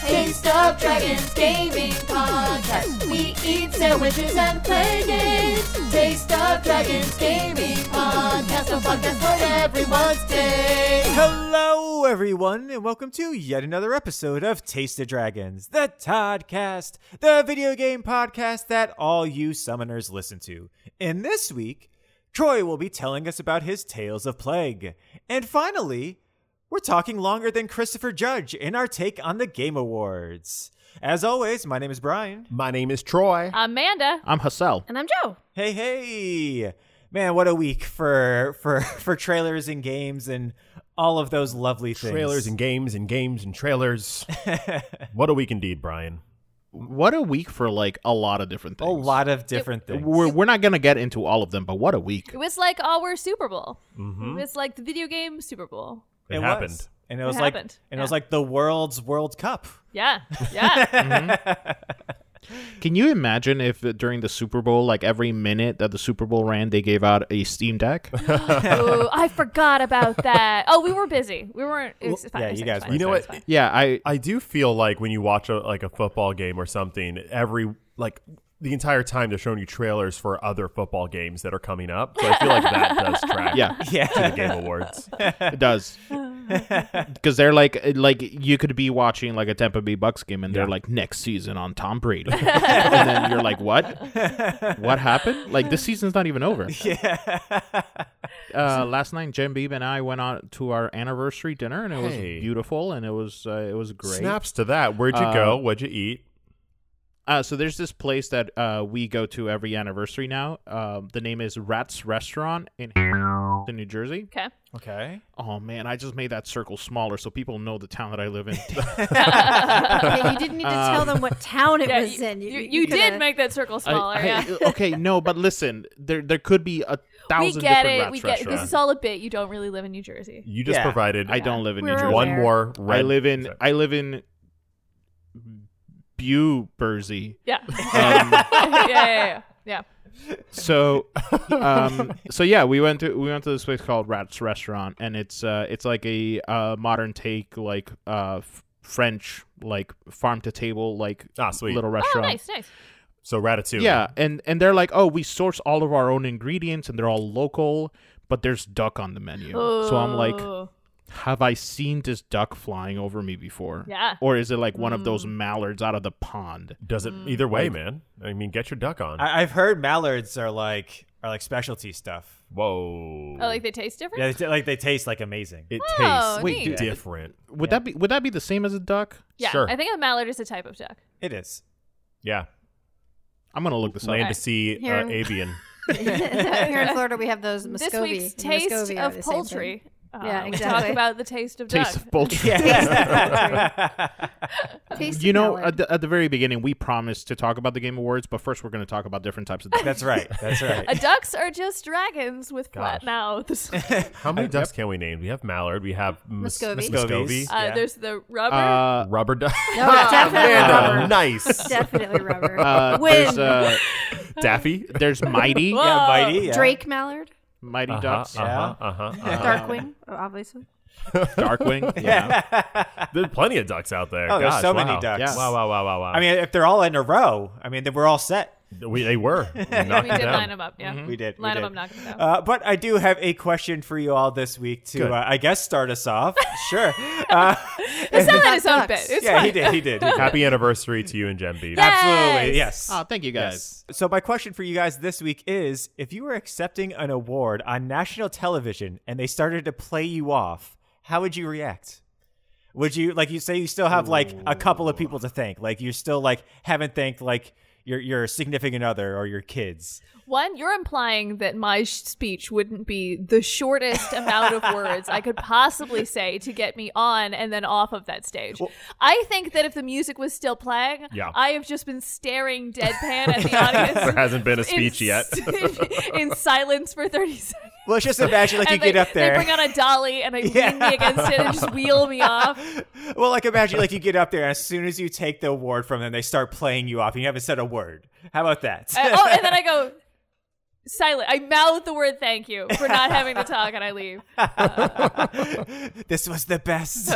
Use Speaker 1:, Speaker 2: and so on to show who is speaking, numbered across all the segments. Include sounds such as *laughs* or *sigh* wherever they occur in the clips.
Speaker 1: Taste of Dragons Gaming Podcast. We eat sandwiches and play games. Taste of Dragons Gaming Podcast. A podcast for everyone's taste.
Speaker 2: Hello, everyone, and welcome to yet another episode of Taste of Dragons, the Toddcast, the video game podcast that all you summoners listen to. And this week, Troy will be telling us about his Tales of Plague. And finally, we're talking longer than Christopher Judge in our take on the Game Awards. As always, my name is Brian.
Speaker 3: My name is Troy.
Speaker 4: Amanda.
Speaker 5: I'm Hassel.
Speaker 4: And I'm Joe.
Speaker 2: Hey, hey, man! What a week for for *laughs* for trailers and games and all of those lovely things.
Speaker 3: Trailers and games and games and trailers. what a week indeed, Brian.
Speaker 5: What a week for like a lot of different
Speaker 2: a
Speaker 5: things.
Speaker 2: lot of different things.
Speaker 5: We're, we're not gonna get into all of them, but what a week!
Speaker 4: It was like our Super Bowl. It
Speaker 3: Mm-hmm.
Speaker 4: was like the video game Super Bowl.
Speaker 3: It,
Speaker 2: was.
Speaker 3: happened.
Speaker 2: and it was
Speaker 4: It
Speaker 2: like
Speaker 4: happened.
Speaker 2: and it was
Speaker 4: Yeah.
Speaker 2: like the world's World Cup.
Speaker 4: Yeah. Yeah.
Speaker 5: Can you imagine if uh, during the Super Bowl, like every minute that the Super Bowl ran, they gave out a Steam
Speaker 2: *laughs*
Speaker 5: Deck?
Speaker 4: Ooh, I forgot about that. Oh, we were busy. We weren't. It's fine.
Speaker 2: yeah,
Speaker 4: it's
Speaker 2: you
Speaker 4: fine,
Speaker 2: guys
Speaker 4: it's
Speaker 2: were
Speaker 4: fine,
Speaker 3: You know
Speaker 4: it's
Speaker 3: what?
Speaker 4: fine, it's
Speaker 5: yeah, I
Speaker 3: I do feel like when you watch a, like a football game or something, every like the entire time they're showing you trailers for other football games that are coming up. So I feel like that does track.
Speaker 5: yeah,
Speaker 3: To the
Speaker 2: Yeah,
Speaker 3: Game Awards.
Speaker 2: *laughs*
Speaker 5: it does. Because they're like, uh, like you could be watching like a Tampa Bay Bucks game, and they're
Speaker 3: Yeah.
Speaker 5: like next season on Tom
Speaker 2: *laughs*
Speaker 5: Brady, and then you're like, what? What happened? Like
Speaker 2: *laughs*
Speaker 5: this season's not even over.
Speaker 2: yeah.
Speaker 5: uh, last night, Jim Beebe and I went on to our anniversary dinner, and it was
Speaker 3: Hey.
Speaker 5: beautiful, and it was uh, it was great.
Speaker 3: Snaps to that. Where'd you
Speaker 5: Uh,
Speaker 3: go? What'd you eat?
Speaker 5: Uh, so there's this place that uh, we go to every anniversary now. Um, the name is Rats Restaurant in in New Jersey.
Speaker 4: fine. Okay.
Speaker 2: okay.
Speaker 5: Oh man, I just made that circle smaller so people know the town that I *laughs* live in.
Speaker 6: Okay, you didn't need to tell them what town it
Speaker 4: Um, Yeah,
Speaker 6: was
Speaker 4: you,
Speaker 6: in.
Speaker 4: you, you
Speaker 6: coulda- *laughs*
Speaker 4: did make that circle
Speaker 5: I-
Speaker 4: smaller.
Speaker 5: I-
Speaker 4: yeah.
Speaker 5: *laughs* Okay, no, but listen, there there could be a
Speaker 4: we
Speaker 5: thousand
Speaker 4: get
Speaker 5: different
Speaker 4: it.
Speaker 5: rats
Speaker 4: We get it. This
Speaker 5: restaurants.
Speaker 4: is all a bit. You don't really live in New Jersey.
Speaker 3: You just
Speaker 2: Yeah.
Speaker 3: provided
Speaker 5: I don't live in New
Speaker 6: We're
Speaker 5: Jersey.
Speaker 3: one
Speaker 6: Where?
Speaker 3: more.
Speaker 5: I
Speaker 3: red-
Speaker 5: live in
Speaker 3: Sorry.
Speaker 5: I live in Bu *laughs* Jersey.
Speaker 4: Yeah. *laughs*
Speaker 5: Um,
Speaker 4: yeah, yeah, yeah, yeah.
Speaker 5: So, um, so yeah, we went to we went to this place called Rats Restaurant, and it's uh, it's like a uh, modern take, like uh, f- French, like farm to table, like
Speaker 3: Ah, sweet.
Speaker 5: little
Speaker 4: Oh,
Speaker 5: restaurant.
Speaker 4: nice, nice.
Speaker 3: So Ratatouille.
Speaker 5: Yeah, and and they're like, oh, we source all of our own ingredients, and they're all local, but there's duck on the menu. So I'm like,
Speaker 4: Ooh.
Speaker 5: have I seen this duck flying over me before?
Speaker 4: Yeah. Mm.
Speaker 5: Or is it like one of those mallards out of the pond?
Speaker 3: Does it either way, man? I mean, get your duck on.
Speaker 2: I- I've heard mallards are like are like specialty stuff.
Speaker 3: Whoa.
Speaker 4: oh, like they taste different.
Speaker 2: Yeah, they t- like they taste like amazing.
Speaker 3: It
Speaker 4: Oh,
Speaker 3: tastes
Speaker 5: Wait, neat. dude.
Speaker 3: different.
Speaker 5: Would that be would that be the same as a duck?
Speaker 4: Yeah,
Speaker 3: sure.
Speaker 4: I think a mallard is a type of duck.
Speaker 2: It is.
Speaker 3: Yeah.
Speaker 5: I'm gonna look this up.
Speaker 3: Land to sea uh,
Speaker 6: Here.
Speaker 3: avian.
Speaker 6: Here in Florida, we have those Muscovy.
Speaker 4: this week's
Speaker 6: and
Speaker 4: taste
Speaker 6: Muscovy are
Speaker 4: of
Speaker 6: the same
Speaker 4: poultry. Uh,
Speaker 6: Yeah,
Speaker 4: we
Speaker 6: exactly.
Speaker 4: Talk about the taste of
Speaker 5: Taste
Speaker 4: duck.
Speaker 5: of *laughs*
Speaker 4: *laughs*
Speaker 5: poultry.
Speaker 6: thing. Taste
Speaker 5: you
Speaker 6: of
Speaker 5: know, uh,
Speaker 6: melon.
Speaker 5: at the, at the very beginning, we promised to talk about the Game Awards, but first we're going to talk about different types of
Speaker 2: *laughs*
Speaker 5: things.
Speaker 2: That's right. That's
Speaker 4: Uh,
Speaker 2: right.
Speaker 4: ducks are just dragons with flat
Speaker 3: Gosh.
Speaker 4: mouths. Uh,
Speaker 3: How many ducks can we name? We have mallard. We have mus-
Speaker 6: Muscovy.
Speaker 3: Muscovy.
Speaker 2: Muscovies. Yeah.
Speaker 4: There's the rubber.
Speaker 5: uh,
Speaker 3: Rubber *laughs* duck.
Speaker 6: no, definitely
Speaker 3: Amanda,
Speaker 6: rubber.
Speaker 3: nice.
Speaker 6: Definitely rubber.
Speaker 5: uh, there's,
Speaker 6: Win.
Speaker 5: uh,
Speaker 3: Daffy.
Speaker 4: *laughs*
Speaker 5: there's Mighty,
Speaker 2: yeah, mighty. Yeah.
Speaker 6: Drake Mallard,
Speaker 5: Mighty
Speaker 3: Uh-huh,
Speaker 5: Ducks,
Speaker 3: Uh-huh,
Speaker 2: *laughs*
Speaker 3: uh-huh,
Speaker 5: Uh,
Speaker 3: uh-huh.
Speaker 6: Darkwing, obviously.
Speaker 5: Darkwing. Yeah.
Speaker 3: There's plenty of ducks out there.
Speaker 2: Oh, there's
Speaker 3: Gosh,
Speaker 2: so many
Speaker 3: wow.
Speaker 2: ducks.
Speaker 5: Yeah.
Speaker 3: Wow, wow, wow, wow, wow.
Speaker 2: I mean, if they're all in a row, I mean, then we're all set.
Speaker 3: we,
Speaker 2: *laughs*
Speaker 3: they were. We knocked *laughs*
Speaker 4: we did
Speaker 3: them.
Speaker 4: line them up. Yeah,
Speaker 2: Mm-hmm. We did. we
Speaker 4: line
Speaker 2: did.
Speaker 4: them up, knock them down.
Speaker 2: Uh, but I do have a question for you all this week to,
Speaker 3: Good.
Speaker 2: uh, I guess, start us off. sure. Uh,
Speaker 4: it's not his own bit.
Speaker 6: ducks.
Speaker 4: It's
Speaker 2: yeah,
Speaker 4: fine.
Speaker 2: he did. He did. he did.
Speaker 3: Happy anniversary to you and Jen B.
Speaker 2: Absolutely. Yes.
Speaker 5: Oh, thank you guys.
Speaker 2: Yes. So my question for you guys this week is: If you were accepting an award on national television and they started to play you off, how would you react? Would you like you say you still have like a couple of people to thank, like you still like haven't thanked like your your significant other or your kids?
Speaker 4: One, you're implying that my sh- speech wouldn't be the shortest amount of words I could possibly say to get me on and then off of that stage. I think that if the music was still playing,
Speaker 3: Yeah.
Speaker 4: I have just been staring deadpan at the audience.
Speaker 3: There hasn't been a speech
Speaker 4: in,
Speaker 3: yet.
Speaker 4: *laughs* in silence for 30 seconds.
Speaker 2: Well,
Speaker 4: *laughs*
Speaker 2: let's just imagine like you
Speaker 4: and they,
Speaker 2: get up there.
Speaker 4: They bring on a dolly
Speaker 2: *laughs*
Speaker 4: and they
Speaker 2: Yeah.
Speaker 4: lean me against it and just wheel me
Speaker 2: *laughs*
Speaker 4: off.
Speaker 2: well, like imagine like you get up there and as soon as you take the award from them, they start playing you off and you haven't said a word. How about that?
Speaker 4: I-
Speaker 2: *laughs*
Speaker 4: oh, and then I go silent. I mouth the word "thank you" for not having to talk,
Speaker 2: *laughs*
Speaker 4: and I leave. uh,
Speaker 2: this was the best.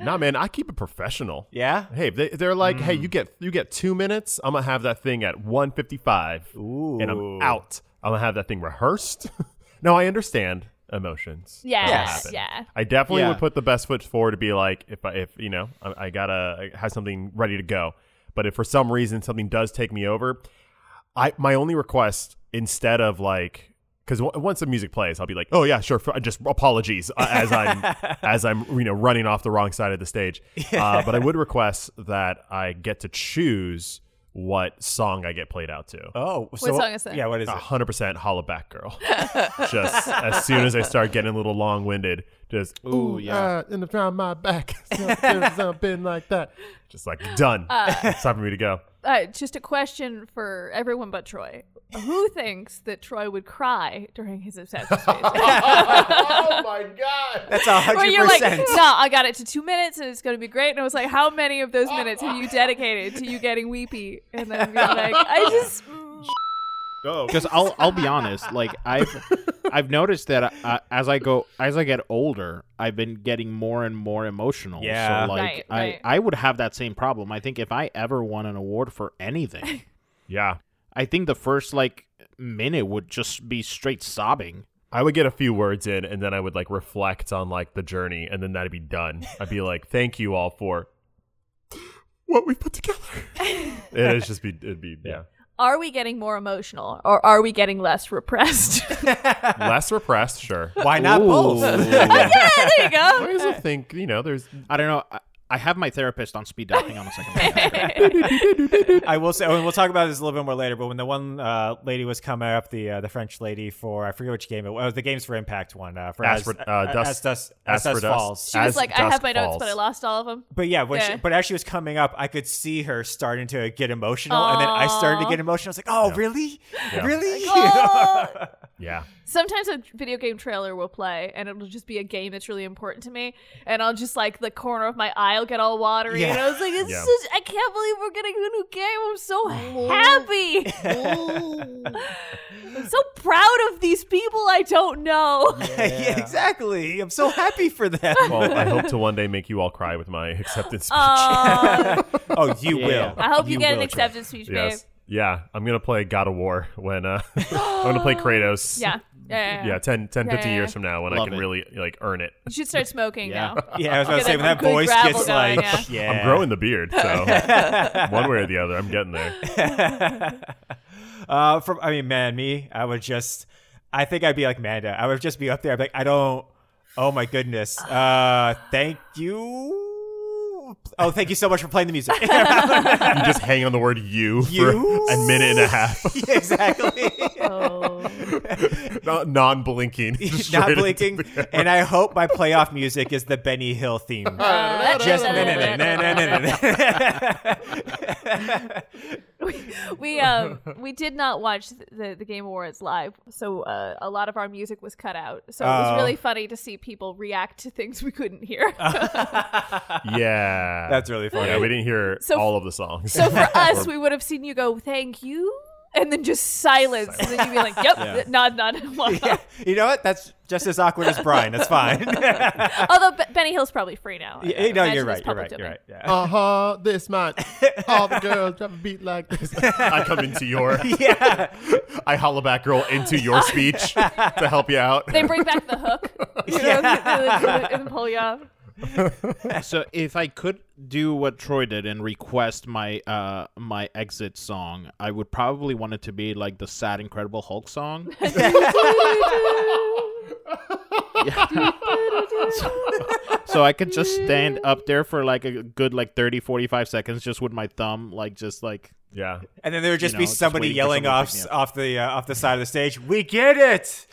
Speaker 3: Nah, man, I keep it professional.
Speaker 2: *laughs* Yeah? Mm.
Speaker 3: Hey, if they, they're like, hey, you get you get two minutes. I'm gonna have that thing at 1:55, and I'm
Speaker 2: Ooh.
Speaker 3: out. I'm gonna have that thing rehearsed. *laughs* no, I understand emotions.
Speaker 4: Yeah,
Speaker 3: That'll
Speaker 4: Yes.
Speaker 3: happen.
Speaker 4: yeah.
Speaker 3: I definitely
Speaker 5: Yeah.
Speaker 3: would put the best foot forward to be like, if I, if you know, I, I gotta have something ready to go. But if for some reason something does take me over, I my only request instead of like because w- once the music plays, I'll be like, oh yeah, sure. For, just apologies uh, as I'm as I'm you know running off the wrong side of the stage. Uh, but I would request that I get to choose what song I get played out to.
Speaker 2: Oh, so
Speaker 4: song is that?
Speaker 2: Yeah, what is it?
Speaker 3: hundred percent holla back girl. *laughs* just as soon as I start getting a little long winded, just
Speaker 5: Ooh, yeah.
Speaker 3: uh, and it's around my back, *laughs* something, something like that. Just like done. it's time for me to go.
Speaker 4: Uh, just a question for everyone but Troy.
Speaker 2: *laughs*
Speaker 4: Who thinks that Troy would cry during his obsessive phase?
Speaker 3: Oh my god!
Speaker 2: That's a
Speaker 4: Where
Speaker 2: hundred
Speaker 4: you're like, no,
Speaker 2: percent.
Speaker 4: I got it to two minutes and it's going to be great. And I was like, how many of those minutes
Speaker 2: *laughs*
Speaker 4: have you dedicated to you getting weepy? And then being like, I just.
Speaker 5: because I'll I'll be honest, like I've I've noticed that uh, as I go as I get older, I've been getting more and more emotional.
Speaker 2: Yeah.
Speaker 5: so, like
Speaker 4: Right,
Speaker 5: I
Speaker 4: right.
Speaker 5: I would have that same problem. I think if I ever won an award for
Speaker 4: *laughs*
Speaker 5: anything,
Speaker 3: Yeah,
Speaker 5: I think the first like minute would just be straight sobbing.
Speaker 3: I would get a few words in, and then I would like reflect on like the journey, and then that'd be done. I'd be like, "Thank you all for what we put together." it'd just be, it'd be yeah,
Speaker 4: Are we getting more emotional or are we getting less repressed? *laughs*
Speaker 3: less repressed, sure.
Speaker 2: Why not
Speaker 5: Ooh.
Speaker 2: both? *laughs*
Speaker 4: yeah, there you go.
Speaker 3: *laughs* I also think you know, there's
Speaker 5: I don't know. I, I have my therapist on speed dial. Hang on
Speaker 4: *laughs*
Speaker 5: a second.
Speaker 2: I will say, oh, and we'll talk about this a little bit more later. But when the one uh, lady was coming up, the uh, the French lady for I forget which game it was, the games for Impact one uh, for
Speaker 3: As
Speaker 2: as,
Speaker 3: for, uh, Dust-
Speaker 2: as dust
Speaker 3: As
Speaker 2: as, dust
Speaker 3: for Dust.
Speaker 2: falls.
Speaker 4: She was
Speaker 3: As
Speaker 4: like, I have
Speaker 3: dusk
Speaker 4: my notes, but I
Speaker 3: falls.
Speaker 4: lost all of them.
Speaker 2: But yeah, when
Speaker 4: Yeah.
Speaker 2: She, but as she was coming up, I could see her starting to get emotional, and then I started to get emotional. I was like, "Oh, really?
Speaker 3: *laughs*
Speaker 2: *laughs*
Speaker 3: Yeah.
Speaker 2: Really?"
Speaker 4: Oh.
Speaker 3: yeah.
Speaker 4: Sometimes a video game trailer will play, and it'll just be a game that's really important to me, and I'll just like the corner of my eye will get all watery, and I was like, "This
Speaker 3: Yeah.
Speaker 4: is I can't believe we're getting a new game. I'm so happy. *laughs* I'm so proud of these people I don't
Speaker 3: *laughs*
Speaker 4: know."
Speaker 2: Yeah. exactly. I'm so happy for them.
Speaker 3: Well, I hope to
Speaker 4: *laughs*
Speaker 3: one day make you all cry with my
Speaker 4: *gasps*
Speaker 3: acceptance speech.
Speaker 4: Uh,
Speaker 2: *laughs* oh, you
Speaker 5: Yeah.
Speaker 2: will.
Speaker 4: I hope you, get an
Speaker 2: will, Troy.
Speaker 4: acceptance speech, babe.
Speaker 3: yes. Yeah, I'm gonna play God of War when uh, *laughs* I'm gonna play
Speaker 4: *gasps*
Speaker 3: Kratos.
Speaker 4: Yeah. Yeah, yeah,
Speaker 3: Yeah, 10, 10
Speaker 4: Yeah,
Speaker 3: 15
Speaker 4: yeah,
Speaker 3: years
Speaker 4: yeah.
Speaker 3: from now when I
Speaker 5: Love
Speaker 3: can
Speaker 5: it.
Speaker 3: really like earn it.
Speaker 4: You should start smoking
Speaker 5: Yeah.
Speaker 4: now.
Speaker 2: *laughs* Yeah, I was about to
Speaker 4: Get
Speaker 2: say
Speaker 4: a
Speaker 2: when that
Speaker 4: good
Speaker 2: voice
Speaker 4: gravel
Speaker 2: gets
Speaker 4: going, yeah.
Speaker 2: like, yeah,
Speaker 3: I'm growing the beard,
Speaker 2: *laughs*
Speaker 3: so one way or the other, I'm getting there.
Speaker 2: Uh, from I mean, man, me, I would just, I think I'd be like Manda. I would just be up there. I'd be like, I don't. Oh my goodness. Uh, thank you. Oh, thank you so much for playing the music. *laughs*
Speaker 3: You just hang on the word "you"
Speaker 2: You?
Speaker 3: for a minute and
Speaker 2: *laughs*
Speaker 3: a half, *laughs*
Speaker 2: Yeah, exactly.
Speaker 4: Oh.
Speaker 3: Not- non-blinking, Just *laughs*
Speaker 2: *laughs*
Speaker 3: straight
Speaker 2: Not
Speaker 3: into-
Speaker 2: blinking. And I hope my playoff music is the Benny Hill theme.
Speaker 4: Uh,
Speaker 2: *laughs* Just na- na- na- na- na- na- na-
Speaker 4: *laughs* we um we did not watch the the Game Awards live, so uh, a lot of our music was cut out. So it was
Speaker 2: Oh.
Speaker 4: really funny to see people react to things we couldn't
Speaker 2: *laughs*
Speaker 4: hear.
Speaker 3: Yeah,
Speaker 2: *laughs* That's really funny. *laughs*
Speaker 3: Yeah, we didn't hear
Speaker 4: So-
Speaker 3: all of the songs. *laughs*
Speaker 4: so for us, we would have seen you go, "Thank you," and then just silence, and then you'd be like, "Yep, *laughs* nod, nod."
Speaker 2: *laughs*
Speaker 4: walk
Speaker 2: na-
Speaker 4: off.
Speaker 2: You know what? That's just as awkward as Brian. That's fine. *laughs*
Speaker 4: Although Be- Benny Hill's probably free now. I
Speaker 2: Yeah, no,
Speaker 4: imagine
Speaker 2: you're
Speaker 4: it's
Speaker 2: right. You're
Speaker 4: public
Speaker 2: right. You're
Speaker 4: domain.
Speaker 2: right. Yeah.
Speaker 3: uh huh, this
Speaker 2: *laughs*
Speaker 3: man, all the girls drop a beat like this. I come into your,
Speaker 2: *laughs* Yeah.
Speaker 3: I holla back girl into
Speaker 4: *laughs*
Speaker 3: your speech to help you out.
Speaker 4: They bring back the hook, you
Speaker 2: *laughs*
Speaker 4: know, and- and pull you up.
Speaker 5: so if I could do what Troy did and request my uh my exit song, I would probably want it to be like the sad Incredible Hulk song. *laughs* Yeah. so, so I could just stand up there for like a good like 30 45 seconds just with my thumb like just like
Speaker 3: Yeah.
Speaker 2: And then there would just
Speaker 5: You
Speaker 2: be
Speaker 5: know, just
Speaker 2: somebody
Speaker 5: waiting for
Speaker 2: yelling
Speaker 5: someone to
Speaker 2: off
Speaker 5: pick me up.
Speaker 2: off the uh, off the side of the stage. We get it.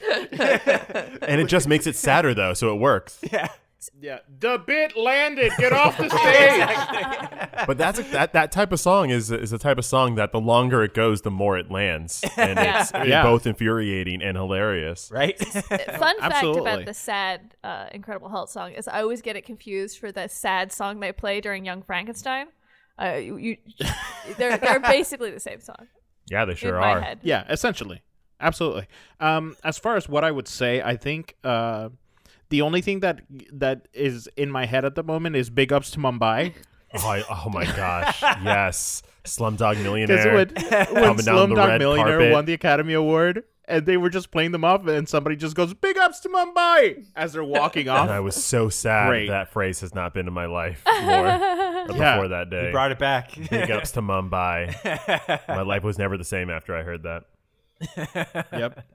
Speaker 3: And it just makes it sadder though, so
Speaker 4: *laughs*
Speaker 3: it works.
Speaker 5: yeah the bit landed get off *laughs* the stage
Speaker 3: But that's that that type of song is is the type of song that the longer it goes, the more it
Speaker 4: *laughs*
Speaker 3: lands, and it's
Speaker 5: Yeah.
Speaker 3: both infuriating and hilarious.
Speaker 2: Right? *laughs*
Speaker 4: Fun fact
Speaker 5: Absolutely.
Speaker 4: about the sad uh, Incredible Hulk song is I always get it confused for the sad song they play during Young Frankenstein. Uh, you, you, *laughs* they're they're basically the same song
Speaker 3: Yeah, they sure
Speaker 4: in my
Speaker 3: are.
Speaker 4: head.
Speaker 5: yeah essentially absolutely um as far as what i would say i think uh The only thing that that is in my head at the moment is big ups to Mumbai.
Speaker 3: *laughs* Oh, I-
Speaker 4: *laughs*
Speaker 3: oh my gosh. yes. Slumdog
Speaker 5: Because
Speaker 3: Millionaire.
Speaker 5: when, when
Speaker 3: Coming down the
Speaker 5: Slumdog
Speaker 3: red
Speaker 5: Millionaire
Speaker 3: carpet.
Speaker 5: won the Academy Award, and they were just playing them off, and somebody just goes, "Big ups to Mumbai" as
Speaker 3: *laughs*
Speaker 5: they're walking
Speaker 3: and I
Speaker 5: off.
Speaker 3: was so sad
Speaker 5: Great.
Speaker 3: that phrase has not been in
Speaker 4: *laughs*
Speaker 3: my life more or
Speaker 5: Yeah.
Speaker 3: before that day.
Speaker 2: You brought it back.
Speaker 5: *laughs*
Speaker 2: *laughs*
Speaker 3: Big ups to Mumbai. my life was never the same after I heard that.
Speaker 5: yep.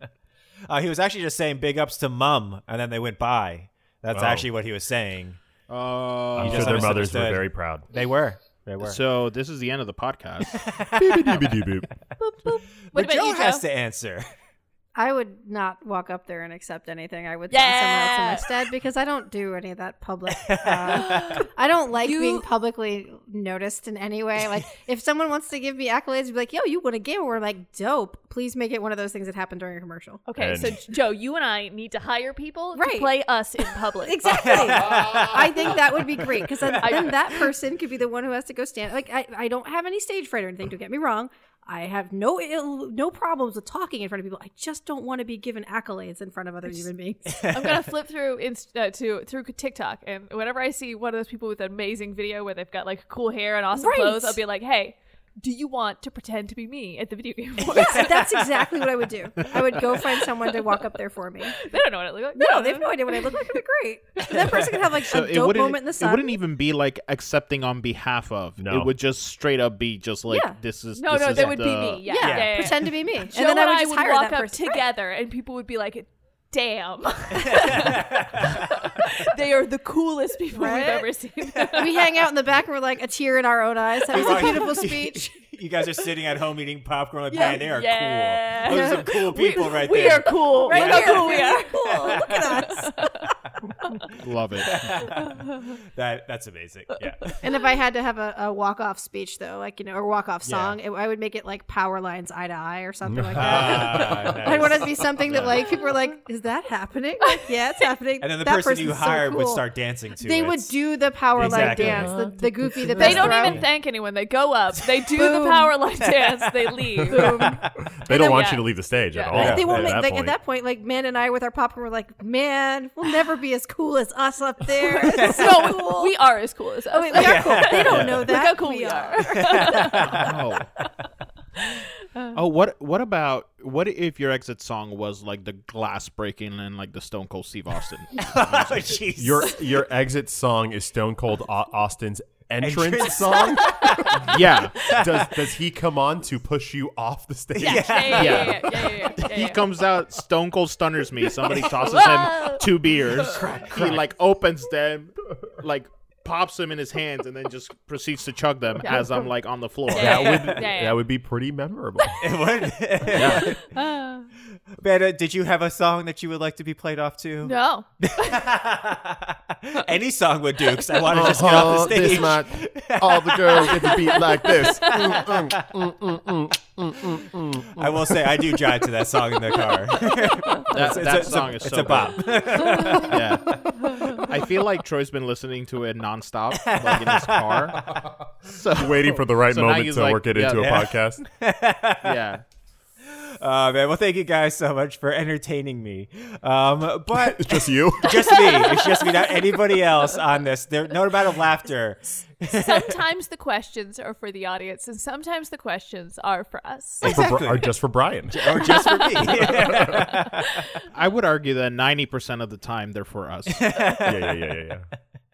Speaker 2: Uh, he was actually just saying big ups to mum, and then they went by. That's
Speaker 3: Oh.
Speaker 2: actually what he was saying.
Speaker 5: Oh.
Speaker 3: I'm
Speaker 2: just
Speaker 3: sure their mothers were
Speaker 2: misunderstood.
Speaker 3: very proud.
Speaker 2: They were. They were. *laughs*
Speaker 5: *laughs* So this is the end of
Speaker 3: *laughs*
Speaker 5: the podcast.
Speaker 3: Beep-a-doop-a-doop-boop.
Speaker 4: Boop, boop. What
Speaker 2: but
Speaker 4: about
Speaker 2: Joe
Speaker 4: you, Joe?
Speaker 2: has to answer. *laughs*
Speaker 6: I would not walk up there and accept anything. I would send someone
Speaker 4: Yeah.
Speaker 6: else instead because I don't do any of that
Speaker 4: *laughs*
Speaker 6: public. Uh, I don't like
Speaker 4: You-
Speaker 6: being publicly noticed in any way.
Speaker 4: *laughs*
Speaker 6: Like if someone wants to give me accolades, be like, "Yo, you won a game," or like, "Dope." Please make it one of those things that happened during a commercial.
Speaker 4: Okay, so J- Joe, you and I need to hire people to
Speaker 6: Right.
Speaker 4: play us
Speaker 6: *laughs*
Speaker 4: in public.
Speaker 6: Exactly. I think that
Speaker 4: *laughs*
Speaker 6: would be great because then,
Speaker 4: I-
Speaker 6: then that person could be the one who has to go stand. Like I, I don't have any stage fright or anything. Don't get me wrong. I have no Ill, no problems with talking in front of people. I just don't want to be given accolades in front of other human beings.
Speaker 4: I'm gonna flip through inst- uh, to through TikTok, and whenever I see one of those people with an amazing video where they've got like cool hair and awesome
Speaker 6: Right.
Speaker 4: clothes, I'll be like, "Hey, do you want to pretend to be me at the video
Speaker 6: *laughs*
Speaker 4: game awards?"
Speaker 6: yes, that's exactly what I would do. I would go find someone to walk up there for me.
Speaker 4: *laughs* they don't know what I look like.
Speaker 6: No, they have no idea what I look like. It'd be great. And that person could have like
Speaker 5: So
Speaker 6: a
Speaker 5: it
Speaker 6: dope
Speaker 5: wouldn't.
Speaker 6: moment in the
Speaker 5: it
Speaker 6: sun.
Speaker 5: wouldn't even be like accepting on behalf of.
Speaker 3: No.
Speaker 5: It would just straight up be just like
Speaker 6: Yeah.
Speaker 5: this is.
Speaker 4: No,
Speaker 5: this
Speaker 4: no,
Speaker 5: is
Speaker 4: they would be
Speaker 5: the-
Speaker 4: me.
Speaker 6: yeah,
Speaker 4: Yeah, yeah, yeah, yeah.
Speaker 6: pretend to be me, and
Speaker 4: Joe
Speaker 6: then I would just
Speaker 4: would
Speaker 6: hire
Speaker 4: walk
Speaker 6: that *laughs*
Speaker 4: up
Speaker 6: person. Right.
Speaker 4: together, and people would be like,
Speaker 6: *laughs*
Speaker 4: "Damn, they are the coolest people
Speaker 6: Right?
Speaker 4: we've
Speaker 6: *laughs*
Speaker 4: ever seen."
Speaker 6: We hang out in the back and we're like a tear in our own eyes. That was a
Speaker 2: Right. *laughs*
Speaker 6: beautiful speech.
Speaker 2: you guys are sitting at home eating popcorn. Like,
Speaker 6: Yeah.
Speaker 2: man, they are
Speaker 4: Yeah.
Speaker 2: cool. Those are some cool people
Speaker 4: we,
Speaker 2: right
Speaker 4: we
Speaker 2: there.
Speaker 4: are cool.
Speaker 6: Right
Speaker 4: Look
Speaker 6: here.
Speaker 4: how cool we are.
Speaker 6: Cool. Look
Speaker 4: *laughs*
Speaker 6: at us.
Speaker 5: Love it.
Speaker 3: *laughs*
Speaker 2: that that's amazing. Yeah.
Speaker 6: And if I had to have a, a walk off speech though, like you know, or walk off song, it, I would make it like power lines eye to eye or something
Speaker 2: *laughs*
Speaker 6: like that.
Speaker 2: Ah,
Speaker 6: I
Speaker 2: nice.
Speaker 6: want it to be something that like people are like, "Is that happening?" Like, yeah,
Speaker 2: *laughs*
Speaker 6: it's happening.
Speaker 2: And then the
Speaker 6: that
Speaker 2: person you
Speaker 6: person's so
Speaker 2: hired would
Speaker 6: cool.
Speaker 2: start dancing to
Speaker 6: They
Speaker 2: it.
Speaker 6: would do the power
Speaker 2: Exactly.
Speaker 6: line dance, the, the goofy, the
Speaker 4: They
Speaker 6: best
Speaker 4: don't
Speaker 6: throw.
Speaker 4: even thank anyone. They
Speaker 6: *laughs*
Speaker 4: go up. They do the
Speaker 6: Boom.
Speaker 4: power
Speaker 6: *laughs*
Speaker 4: line dance. They leave.
Speaker 3: They don't
Speaker 4: then-
Speaker 3: want
Speaker 4: yeah.
Speaker 3: you to leave the stage at
Speaker 4: Yeah.
Speaker 3: all.
Speaker 6: they
Speaker 3: at
Speaker 6: won't make
Speaker 3: that
Speaker 6: like
Speaker 3: point.
Speaker 6: at that point, like man and I with our popcorn were like, man, *sighs* we'll never be as cool as us up there. It's *laughs* so
Speaker 4: no,
Speaker 6: cool.
Speaker 4: we are as cool as us.
Speaker 6: Oh, wait, we are cool. They don't know that.
Speaker 4: Look how cool we,
Speaker 6: we
Speaker 4: are. *laughs*
Speaker 5: Oh. oh, what what about what if your exit song was like the glass breaking and like the Stone Cold Steve Austin?
Speaker 2: *laughs*
Speaker 4: *laughs*
Speaker 2: Oh, jeez.
Speaker 3: Your your exit song is Stone Cold Au- Austin's entrance,
Speaker 2: Entrance.
Speaker 3: song.
Speaker 5: yeah,
Speaker 3: *laughs* does does he come on to push you off the stage?
Speaker 4: Yeah, yeah, yeah, yeah, yeah, yeah, yeah, yeah,
Speaker 5: he
Speaker 4: yeah.
Speaker 5: comes out. Stone Cold stunners me.
Speaker 4: *laughs*
Speaker 5: Somebody tosses him two beers. He like opens them, like pops them in his hands, and then just proceeds to chug them
Speaker 4: Yeah.
Speaker 5: as I'm like on the floor.
Speaker 4: Yeah. *laughs*
Speaker 3: That would
Speaker 4: Yeah, yeah.
Speaker 3: that would be pretty
Speaker 2: *laughs*
Speaker 3: memorable.
Speaker 2: It would. But, uh, did you have a song that you would like to be played off to?
Speaker 4: No,
Speaker 2: Any song would do, because I want to just get
Speaker 3: Uh-huh.
Speaker 2: off the stage.
Speaker 3: all the girls get the beat
Speaker 2: *laughs*
Speaker 3: like this.
Speaker 2: Mm-hmm. I will say I do jive to that song in the car.
Speaker 5: That, that
Speaker 2: it's a-
Speaker 5: song is
Speaker 2: it's
Speaker 5: so
Speaker 2: a bop.
Speaker 4: *laughs*
Speaker 5: good. yeah, I feel like Troy's been listening to it nonstop, like in
Speaker 2: *laughs*
Speaker 5: his car. So
Speaker 3: Waiting for the right
Speaker 5: So now
Speaker 3: moment
Speaker 5: he's
Speaker 3: to
Speaker 5: like,
Speaker 3: work it
Speaker 5: yeah,
Speaker 3: into
Speaker 2: yeah.
Speaker 3: a podcast.
Speaker 5: yeah.
Speaker 2: Uh, man, well, thank you guys so much for entertaining me. Um, but
Speaker 3: It's just
Speaker 5: *laughs*
Speaker 3: you.
Speaker 2: just me. It's just me, not anybody else on this. There, no amount of laughter.
Speaker 4: sometimes the questions are for the audience, and sometimes the questions are for us.
Speaker 3: Or for Bri-
Speaker 2: Exactly.
Speaker 3: or just for Brian.
Speaker 2: Or just for me. *laughs*
Speaker 5: I would argue that 90% of the time they're for us.
Speaker 3: yeah, yeah, yeah, yeah, yeah.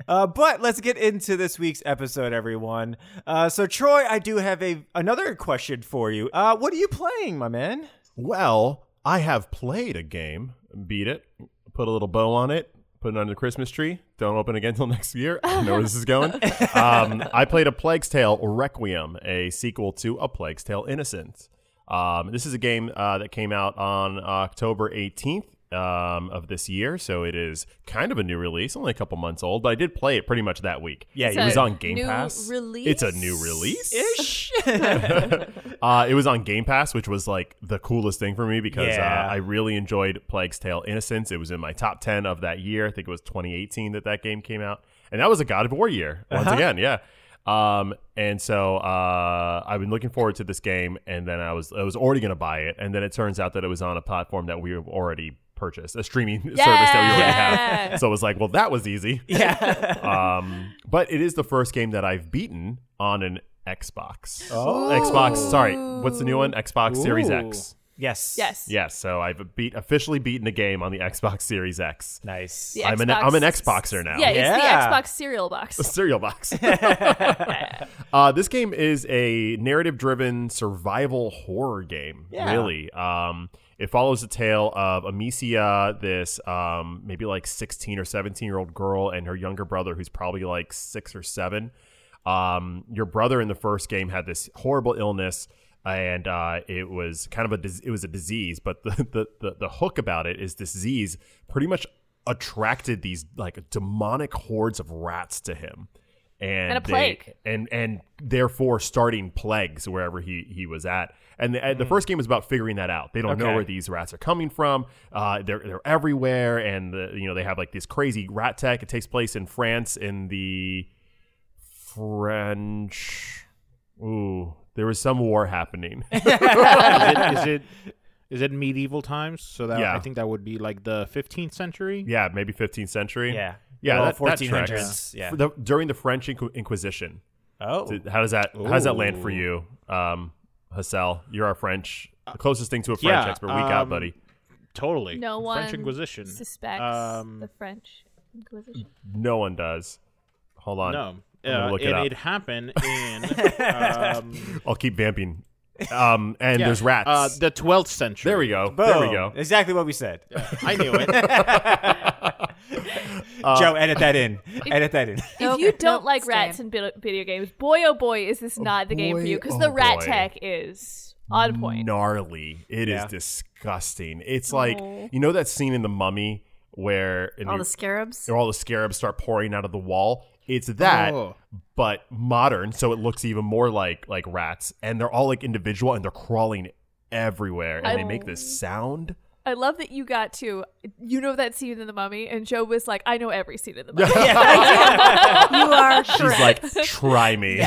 Speaker 2: Uh, but let's get into this week's episode, everyone. Uh, so, Troy, I do have a another question for you. Uh, what are you playing, my man?
Speaker 3: Well, I have played a game, beat it, put a little bow on it, put it under the Christmas tree. Don't open again until *laughs* next year. I know where this is *laughs* going. Um, I played a Plague's Tale Requiem, a sequel to A Plague's Tale Innocent. Um, this is a game uh, that came out on October 18th um, of this year, so it is kind of a new release, only a couple months old, but I did play it pretty much that week.
Speaker 2: Yeah,
Speaker 4: It's
Speaker 2: you
Speaker 4: a
Speaker 3: It was on Game
Speaker 4: new
Speaker 3: Pass.
Speaker 4: Release.
Speaker 3: It's a new release
Speaker 2: ish.
Speaker 3: uh, it was on Game Pass, which was like the coolest thing for me because
Speaker 2: Yeah.
Speaker 3: uh, I really enjoyed Plague's Tale: Innocence. It was in my top ten of that year. I think it was 2018 that that game came out, and that was a God of War year once again. Yeah. Um, and so uh, I've been looking forward to this game, and then I was I was already going to buy it, and then it turns out that it was on a platform that we have already purchase, a streaming *laughs* service that we already have.
Speaker 4: Yeah.
Speaker 3: So it was like, well, that was easy.
Speaker 2: Yeah.
Speaker 3: Um, but it is the first game that I've beaten on an Xbox. Xbox, sorry, what's the new one? Xbox Series X.
Speaker 2: yes.
Speaker 4: Yes.
Speaker 3: Yes, so I've beat officially beaten a game on the *laughs* Xbox Series X.
Speaker 2: Nice.
Speaker 4: The
Speaker 3: I'm an
Speaker 4: Xbox-
Speaker 3: I'm an Xboxer now.
Speaker 4: Yeah, it's
Speaker 2: Yeah.
Speaker 4: the Xbox cereal box.
Speaker 3: A cereal box. uh, this game is a narrative driven survival horror game,
Speaker 2: Yeah.
Speaker 3: really. Um, it follows the tale of Amicia, this um, maybe like 16 or 17 year old girl, and her younger brother, who's probably like six or seven. Um, your brother in the first game had this horrible illness. And uh, it was kind of a dis- it was a disease, but the, the, the, the hook about it is this disease pretty much attracted these like demonic hordes of rats to him and,
Speaker 4: And a
Speaker 3: they-
Speaker 4: plague.
Speaker 3: and and therefore starting plagues wherever he he was at. And the, and the first game is about figuring that out. They don't know
Speaker 2: Mm. Okay.
Speaker 3: where these rats are coming from. Uh, they're they're everywhere, and the, you know they have like this crazy rat attack. It takes place in France in the French. Ooh, there was some
Speaker 2: *laughs*
Speaker 3: war happening.
Speaker 5: is, it, is it is it medieval times? So that
Speaker 3: Yeah.
Speaker 5: I think that would be like the 15th century.
Speaker 3: yeah, maybe 15th century.
Speaker 2: Yeah.
Speaker 3: yeah,
Speaker 2: Well,
Speaker 3: that- that tracks.
Speaker 2: 1400s. Yeah.
Speaker 3: For the- during the French Inqu- Inquisition.
Speaker 2: Oh.
Speaker 3: Did- How does that how does that land for
Speaker 5: Ooh.
Speaker 3: you, um, Hassel? You're our French, the closest thing to a French
Speaker 5: yeah,
Speaker 3: expert. Week out,
Speaker 5: um,
Speaker 3: buddy.
Speaker 5: Totally.
Speaker 4: No one
Speaker 5: French Inquisition.
Speaker 4: suspects
Speaker 5: Um,
Speaker 4: the French Inquisition.
Speaker 3: No one does. Hold on.
Speaker 5: No.
Speaker 3: I'm gonna
Speaker 5: Uh,
Speaker 3: look
Speaker 5: it,
Speaker 3: it up. *laughs*
Speaker 5: it happened in uh, um,
Speaker 3: I'll keep vamping. Um, and
Speaker 5: yeah,
Speaker 3: there's rats.
Speaker 5: Uh, the 12th century.
Speaker 3: there we go.
Speaker 2: Boom.
Speaker 3: There we go.
Speaker 2: Exactly what we said.
Speaker 5: *laughs* I knew
Speaker 3: *laughs*
Speaker 5: it.
Speaker 3: Uh,
Speaker 2: *laughs* Joe, edit that in. edit that
Speaker 4: *laughs*
Speaker 2: in.
Speaker 4: If
Speaker 6: Nope,
Speaker 4: you don't
Speaker 6: nope,
Speaker 4: like
Speaker 6: stay.
Speaker 4: rats and vid- video games, boy oh boy, is this not the game for
Speaker 3: boy,
Speaker 4: you because
Speaker 3: oh
Speaker 4: the rat
Speaker 3: boy.
Speaker 4: tech is on point.
Speaker 3: Gnarly. It is
Speaker 2: Yeah.
Speaker 3: disgusting. It's like you know that scene in The Mummy where in
Speaker 6: All the scarabs.
Speaker 3: all the scarabs start pouring out of the wall. It's that,
Speaker 5: Oh.
Speaker 3: but modern, so it looks even more like like rats, and they're all like individual, and they're crawling everywhere, and they make this sound.
Speaker 4: I love that you got to you know that scene in the Mummy, and Joe was like, "I know every scene in the
Speaker 3: *laughs*
Speaker 4: Mummy."
Speaker 6: *laughs* you are *laughs*
Speaker 3: She's like, "Try me."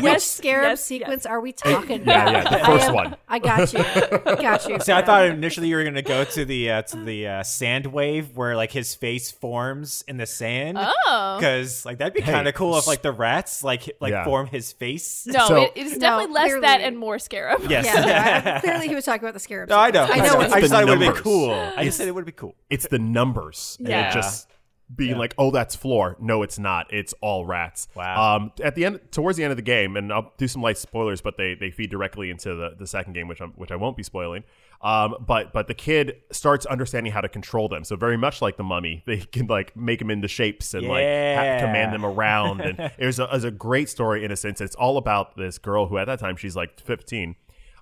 Speaker 6: Which scarab
Speaker 4: yes,
Speaker 6: sequence are we talking
Speaker 3: Yeah,
Speaker 6: about?
Speaker 3: yeah, the
Speaker 6: I
Speaker 3: first
Speaker 6: am-
Speaker 3: one.
Speaker 6: I got you. Got you.
Speaker 2: *laughs* See, I thought initially you were gonna go to the uh, to the uh, sand wave where like his face forms in the sand.
Speaker 4: Oh.
Speaker 2: because like that'd be kind of cool if like the rats like h- like
Speaker 3: Yeah.
Speaker 2: form his face.
Speaker 4: No,
Speaker 3: So-
Speaker 4: it, it is definitely
Speaker 6: No,
Speaker 4: less that
Speaker 6: clearly.
Speaker 4: and more scarab.
Speaker 2: *laughs* Yes.
Speaker 6: Yeah, no, I- *laughs* clearly he was talking about the scarabs.
Speaker 2: *laughs* No, I know. I,
Speaker 6: I know.
Speaker 2: know.
Speaker 6: it's
Speaker 2: I just
Speaker 3: the
Speaker 2: thought it would be
Speaker 3: numbers.
Speaker 2: cool. I just said it would
Speaker 4: *laughs*
Speaker 2: be cool.
Speaker 3: *laughs* It's the numbers. and it
Speaker 4: Yeah.
Speaker 3: just being like, "Oh, that's floor." No, it's not. It's all rats.
Speaker 2: Wow.
Speaker 3: Um, at the end, towards the end of the game, and I'll do some light spoilers, but they they feed directly into the, the second game, which I'm which I won't be spoiling. Um, but but the kid starts understanding how to control them. So very much like the mummy, *laughs* they can like make them into shapes and like ha-
Speaker 2: Yeah.
Speaker 3: command them around. And it was a, it was a great story in a sense. It's all about this girl who at that time she's like 15,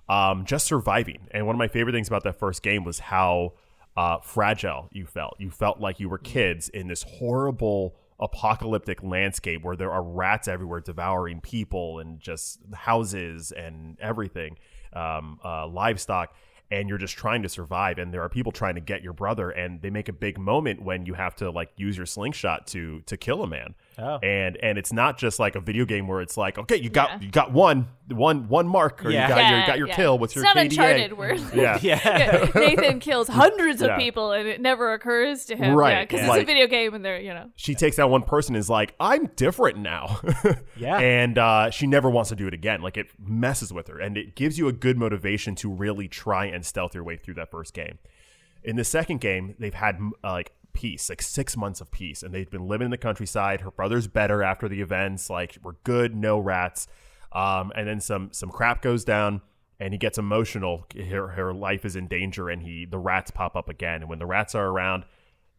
Speaker 3: um, just surviving. And one of my favorite things about that first game was how uh, fragile you felt. You felt like you were kids in this horrible apocalyptic landscape where there are rats everywhere devouring people and just houses and everything, um, uh, livestock and you're just trying to survive and there are people trying to get your brother and they make a big moment when you have to like use your slingshot to to kill a man
Speaker 2: Oh.
Speaker 3: and and it's not just like a video game where it's like okay you got you got one one one mark or
Speaker 2: Yeah.
Speaker 3: you got your,
Speaker 4: Yeah,
Speaker 3: you got your
Speaker 4: yeah.
Speaker 3: kill with
Speaker 4: it's
Speaker 3: your
Speaker 4: not
Speaker 3: KDA.
Speaker 4: Uncharted where
Speaker 3: *laughs*
Speaker 4: *laughs*
Speaker 3: yeah
Speaker 2: Yeah.
Speaker 4: Nathan kills hundreds
Speaker 3: Yeah.
Speaker 4: of people and it never occurs to him.
Speaker 3: Right,
Speaker 4: because it's
Speaker 3: like-
Speaker 4: a video game and they're you
Speaker 3: *laughs*
Speaker 4: know.
Speaker 3: she takes that one person and is like, I'm different now. *laughs*
Speaker 2: Yeah.
Speaker 3: And uh, she never wants to do it again. Like it messes with her and it gives you a good motivation to really try and stealth your way through that first game. In the second game, they've had m- uh, like peace, like six months of peace, and they've been living in the countryside. Her brother's better after the events. Like we're good, no rats. Um, and then some some crap goes down and he gets emotional. Her, her life is in danger and he the rats pop up again. And when the rats are around,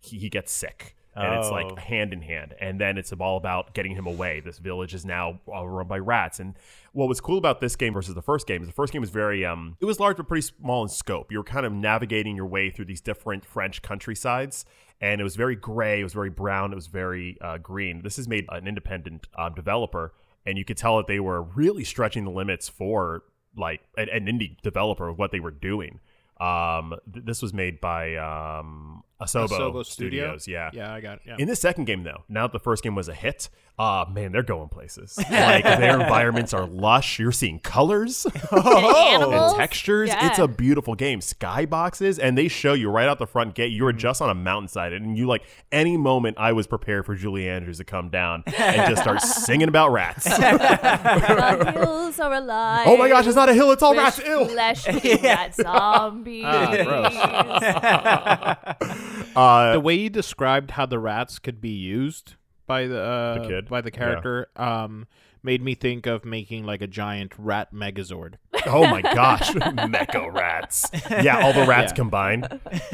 Speaker 3: he, he gets sick. And it's like
Speaker 2: Oh.
Speaker 3: hand in hand. And then it's all about getting him away. This village is now uh, run by rats. And what was cool about this game versus the first game is the first game was very, um, it was large but pretty small in scope. You were kind of navigating your way through these different French countrysides. And it was very gray, it was very brown, it was very uh, green. This is made by an independent um, developer. And you could tell that they were really stretching the limits for like an, an indie developer of what they were doing. Um, th- this was made by um, Asobo,
Speaker 5: Asobo Studio?
Speaker 3: Studios. Yeah.
Speaker 5: Yeah, I got it. Yeah.
Speaker 3: In the second game, though, now that the first game was a hit, uh, man, they're going places. like their environments are lush. You're seeing
Speaker 5: *laughs*
Speaker 3: colors
Speaker 4: And animals.
Speaker 3: and textures.
Speaker 4: Yeah.
Speaker 3: It's a beautiful game. Skyboxes, and they show you right out the front gate. You
Speaker 5: Mm-hmm.
Speaker 3: were just on a mountainside, and you like any moment. I was prepared for Julie Andrews to come down and just start singing about rats.
Speaker 4: The hills are alive.
Speaker 3: oh my gosh, it's not a hill. It's all
Speaker 4: with
Speaker 3: rats. Ew. *laughs*
Speaker 4: Flesh eating rat zombies.
Speaker 5: Ah,
Speaker 3: Uh,
Speaker 5: the way you described how the rats could be used by the, uh,
Speaker 3: The kid?
Speaker 5: by the character um made me think of making like a giant rat megazord.
Speaker 3: oh my gosh, *laughs* mecha rats. Yeah, all the rats
Speaker 5: Yeah.
Speaker 3: combined.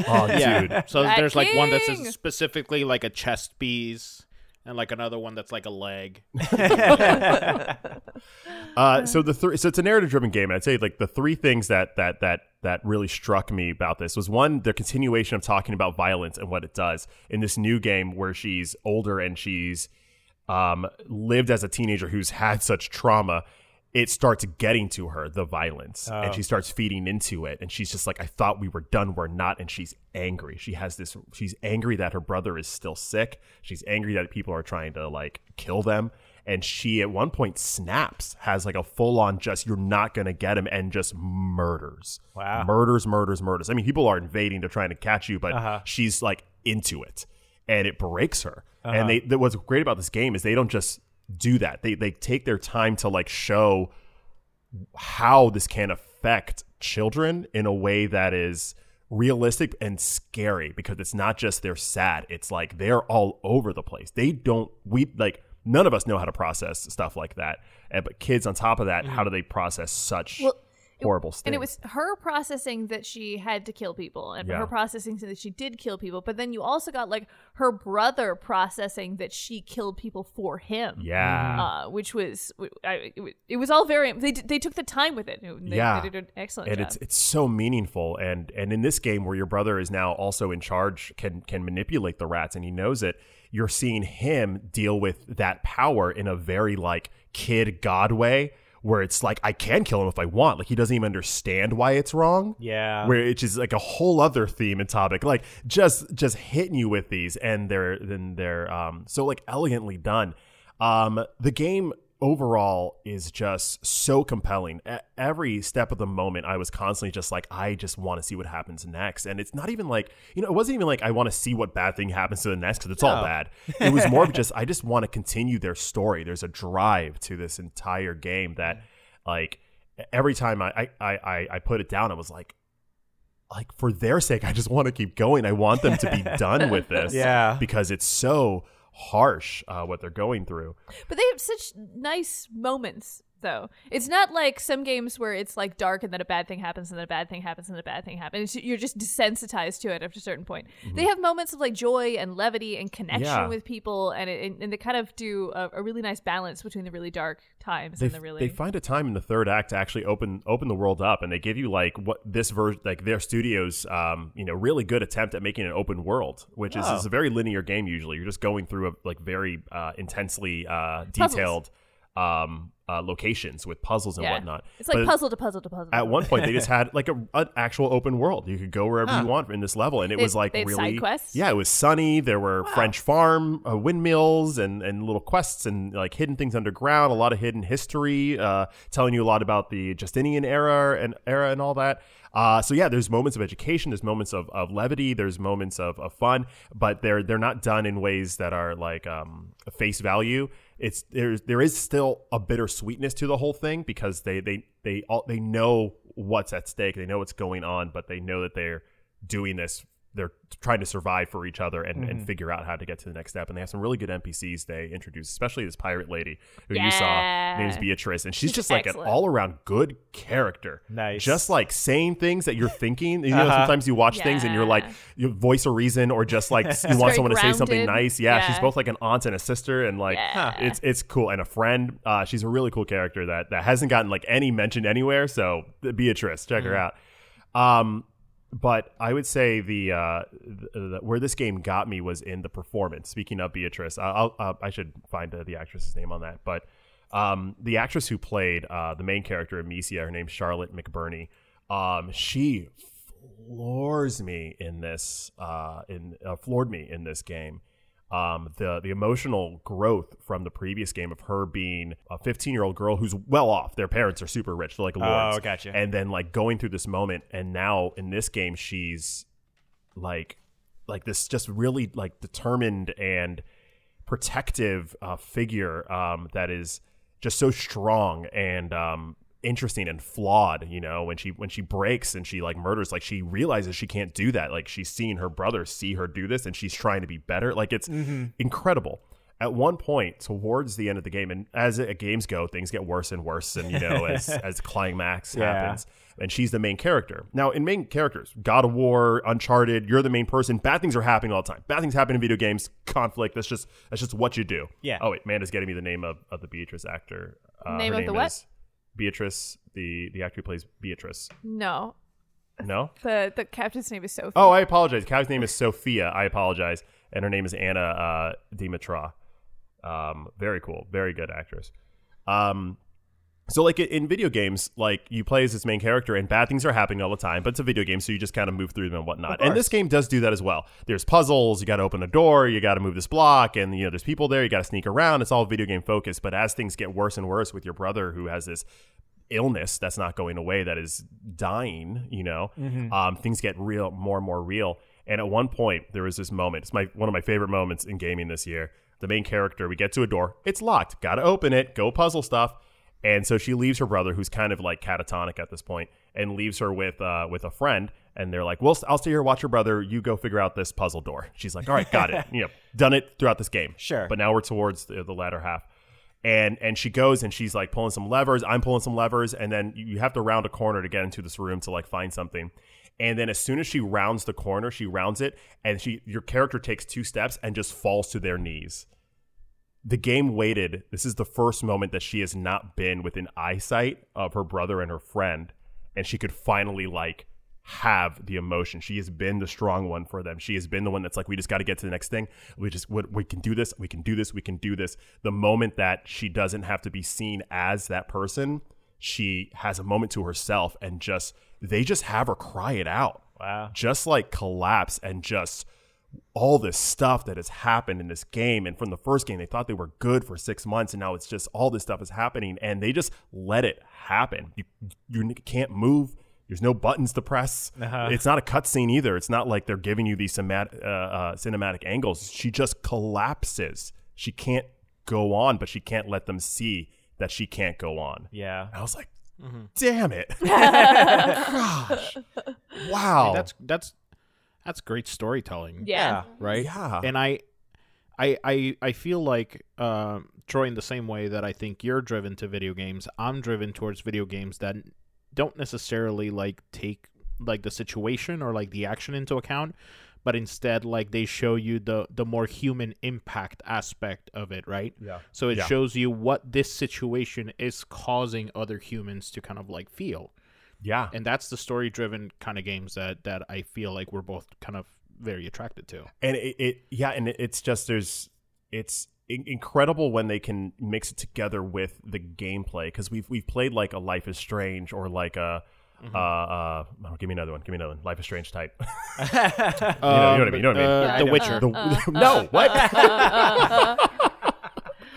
Speaker 3: Oh, dude.
Speaker 5: Yeah. So
Speaker 4: Rat
Speaker 5: there's like one that's
Speaker 4: king!
Speaker 5: specifically like a chest piece and like another one that's like a leg.
Speaker 3: Uh, so the three, so it's a narrative-driven game, and I'd say like the three things that that that that really struck me about this was one, the continuation of talking about violence and what it does in this new game where she's older and she's um, lived as a teenager who's had such trauma. It starts getting to her the violence, and she starts feeding into it, and she's just like, "I thought we were done, we're not," and she's angry. She has this. She's angry that her brother is still sick. She's angry that people are trying to like kill them and she at one point snaps has like a full on just you're not going to get him and just murders
Speaker 2: Wow.
Speaker 3: murders murders murders i mean people are invading they're trying to catch you but she's like into it and it breaks her and they th- what's great about this game is they don't just do that they they take their time to like show how this can affect children in a way that is realistic and scary because it's not just they're sad it's like they're all over the place they don't we like none of us know how to process stuff like that and, but kids on top of that how do they process such
Speaker 4: Well, it-
Speaker 3: horrible things
Speaker 4: *laughs* And it was her processing that she had to kill people, and
Speaker 3: Yeah.
Speaker 4: her processing that she did kill people. But then you also got like her brother processing that she killed people for him.
Speaker 3: yeah
Speaker 4: Uh, which was I, it was- it was all very they d- they took the time with it. They,
Speaker 3: Yeah.
Speaker 4: they did an excellent
Speaker 3: and
Speaker 4: job.
Speaker 3: it's it's so meaningful and and in this game where your brother is now also in charge can can manipulate the rats and he knows it you're seeing him deal with that power in a very like kid god way where it's like i can kill him if i want like he doesn't even understand why it's wrong
Speaker 2: Yeah.
Speaker 3: where which is like a whole other theme and topic like just just hitting you with these and they're then they're um so like elegantly done um the game overall is just so compelling At every step of the moment i was constantly just like i just want to see what happens next and it's not even like you know it wasn't even like i want to see what bad thing happens to the next because it's all bad it was more of just i just want to continue their story there's a drive to this entire game that like every time I I, I- I I put it down, I was like, like for their sake, I just want to keep going. I want them to be done with this,
Speaker 2: Yeah.
Speaker 3: because it's so harsh uh, what they're going through.
Speaker 4: But they have such nice moments, though. It's not like some games where it's like dark and then a bad thing happens and then a bad thing happens and then a bad thing happens. It's- You're just desensitized to it after a certain point. They have moments of like joy and levity and connection
Speaker 3: Mhm. Yeah.
Speaker 4: with people, and it, and- and they kind of do a, a really nice balance between the really dark times
Speaker 3: They,
Speaker 4: and the
Speaker 3: f-
Speaker 4: really.
Speaker 3: they find a time in the third act to actually open open the world up, and they give you like what this version, like their studio's, um, you know, really good attempt at making an open world, which is, is a very linear game. Usually, you're just going through a, like very uh, intensely uh,
Speaker 4: Puzzles.
Speaker 3: detailed um, uh, locations with puzzles and
Speaker 4: Yeah.
Speaker 3: whatnot.
Speaker 4: It's like
Speaker 3: But-
Speaker 4: puzzle to puzzle to puzzle.
Speaker 3: at one point they just had like a, an actual open world you could go wherever you want in this level and it
Speaker 4: They-
Speaker 3: was like
Speaker 4: they have
Speaker 3: really
Speaker 4: side quests?
Speaker 3: yeah it was sunny there were french farm uh, windmills and and little quests and like hidden things underground a lot of hidden history uh telling you a lot about the justinian era and era and all that uh, so yeah, there's moments of education, there's moments of, of levity, there's moments of, of fun, but they're they're not done in ways that are like um, face value. It's there's there is still a bittersweetness to the whole thing because they they they all they know what's at stake, they know what's going on, but they know that they're doing this. They're trying to survive for each other and,
Speaker 4: Mm-hmm.
Speaker 3: and figure out how to get to the next step. And they have some really good NPCs they introduce, especially this pirate lady who you saw. Her name's
Speaker 4: Yeah.
Speaker 3: Beatrice, and she's just like an
Speaker 4: Excellent.
Speaker 3: all around good character.
Speaker 2: Nice.
Speaker 3: Just like saying things that you're thinking. You know, sometimes you watch things and you're like,
Speaker 4: Uh-huh. Yeah.
Speaker 3: you voice a reason, or
Speaker 4: *laughs*
Speaker 3: just like s- you want
Speaker 4: very
Speaker 3: someone to say something
Speaker 4: grounded.
Speaker 3: nice. Yeah, she's
Speaker 4: Yeah.
Speaker 3: both like an aunt and a sister, and like
Speaker 4: Yeah.
Speaker 3: it's it's cool. And a friend. Uh, she's a really cool character that that hasn't gotten like any mention anywhere. So uh, Beatrice, check her out. Um, but I would say the, uh, th- th- where this game got me was in the performance. Speaking of Beatrice, I- I'll, uh, I should find uh, the actress's name on that. But um, the actress who played uh, the main character, Amicia, her name's Charlotte McBurney. Um, she floors me in this uh, in uh, floored me in this game. Um, the the emotional growth from the previous game of her being a 15 year old girl who's well off. Their parents are super rich, they're like lords.
Speaker 2: gotcha.
Speaker 3: And then like going through this moment, and now in this game she's like like this just really like determined and protective uh, figure um, that is just so strong and um, interesting and flawed. You know, when she when she breaks and she like murders, like she realizes she can't do that. Like she's seen her brother see her do this, and she's trying to be better. Like it's incredible. At one point, towards the end of the game, and as uh, games go, things get worse and worse, and you know, as as climax
Speaker 2: Yeah.
Speaker 3: happens, and she's the main character. Now, in main characters, God of War, Uncharted, you're the main person. Bad things are happening all the time. Bad things happen in video games. Conflict. That's just that's just what you do.
Speaker 2: Yeah.
Speaker 3: Oh wait, Amanda's getting me the name of, of the Beatrice actor. Uh,
Speaker 4: Name
Speaker 3: her
Speaker 4: of the what?
Speaker 3: is Beatrice, the the actor who plays Beatrice.
Speaker 4: No,
Speaker 3: No.
Speaker 4: the the captain's name is Sophie.
Speaker 3: Oh, I apologize. Cow's name is Sophia. I apologize, and her name is Anna uh, Dimitra. Um, very cool, very good actress. Um, so like i- in video games, like you play as this main character, and bad things are happening all the time. But it's a video game, so you just kind of move through them and whatnot. And this game does do that as well. There's puzzles. You got to open a door. You got to move this block, and you know there's people there. You got to sneak around. It's all video game focused. But as things get worse and worse with your brother who has this illness that's not going away, that is dying. You know, um, things get real, more and more real. And at one point, there was this moment. It's my one of my favorite moments in gaming this year. The main character, we get to a door. It's locked. Got to open it. Go puzzle stuff. And so she leaves her brother, who's kind of like catatonic at this point, and leaves her with uh, with a friend. And they're like, "Well, I'll stay here, watch your brother. You go figure out this puzzle door." She's like, "All right, got it. You know, done it throughout this game.
Speaker 2: Sure.
Speaker 3: But now we're towards the, the latter half." And and she goes and she's like pulling some levers. I'm pulling some levers, and then you you have to round a corner to get into this room to like find something. And then as soon as she rounds the corner, she rounds it, and she your character takes two steps and just falls to their knees the game waited. This is the first moment that she has not been within eyesight of her brother and her friend, and she could finally like have the emotion. She has been the strong one for them. She has been the one that's like, we just got to get to the next thing. We just we, we can do this. We can do this. We can do this. The moment that she doesn't have to be seen as that person, she has a moment to herself and just they just have her cry it out
Speaker 2: Wow.
Speaker 3: just like collapse and just all this stuff that has happened in this game and from the first game they thought they were good for six months and now it's just all this stuff is happening and they just let it happen you, you can't move there's no buttons to press
Speaker 2: Uh-huh.
Speaker 3: it's not a cutscene either it's not like they're giving you these cinemat- uh, uh, cinematic angles she just collapses she can't go on but she can't let them see that she can't go on
Speaker 2: Yeah.
Speaker 3: i was like damn it gosh wow
Speaker 5: That's that's that's great
Speaker 2: *laughs*
Speaker 5: storytelling,
Speaker 4: yeah.
Speaker 5: right?
Speaker 3: Yeah.
Speaker 5: And I, I, I, I feel like um, Troy, in the same way that I think you're driven to video games, I'm driven towards video games that don't necessarily like take like the situation or like the action into account, but instead like they show you the the more human impact aspect of it, right?
Speaker 3: Yeah.
Speaker 5: So it
Speaker 3: Yeah.
Speaker 5: shows you what this situation is causing other humans to kind of like feel
Speaker 3: yeah.
Speaker 5: and that's the story driven kind of games that that I feel like we're both kind of very attracted to.
Speaker 3: And it, it yeah, and it, it's just there's it's in- incredible when they can mix it together with the gameplay because we've we've played like a Life is Strange or like a
Speaker 2: Mm-hmm.
Speaker 3: uh uh oh, give me another one, give me another one, Life is Strange type. *laughs*
Speaker 5: You
Speaker 3: know- you know what I mean, you know what I mean.
Speaker 4: Yeah, I
Speaker 5: Uh, the
Speaker 4: know. Uh,
Speaker 5: Witcher.
Speaker 3: Uh, The- *laughs* no, what? *laughs*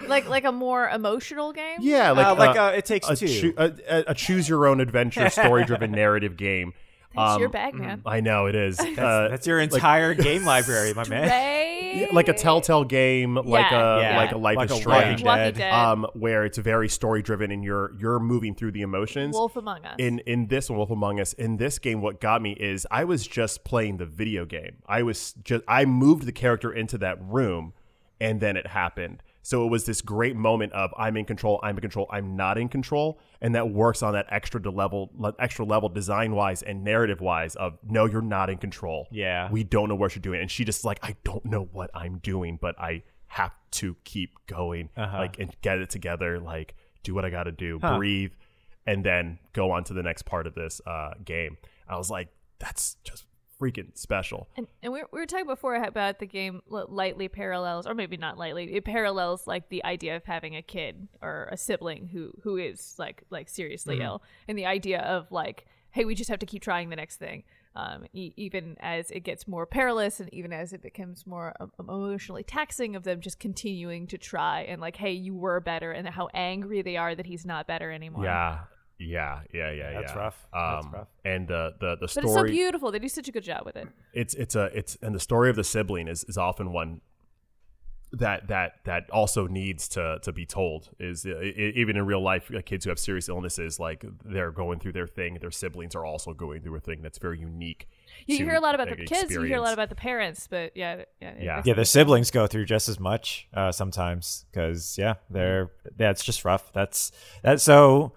Speaker 4: Like like a more emotional game.
Speaker 3: yeah,
Speaker 2: Like,
Speaker 3: like
Speaker 2: uh, like
Speaker 3: uh,
Speaker 2: uh, it takes
Speaker 3: a,
Speaker 2: two.
Speaker 3: choo- a, a, a choose your
Speaker 2: *laughs*
Speaker 3: own adventure story driven narrative game.
Speaker 4: That's your
Speaker 3: Um,
Speaker 4: bag, man.
Speaker 3: *laughs* I know it is.
Speaker 2: *laughs*
Speaker 3: That's,
Speaker 2: That's your entire *laughs* game library, my man.
Speaker 4: Ray.
Speaker 3: like a Telltale game, like a
Speaker 2: Yeah.
Speaker 3: like a Life
Speaker 2: Uh, Like
Speaker 3: is
Speaker 2: a
Speaker 3: Strange,
Speaker 2: Walking
Speaker 4: Dead. Dead.
Speaker 3: um, where it's very story driven and you're you're moving through the emotions.
Speaker 4: Wolf Among Us.
Speaker 3: in in this one, Wolf Among Us, in this game, what got me is I was just playing the video game. I was just I moved the character into that room, and then it happened. So it was this great moment of I'm in control, I'm in control, I'm not in control, and that works on that extra de- level, le- extra level design wise and narrative wise of no, you're not in control.
Speaker 2: Yeah.
Speaker 3: we don't know what you're doing, and she just like I don't know what I'm doing, but I have to keep going,
Speaker 2: Uh-huh.
Speaker 3: like and get it together, like do what I got to do, breathe, and then go on to the next part of this uh, game. I was like, that's just freaking special.
Speaker 4: And, and we, we were talking before about the game li- lightly parallels, or maybe not lightly. It parallels like the idea of having a kid or a sibling who who
Speaker 3: Mm-hmm.
Speaker 4: is like like seriously ill, and the idea of like, hey, we just have to keep trying the next thing. um, e- even as it gets more perilous and even as it becomes more um, emotionally taxing of them just continuing to try and like hey you were better and how angry they are that he's not better anymore
Speaker 3: Yeah. Yeah, yeah, yeah,
Speaker 2: That's
Speaker 3: yeah.
Speaker 2: rough.
Speaker 3: Um,
Speaker 2: That's rough.
Speaker 3: And the the the
Speaker 4: but it's so
Speaker 3: story,
Speaker 4: beautiful they do such a good job with it
Speaker 3: it's it's a it's and the story of the sibling is is often one that that that also needs to to be told is uh, e- even in real life uh, kids who have serious illnesses like they're going through their thing their siblings are also going through a thing that's very unique
Speaker 4: you
Speaker 3: to
Speaker 4: hear a lot about the
Speaker 3: that
Speaker 4: kids you hear a
Speaker 3: experience.
Speaker 4: lot about the parents but yeah yeah, it
Speaker 3: Yeah.
Speaker 4: makes-
Speaker 2: Yeah, the siblings go through just as much uh, sometimes because yeah, they're that's just rough. That's that's so.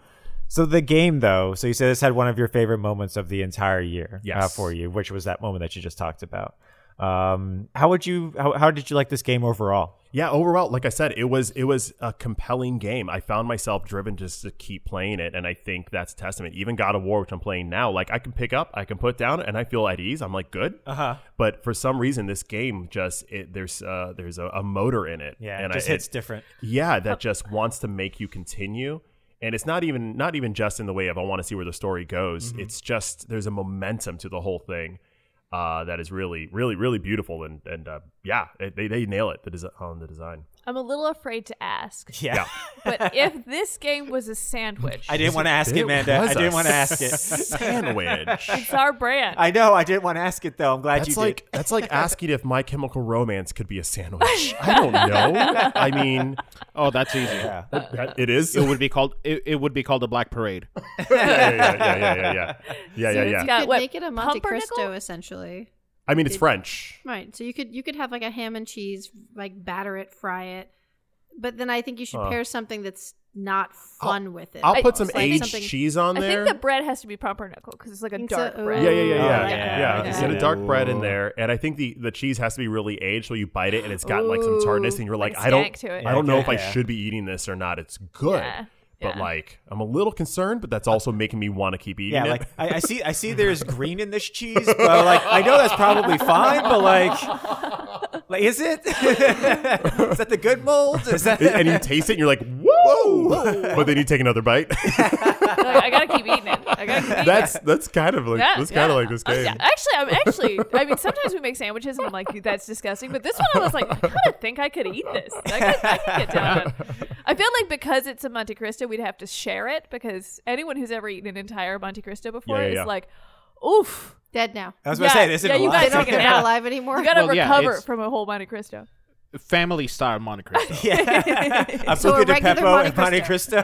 Speaker 2: So the game though, so you said this had one of your favorite moments of the entire year uh,
Speaker 3: Yes.
Speaker 2: for you, which was that moment that you just talked about. Um, how would you? How, how did you like this game overall?
Speaker 3: Yeah, overall, like I said, it was it was a compelling game. I found myself driven just to keep playing it, and I think that's a testament. Even God of War, which I'm playing now, like I can pick up, I can put down, and I feel at ease. I'm like good. Uh
Speaker 2: Uh-huh.
Speaker 3: huh. But for some reason, this game just it, there's uh, there's a, a motor in it.
Speaker 2: Yeah,
Speaker 3: and
Speaker 2: it just
Speaker 3: I,
Speaker 2: hits
Speaker 3: it-
Speaker 2: different.
Speaker 3: yeah, that just wants to make you continue. And it's not even not even just in the way of I want to see where the story goes.
Speaker 2: Mm-hmm.
Speaker 3: It's just there's a momentum to the whole thing uh, that is really, really, really beautiful. And and uh, yeah, they, they nail it the desi- on the design.
Speaker 4: i'm a little afraid to
Speaker 3: *laughs*
Speaker 4: ask
Speaker 2: Yeah,
Speaker 3: Yeah.
Speaker 4: but if this game was a sandwich
Speaker 2: I *laughs* didn't want to ask it, Amanda. I didn't want to ask *laughs* it. *laughs*
Speaker 3: Sandwich.
Speaker 4: it's our brand
Speaker 2: I know I didn't want to ask it though. I'm glad you
Speaker 3: That's
Speaker 2: did.
Speaker 3: like that's
Speaker 2: *laughs*
Speaker 3: like asking if My Chemical Romance could be a sandwich. I don't know. I mean,
Speaker 5: Oh, that's easy.
Speaker 2: yeah.
Speaker 3: that- it
Speaker 2: *laughs*
Speaker 3: is.
Speaker 5: It would be called it, it would be called a black parade.
Speaker 3: *laughs* yeah, yeah, yeah, yeah, yeah,
Speaker 4: *laughs*
Speaker 3: *laughs* yeah, yeah, yeah,
Speaker 4: So it's
Speaker 3: yeah.
Speaker 4: got-
Speaker 6: could
Speaker 4: what,
Speaker 6: make it a Monte
Speaker 4: pumpernickel?
Speaker 6: Cristo essentially.
Speaker 3: I mean, it's French.
Speaker 6: Right. So you could you could have like a ham and cheese, like batter it, fry it. But then I think you should
Speaker 3: Uh.
Speaker 6: pair something that's not fun with it.
Speaker 3: I'll put some
Speaker 6: Almost like
Speaker 3: aged
Speaker 6: something-
Speaker 3: cheese on
Speaker 4: I
Speaker 3: there.
Speaker 4: think the bread has to be pumpernickel because it's like a
Speaker 6: Think so?
Speaker 4: dark
Speaker 6: Ooh.
Speaker 4: bread.
Speaker 3: Yeah, yeah, yeah,
Speaker 2: Oh,
Speaker 3: yeah,
Speaker 2: yeah.
Speaker 3: yeah.
Speaker 2: I
Speaker 3: Just
Speaker 2: see
Speaker 3: Get a
Speaker 2: that.
Speaker 3: dark bread in
Speaker 5: Ooh.
Speaker 3: there, and I think the the cheese has to be really aged, so you bite it and it's got like some tartness, and you're
Speaker 4: Ooh,
Speaker 3: like,
Speaker 4: like
Speaker 3: I don't,
Speaker 4: stank to it.
Speaker 3: I don't know if I
Speaker 2: Yeah.
Speaker 3: should be eating this or not. It's good,
Speaker 4: Yeah,
Speaker 3: but
Speaker 4: yeah.
Speaker 3: like I'm a little concerned, but that's also making me want to keep eating
Speaker 2: Yeah,
Speaker 3: it.
Speaker 2: like I, I see, I see. There's green in this cheese, but like I know that's probably fine. But like, like is it? *laughs* is that the good mold? Is
Speaker 3: *laughs*
Speaker 2: that?
Speaker 3: *laughs* and you taste it, and you're like, whoa! But then you take
Speaker 4: *laughs*
Speaker 3: another bite. *laughs*
Speaker 4: Like, I gotta keep eating it. I gotta keep eating it.
Speaker 3: that's that's kind of like
Speaker 4: Yeah,
Speaker 3: that's kind
Speaker 4: yeah.
Speaker 3: of like this
Speaker 4: Oh,
Speaker 3: game.
Speaker 4: yeah. Actually, I'm actually. I mean, sometimes we make sandwiches, and I'm like, "That's disgusting." But this one, I was like, "I kind
Speaker 3: *laughs*
Speaker 4: of think I could eat this. I could, I could get down." with it." I feel like because it's a Monte Cristo, we'd have to share it because anyone who's ever eaten an entire Monte Cristo before
Speaker 3: Yeah, yeah,
Speaker 4: is
Speaker 3: yeah.
Speaker 4: like, "Oof,
Speaker 6: Dead now.
Speaker 2: *laughs* I was gonna
Speaker 4: Yeah,
Speaker 2: say this
Speaker 4: yeah,
Speaker 2: isn't
Speaker 4: you
Speaker 2: alive.
Speaker 4: guys
Speaker 6: They don't
Speaker 4: Take it
Speaker 6: get
Speaker 4: out.
Speaker 6: alive anymore.
Speaker 4: you gotta
Speaker 5: Well, yeah,
Speaker 4: recover
Speaker 5: it's-
Speaker 4: from a whole Monte Cristo."
Speaker 5: Family style Monte Cristo.
Speaker 2: *laughs*
Speaker 3: *laughs*
Speaker 2: Yeah. a
Speaker 6: So
Speaker 2: Buca
Speaker 6: a
Speaker 2: de
Speaker 6: regular
Speaker 2: Pepo
Speaker 6: Monte
Speaker 2: and Monte Cristo.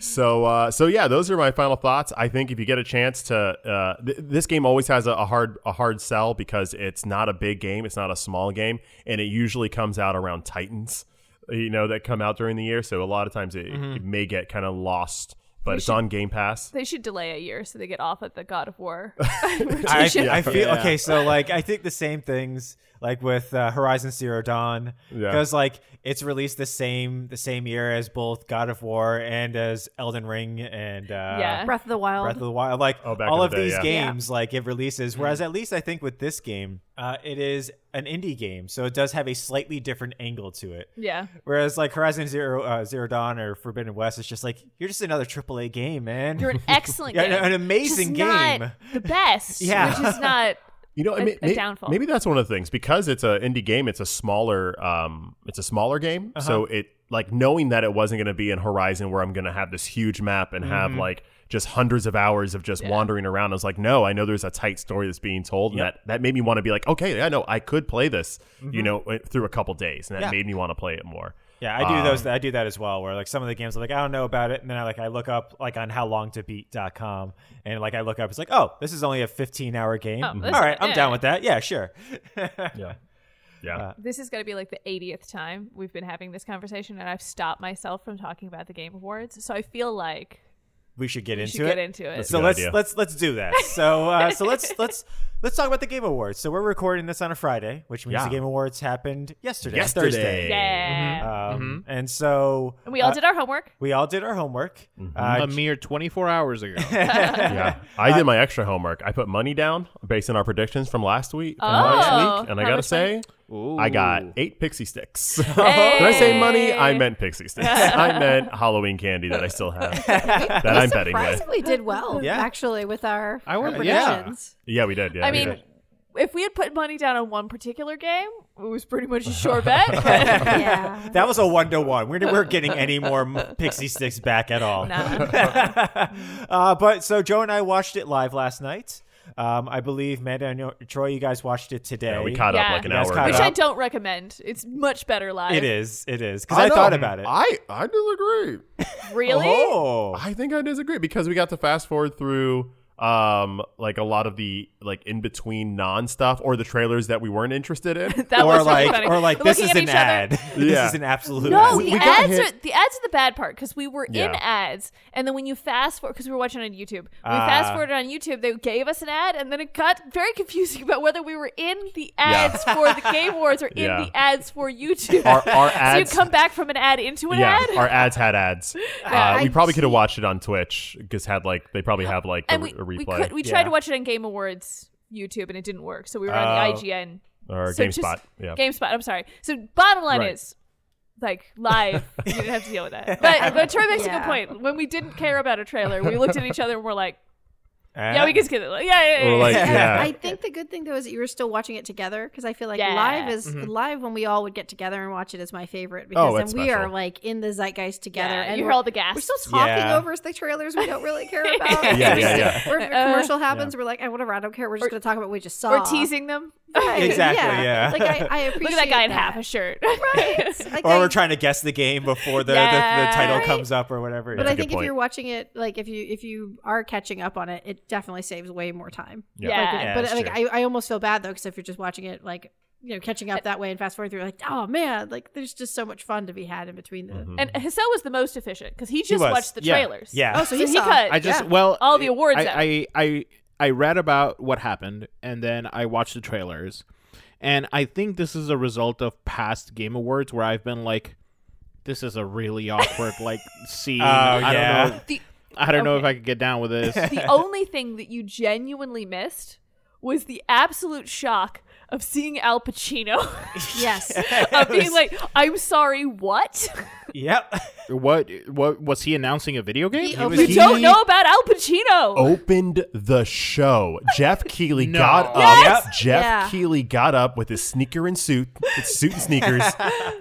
Speaker 3: So, uh, so yeah, those are my final thoughts. I think if you get a chance to, uh, th- this game always has a, a hard a hard sell because it's not a big game, it's not a small game, and it usually comes out around Titans, you know, that come out during the year. So a lot of times it, it may get kind of lost, but it's on Game Pass.
Speaker 4: They should delay a year so they get off at the God of
Speaker 3: *laughs*
Speaker 4: War. *laughs*
Speaker 2: I,
Speaker 4: rotation.
Speaker 2: I feel
Speaker 5: Yeah.
Speaker 2: okay. So like, I think the same things like with uh, Horizon Zero Dawn
Speaker 3: Yeah.
Speaker 2: because like it's released the same the same year as both God of War and as Elden Ring and uh,
Speaker 6: *laughs*
Speaker 4: Yeah.
Speaker 6: Breath of the Wild.
Speaker 2: Breath of the Wild, like
Speaker 3: Oh, back
Speaker 2: all
Speaker 3: in
Speaker 2: of
Speaker 3: the day,
Speaker 2: these
Speaker 3: yeah. Mm-hmm.
Speaker 2: games, like it releases. Whereas at least I think with this game, uh, it is an indie game, so it does have a slightly different angle to it.
Speaker 4: yeah.
Speaker 2: Whereas like Horizon Zero uh, Zero Dawn or Forbidden West, it's just like you're just another AAA game, man.
Speaker 4: You're an excellent
Speaker 2: Yeah,
Speaker 4: game.
Speaker 2: an amazing
Speaker 4: Just not
Speaker 2: game.
Speaker 4: the best.
Speaker 2: Yeah.
Speaker 4: Which is not
Speaker 3: You know,
Speaker 4: A-
Speaker 3: may-
Speaker 4: a
Speaker 3: may-
Speaker 4: downfall.
Speaker 3: maybe that's one of the things because it's an indie game. It's a smaller, um, it's a smaller game. So it like knowing that it wasn't going to be in Horizon where I'm going to have this huge map and have like just hundreds of hours of just wandering around. I was like, no, I know there's a tight story that's being told, and that that made me want to be like, okay, yeah, no, I could play this, you know, uh, through a couple days, and that
Speaker 2: Yeah.
Speaker 3: made me want to play it more.
Speaker 2: Yeah, I do those.
Speaker 3: Um,
Speaker 2: I do that as well. Where like some of the games, I'm like, I don't know about it, and then I like I look up like on howlongtobeat.com, and like I look up, it's like, oh, this is only a 15 hour game.
Speaker 4: Oh,
Speaker 2: All
Speaker 4: that's-
Speaker 2: right, I'm
Speaker 4: yeah.
Speaker 2: down with that. Yeah, sure. *laughs*
Speaker 3: Yeah, yeah.
Speaker 4: this is going to be like the 80th time we've been having this conversation and I've stopped myself from talking about the Game Awards. So I feel like
Speaker 2: we should get
Speaker 4: we
Speaker 2: into
Speaker 4: should
Speaker 2: it.
Speaker 4: get into it.
Speaker 3: That's
Speaker 2: so
Speaker 3: Good
Speaker 2: let's
Speaker 3: idea.
Speaker 2: let's let's do that. So
Speaker 4: *laughs*
Speaker 2: uh, so let's let's let's talk about the Game Awards. So we're recording this on a Friday, which means
Speaker 3: Yeah.
Speaker 2: the Game Awards happened yesterday,
Speaker 3: Yesterday. Mm-hmm.
Speaker 2: Thursday.
Speaker 4: yeah.
Speaker 2: Um, And so
Speaker 4: and we all
Speaker 2: uh,
Speaker 4: did our homework.
Speaker 2: we all did our homework.
Speaker 5: a
Speaker 3: Mm-hmm.
Speaker 2: Uh,
Speaker 5: mere 24
Speaker 4: *laughs*
Speaker 5: hours ago.
Speaker 3: yeah. I did my extra homework. I put money down based on our predictions from last week,
Speaker 4: Oh,
Speaker 3: from last week, and I
Speaker 4: how
Speaker 3: gotta
Speaker 4: much money?
Speaker 3: say, I got
Speaker 5: Ooh.
Speaker 3: eight pixie sticks. *laughs* Did I say money? I
Speaker 4: Hey.
Speaker 3: meant
Speaker 4: *laughs*
Speaker 3: pixie sticks. I meant Halloween candy that I still have that I'm betting with.
Speaker 6: Surprisingly, did well.
Speaker 2: Yeah.
Speaker 6: actually, with our,
Speaker 5: I
Speaker 6: our
Speaker 5: would-
Speaker 2: yeah.
Speaker 6: predictions.
Speaker 3: Yeah, we did. Yeah,
Speaker 4: I
Speaker 3: we
Speaker 4: mean,
Speaker 3: did.
Speaker 4: if we had put money down on one particular game, it was pretty much a
Speaker 2: *laughs*
Speaker 4: sure bet.
Speaker 6: Yeah.
Speaker 3: *laughs*
Speaker 2: That was a one to one. We're we're getting any more m- pixie sticks back at all. uh, but so Joe and I watched it live last night. Um, I believe Amanda and Yo- Troy, you guys watched it today.
Speaker 3: Yeah, we caught up
Speaker 4: Yeah.
Speaker 3: like an
Speaker 2: You guys
Speaker 3: hour.
Speaker 2: caught
Speaker 3: ago.
Speaker 4: Which I
Speaker 2: up.
Speaker 4: don't recommend. It's much better live.
Speaker 2: It is. It is because I, thought about it.
Speaker 3: I I disagree.
Speaker 4: Really?
Speaker 2: Oh,
Speaker 3: I think I disagree because we got to fast forward through um like a lot of the like in between non stuff or the trailers that we weren't
Speaker 4: *laughs*
Speaker 3: interested in.
Speaker 4: That
Speaker 2: or
Speaker 4: was really
Speaker 2: like,
Speaker 4: funny.
Speaker 2: or like, this
Speaker 4: Looking
Speaker 2: is
Speaker 4: at
Speaker 2: an
Speaker 4: each other-
Speaker 2: ad. *laughs*
Speaker 3: Yeah.
Speaker 2: this is an absolute.
Speaker 4: No,
Speaker 2: ad. Eh?
Speaker 4: the
Speaker 3: got
Speaker 4: ads
Speaker 3: hit-
Speaker 4: are the ads are the bad part because we were in
Speaker 3: Yeah.
Speaker 4: ads, and then when you fast forward because we were watching on YouTube, we
Speaker 2: Ah.
Speaker 4: fast forwarded on YouTube. They gave us an ad, and then it got very confusing about whether we were in the ads for the
Speaker 3: *laughs*
Speaker 4: Game Awards or in
Speaker 3: Yeah.
Speaker 4: the ads for YouTube.
Speaker 3: Our our
Speaker 4: *laughs* so you
Speaker 3: ads
Speaker 4: come back from an ad into an
Speaker 3: yeah,
Speaker 4: ad.
Speaker 3: our ads
Speaker 4: *laughs*
Speaker 3: had ads. Uh,
Speaker 6: I
Speaker 3: we probably could have watched it on Twitch because had like they probably have like a,
Speaker 4: and we,
Speaker 3: a
Speaker 4: we,
Speaker 3: replay
Speaker 4: could, we tried
Speaker 2: Yeah.
Speaker 4: to watch it on Game Awards YouTube and it didn't work. So we were
Speaker 2: Oh.
Speaker 4: on the IGN.
Speaker 3: or
Speaker 4: so
Speaker 3: GameSpot.
Speaker 4: Just,
Speaker 3: yeah,
Speaker 4: GameSpot. I'm sorry. So bottom line
Speaker 5: Right.
Speaker 4: is, like live, you didn't have to deal with that. But but Troy makes a
Speaker 6: Yeah.
Speaker 4: good point. When we didn't care about a trailer, we looked at each other and we're like,
Speaker 2: Eh?
Speaker 4: yeah, we can skip it. Like, yeah, yeah, yeah.
Speaker 3: We're like,
Speaker 4: yeah.
Speaker 3: yeah.
Speaker 6: I think the good thing though is that you were still watching it together because I feel like
Speaker 4: Yeah.
Speaker 6: live is live when we all would get together and watch it is my favorite
Speaker 3: Mm-hmm. Oh,
Speaker 6: because
Speaker 3: it's
Speaker 6: then we
Speaker 3: special.
Speaker 6: are like in the zeitgeist *laughs* together
Speaker 4: Yeah,
Speaker 6: and
Speaker 4: you hear
Speaker 6: we're-
Speaker 4: all the gas.
Speaker 6: We're still talking
Speaker 2: Yeah.
Speaker 6: over the trailers we don't really
Speaker 4: *laughs*
Speaker 6: care about.
Speaker 3: Yeah,
Speaker 6: We
Speaker 3: yeah,
Speaker 6: still-
Speaker 3: yeah.
Speaker 6: Or if a commercial happens, we're like, I whatever, I don't care. We're just going to talk about what we just saw.
Speaker 4: Uh, We're
Speaker 6: *laughs*
Speaker 4: teasing them.
Speaker 6: Right.
Speaker 2: Exactly, yeah.
Speaker 6: Like I, I appreciate
Speaker 4: *laughs* Look at that guy in half
Speaker 6: *laughs*
Speaker 4: a shirt. *laughs* Right.
Speaker 6: Like,
Speaker 2: or
Speaker 6: I-
Speaker 2: we're trying to guess the game before the, the, the
Speaker 4: Yeah.
Speaker 2: title
Speaker 4: Right.
Speaker 2: comes up or whatever.
Speaker 6: But
Speaker 2: yeah.
Speaker 6: I
Speaker 3: a good
Speaker 6: think if
Speaker 3: point.
Speaker 6: you're watching it, like if you if you are catching up on it, it definitely saves way more time.
Speaker 3: Yeah.
Speaker 4: yeah.
Speaker 2: Yeah,
Speaker 6: but
Speaker 2: that's
Speaker 6: like I,
Speaker 2: true.
Speaker 6: I almost feel bad though because if you're just watching it like you know catching
Speaker 4: Uh,
Speaker 6: up that way and fast forward through, like oh man, like there's just so much fun to be had in between the.
Speaker 3: Mm-hmm.
Speaker 2: Mm-hmm.
Speaker 4: And Hassel was the most efficient because he just
Speaker 2: was.
Speaker 4: watched the
Speaker 5: Yeah.
Speaker 4: trailers.
Speaker 2: Yeah.
Speaker 6: Oh, so
Speaker 4: So
Speaker 6: he
Speaker 4: he
Speaker 6: saw.
Speaker 4: cut.
Speaker 5: I just
Speaker 6: Yeah.
Speaker 5: well
Speaker 4: All the awards out.
Speaker 5: I, I I I read about what happened and then I watched the trailers, and I think this is a result of past game awards where I've been like, this is a
Speaker 6: *laughs*
Speaker 5: really awkward like scene.
Speaker 2: Oh,
Speaker 5: I
Speaker 2: yeah.
Speaker 5: don't know.
Speaker 4: The-
Speaker 5: I don't know if
Speaker 4: Okay.
Speaker 5: I could get down with
Speaker 3: *laughs*
Speaker 5: this.
Speaker 4: the only thing that you genuinely missed was the absolute shock of seeing Al Pacino *laughs*
Speaker 2: *laughs*
Speaker 6: Yes.
Speaker 4: of *laughs* being like, "I'm sorry, what?
Speaker 2: yep. *laughs*
Speaker 5: what what was he announcing a video game?
Speaker 6: He
Speaker 4: *laughs*
Speaker 6: opened-
Speaker 2: was-
Speaker 4: You
Speaker 2: He-
Speaker 4: don't know about Al
Speaker 3: Oh,
Speaker 4: Pacino."
Speaker 3: Opened the show.
Speaker 4: *laughs*
Speaker 3: Jeff Keeley
Speaker 5: No.
Speaker 3: got up.
Speaker 2: Yes!
Speaker 3: Jeff
Speaker 6: Yeah.
Speaker 3: Keeley got up with his sneaker and suit, his suit
Speaker 4: *laughs*
Speaker 3: and sneakers,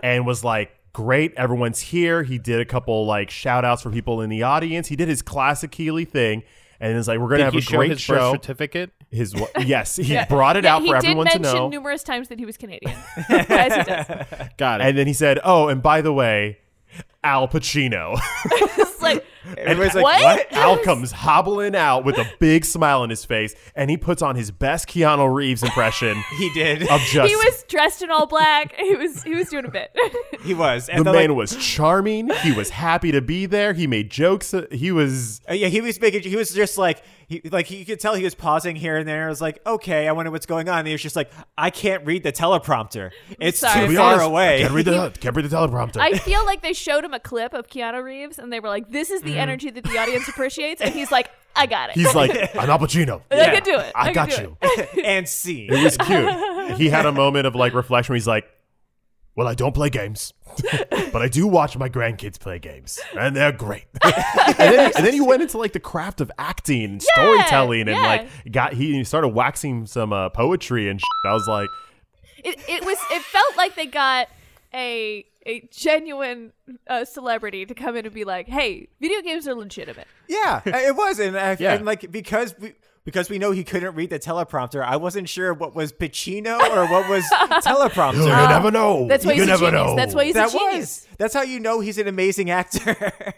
Speaker 3: and was like, "Great, everyone's here." He did a couple like shout outs for people in the audience. He did his classic Keeley thing, and it's like, "We're gonna
Speaker 5: Did
Speaker 3: have
Speaker 5: he
Speaker 3: a
Speaker 5: show
Speaker 3: great
Speaker 5: his
Speaker 3: show."
Speaker 5: birth certificate?
Speaker 3: His
Speaker 4: *laughs*
Speaker 3: wa- yes, he brought it out
Speaker 4: he
Speaker 3: for
Speaker 4: did
Speaker 3: everyone to
Speaker 4: mention
Speaker 3: know.
Speaker 4: numerous times that he was
Speaker 3: *laughs*
Speaker 4: Canadian, *laughs* as he does.
Speaker 5: Got it.
Speaker 3: and then he said, "Oh, and by the way, Al Pacino." *laughs*
Speaker 4: It's like,
Speaker 2: Everybody's like,
Speaker 4: What?
Speaker 2: what?
Speaker 3: Al comes hobbling out with a big smile on his face, and he puts on his best Keanu
Speaker 4: *laughs*
Speaker 3: Reeves impression
Speaker 2: He did.
Speaker 3: of just
Speaker 4: he was dressed in all black. He was he was doing a
Speaker 3: *laughs*
Speaker 4: bit.
Speaker 2: *laughs* he was. And
Speaker 3: the
Speaker 2: they're like-
Speaker 3: man was charming. He was happy to be there. He made jokes. uh, He was
Speaker 2: Uh, yeah, he was making. He was just like he like you could tell he was pausing here and there. It was like, okay, I wonder what's going on. And he was just like, I can't read the teleprompter. It's
Speaker 4: sorry.
Speaker 2: too
Speaker 4: To be
Speaker 2: far
Speaker 3: honest, I
Speaker 2: away.
Speaker 3: can't
Speaker 2: *laughs*
Speaker 3: read the can't read the teleprompter.
Speaker 4: I feel like they showed him a clip of Keanu Reeves, and they were like, "This is the energy that the audience appreciates," and he's like, "I got it.
Speaker 3: Mm.
Speaker 4: *laughs*
Speaker 3: He's like, I'm Al Pacino.
Speaker 4: I
Speaker 2: yeah,
Speaker 4: can do it.
Speaker 3: I
Speaker 4: can
Speaker 3: got
Speaker 4: do it."
Speaker 3: you.
Speaker 2: and scene.
Speaker 3: It was cute. He had a moment of like reflection where he's like, Well, I don't play *laughs* games, but I do watch my grandkids play games, and they're great. *laughs* and, then, and then he went into like the craft of acting and storytelling and
Speaker 4: yeah.
Speaker 3: like got he started waxing some uh, poetry and shit. I was like,
Speaker 4: it, it was it felt like they got a a genuine uh, celebrity to come in and be like, "Hey, video games are legitimate."
Speaker 2: *laughs* Yeah, uh, it was, and, I,
Speaker 5: Yeah.
Speaker 2: and like because we because we know he couldn't read the teleprompter, I wasn't sure what was Pacino or what
Speaker 3: *laughs*
Speaker 2: was
Speaker 3: You
Speaker 2: teleprompter.
Speaker 3: never know.
Speaker 4: That's why
Speaker 3: you
Speaker 4: he's a
Speaker 3: never
Speaker 4: genius.
Speaker 3: know.
Speaker 4: That's why Uh, he's
Speaker 2: that
Speaker 4: a genius.
Speaker 2: was. That's how you know he's an amazing actor. *laughs*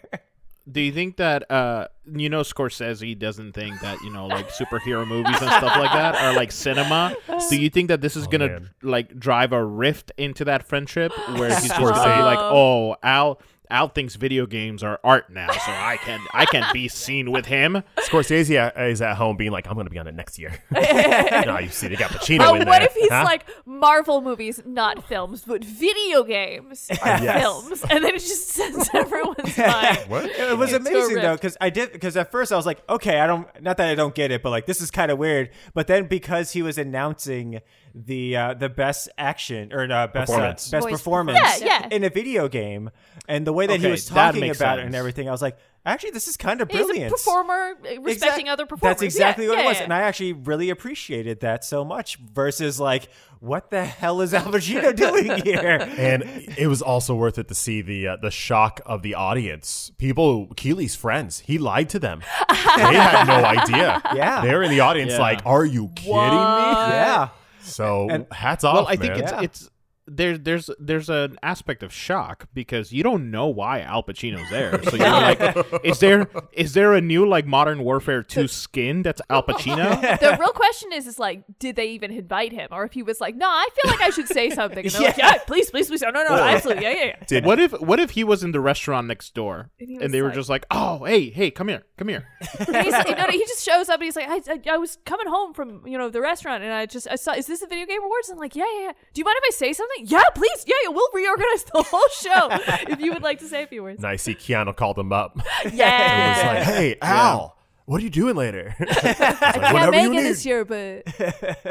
Speaker 5: Do you think that uh you know Scorsese doesn't think that, you know, like superhero movies and stuff like that are like cinema? Do you think that this is gonna
Speaker 3: Oh, man.
Speaker 5: like drive a rift into that friendship where he's just gonna be
Speaker 3: Scorsese.
Speaker 5: like, Oh, Al Al thinks video games are art now, so I can I can be seen with him.
Speaker 3: Scorsese a- is at home being like, I'm going to be on it next *laughs* year. nah, you see, they got Pacino
Speaker 4: But
Speaker 3: in
Speaker 4: what
Speaker 3: there,
Speaker 4: if he's
Speaker 3: huh?
Speaker 4: like Marvel movies, not films, but video games,
Speaker 2: *laughs*
Speaker 4: not
Speaker 3: yes.
Speaker 4: films, and then it just sends everyone's mind.
Speaker 3: what?
Speaker 4: *laughs*
Speaker 2: It was amazing though,
Speaker 4: ripped.
Speaker 2: because I did because at first I was like, okay, I don't, not that I don't get it, but like this is kind of weird. But then because he was announcing the uh, the best action or uh, best uh,
Speaker 3: Performance.
Speaker 2: best
Speaker 6: Voice
Speaker 2: performance,
Speaker 4: performance. Yeah, yeah.
Speaker 2: in a video game, and the way that he
Speaker 5: Okay,
Speaker 2: was
Speaker 5: that
Speaker 2: talking about
Speaker 5: makes
Speaker 2: it
Speaker 5: sense.
Speaker 2: and everything, I was like, actually, this is kind of
Speaker 4: He's
Speaker 2: brilliant.
Speaker 4: a performer uh, respecting
Speaker 2: Exact-
Speaker 4: other performers.
Speaker 2: That's exactly
Speaker 4: Yeah,
Speaker 2: what
Speaker 4: yeah,
Speaker 2: it was,
Speaker 4: yeah.
Speaker 2: and I actually really appreciated that so much. Versus like, what the hell is Albertino *laughs* doing here?
Speaker 3: and it was also worth it to see the uh, the shock of the audience. People, Keely's friends, he lied to them. they had
Speaker 4: *laughs*
Speaker 3: no idea.
Speaker 2: Yeah.
Speaker 3: they're in the audience,
Speaker 5: Yeah.
Speaker 3: like, "Are you kidding
Speaker 4: Uh,
Speaker 3: me?"
Speaker 2: yeah.
Speaker 3: So
Speaker 2: And-
Speaker 3: hats off.
Speaker 5: well, I think
Speaker 3: man.
Speaker 5: it's
Speaker 2: Yeah.
Speaker 5: it's there's there's there's an aspect of shock because you don't know why Al Pacino's there. So you're like, is there is there a new like Modern Warfare two skin that's Al
Speaker 4: *laughs*
Speaker 5: Pacino?
Speaker 4: the real question is, is like, did they even invite him, or if he was like, no, I feel like I should say something, and they're like,
Speaker 2: *laughs* Yeah.
Speaker 4: yeah, please, please, please, no, no, no, absolutely, yeah, yeah, yeah.
Speaker 3: Did-
Speaker 5: What if what if he was in the restaurant next door
Speaker 4: And he
Speaker 5: and,
Speaker 4: was
Speaker 5: they were
Speaker 4: like-
Speaker 5: just like, oh hey hey come here
Speaker 3: *laughs*
Speaker 5: come here
Speaker 4: And he's- no, no, he just shows up and he's like, I, I, I was coming home from you know the restaurant and I just I saw is this the video game awards? I'm like, yeah, yeah, yeah. Do you mind if I say something? Yeah, please. Yeah, yeah. We'll reorganize the whole
Speaker 2: *laughs*
Speaker 4: show if you would like to say a few words.
Speaker 3: and I see Keanu called him up. *laughs* It was
Speaker 4: Yeah,
Speaker 3: like, "Hey, Al, what are you doing later?" *laughs* I was
Speaker 4: *laughs*
Speaker 3: like,
Speaker 4: I can't
Speaker 3: "Whatever
Speaker 4: make
Speaker 3: you
Speaker 4: it
Speaker 3: need,
Speaker 4: this year, but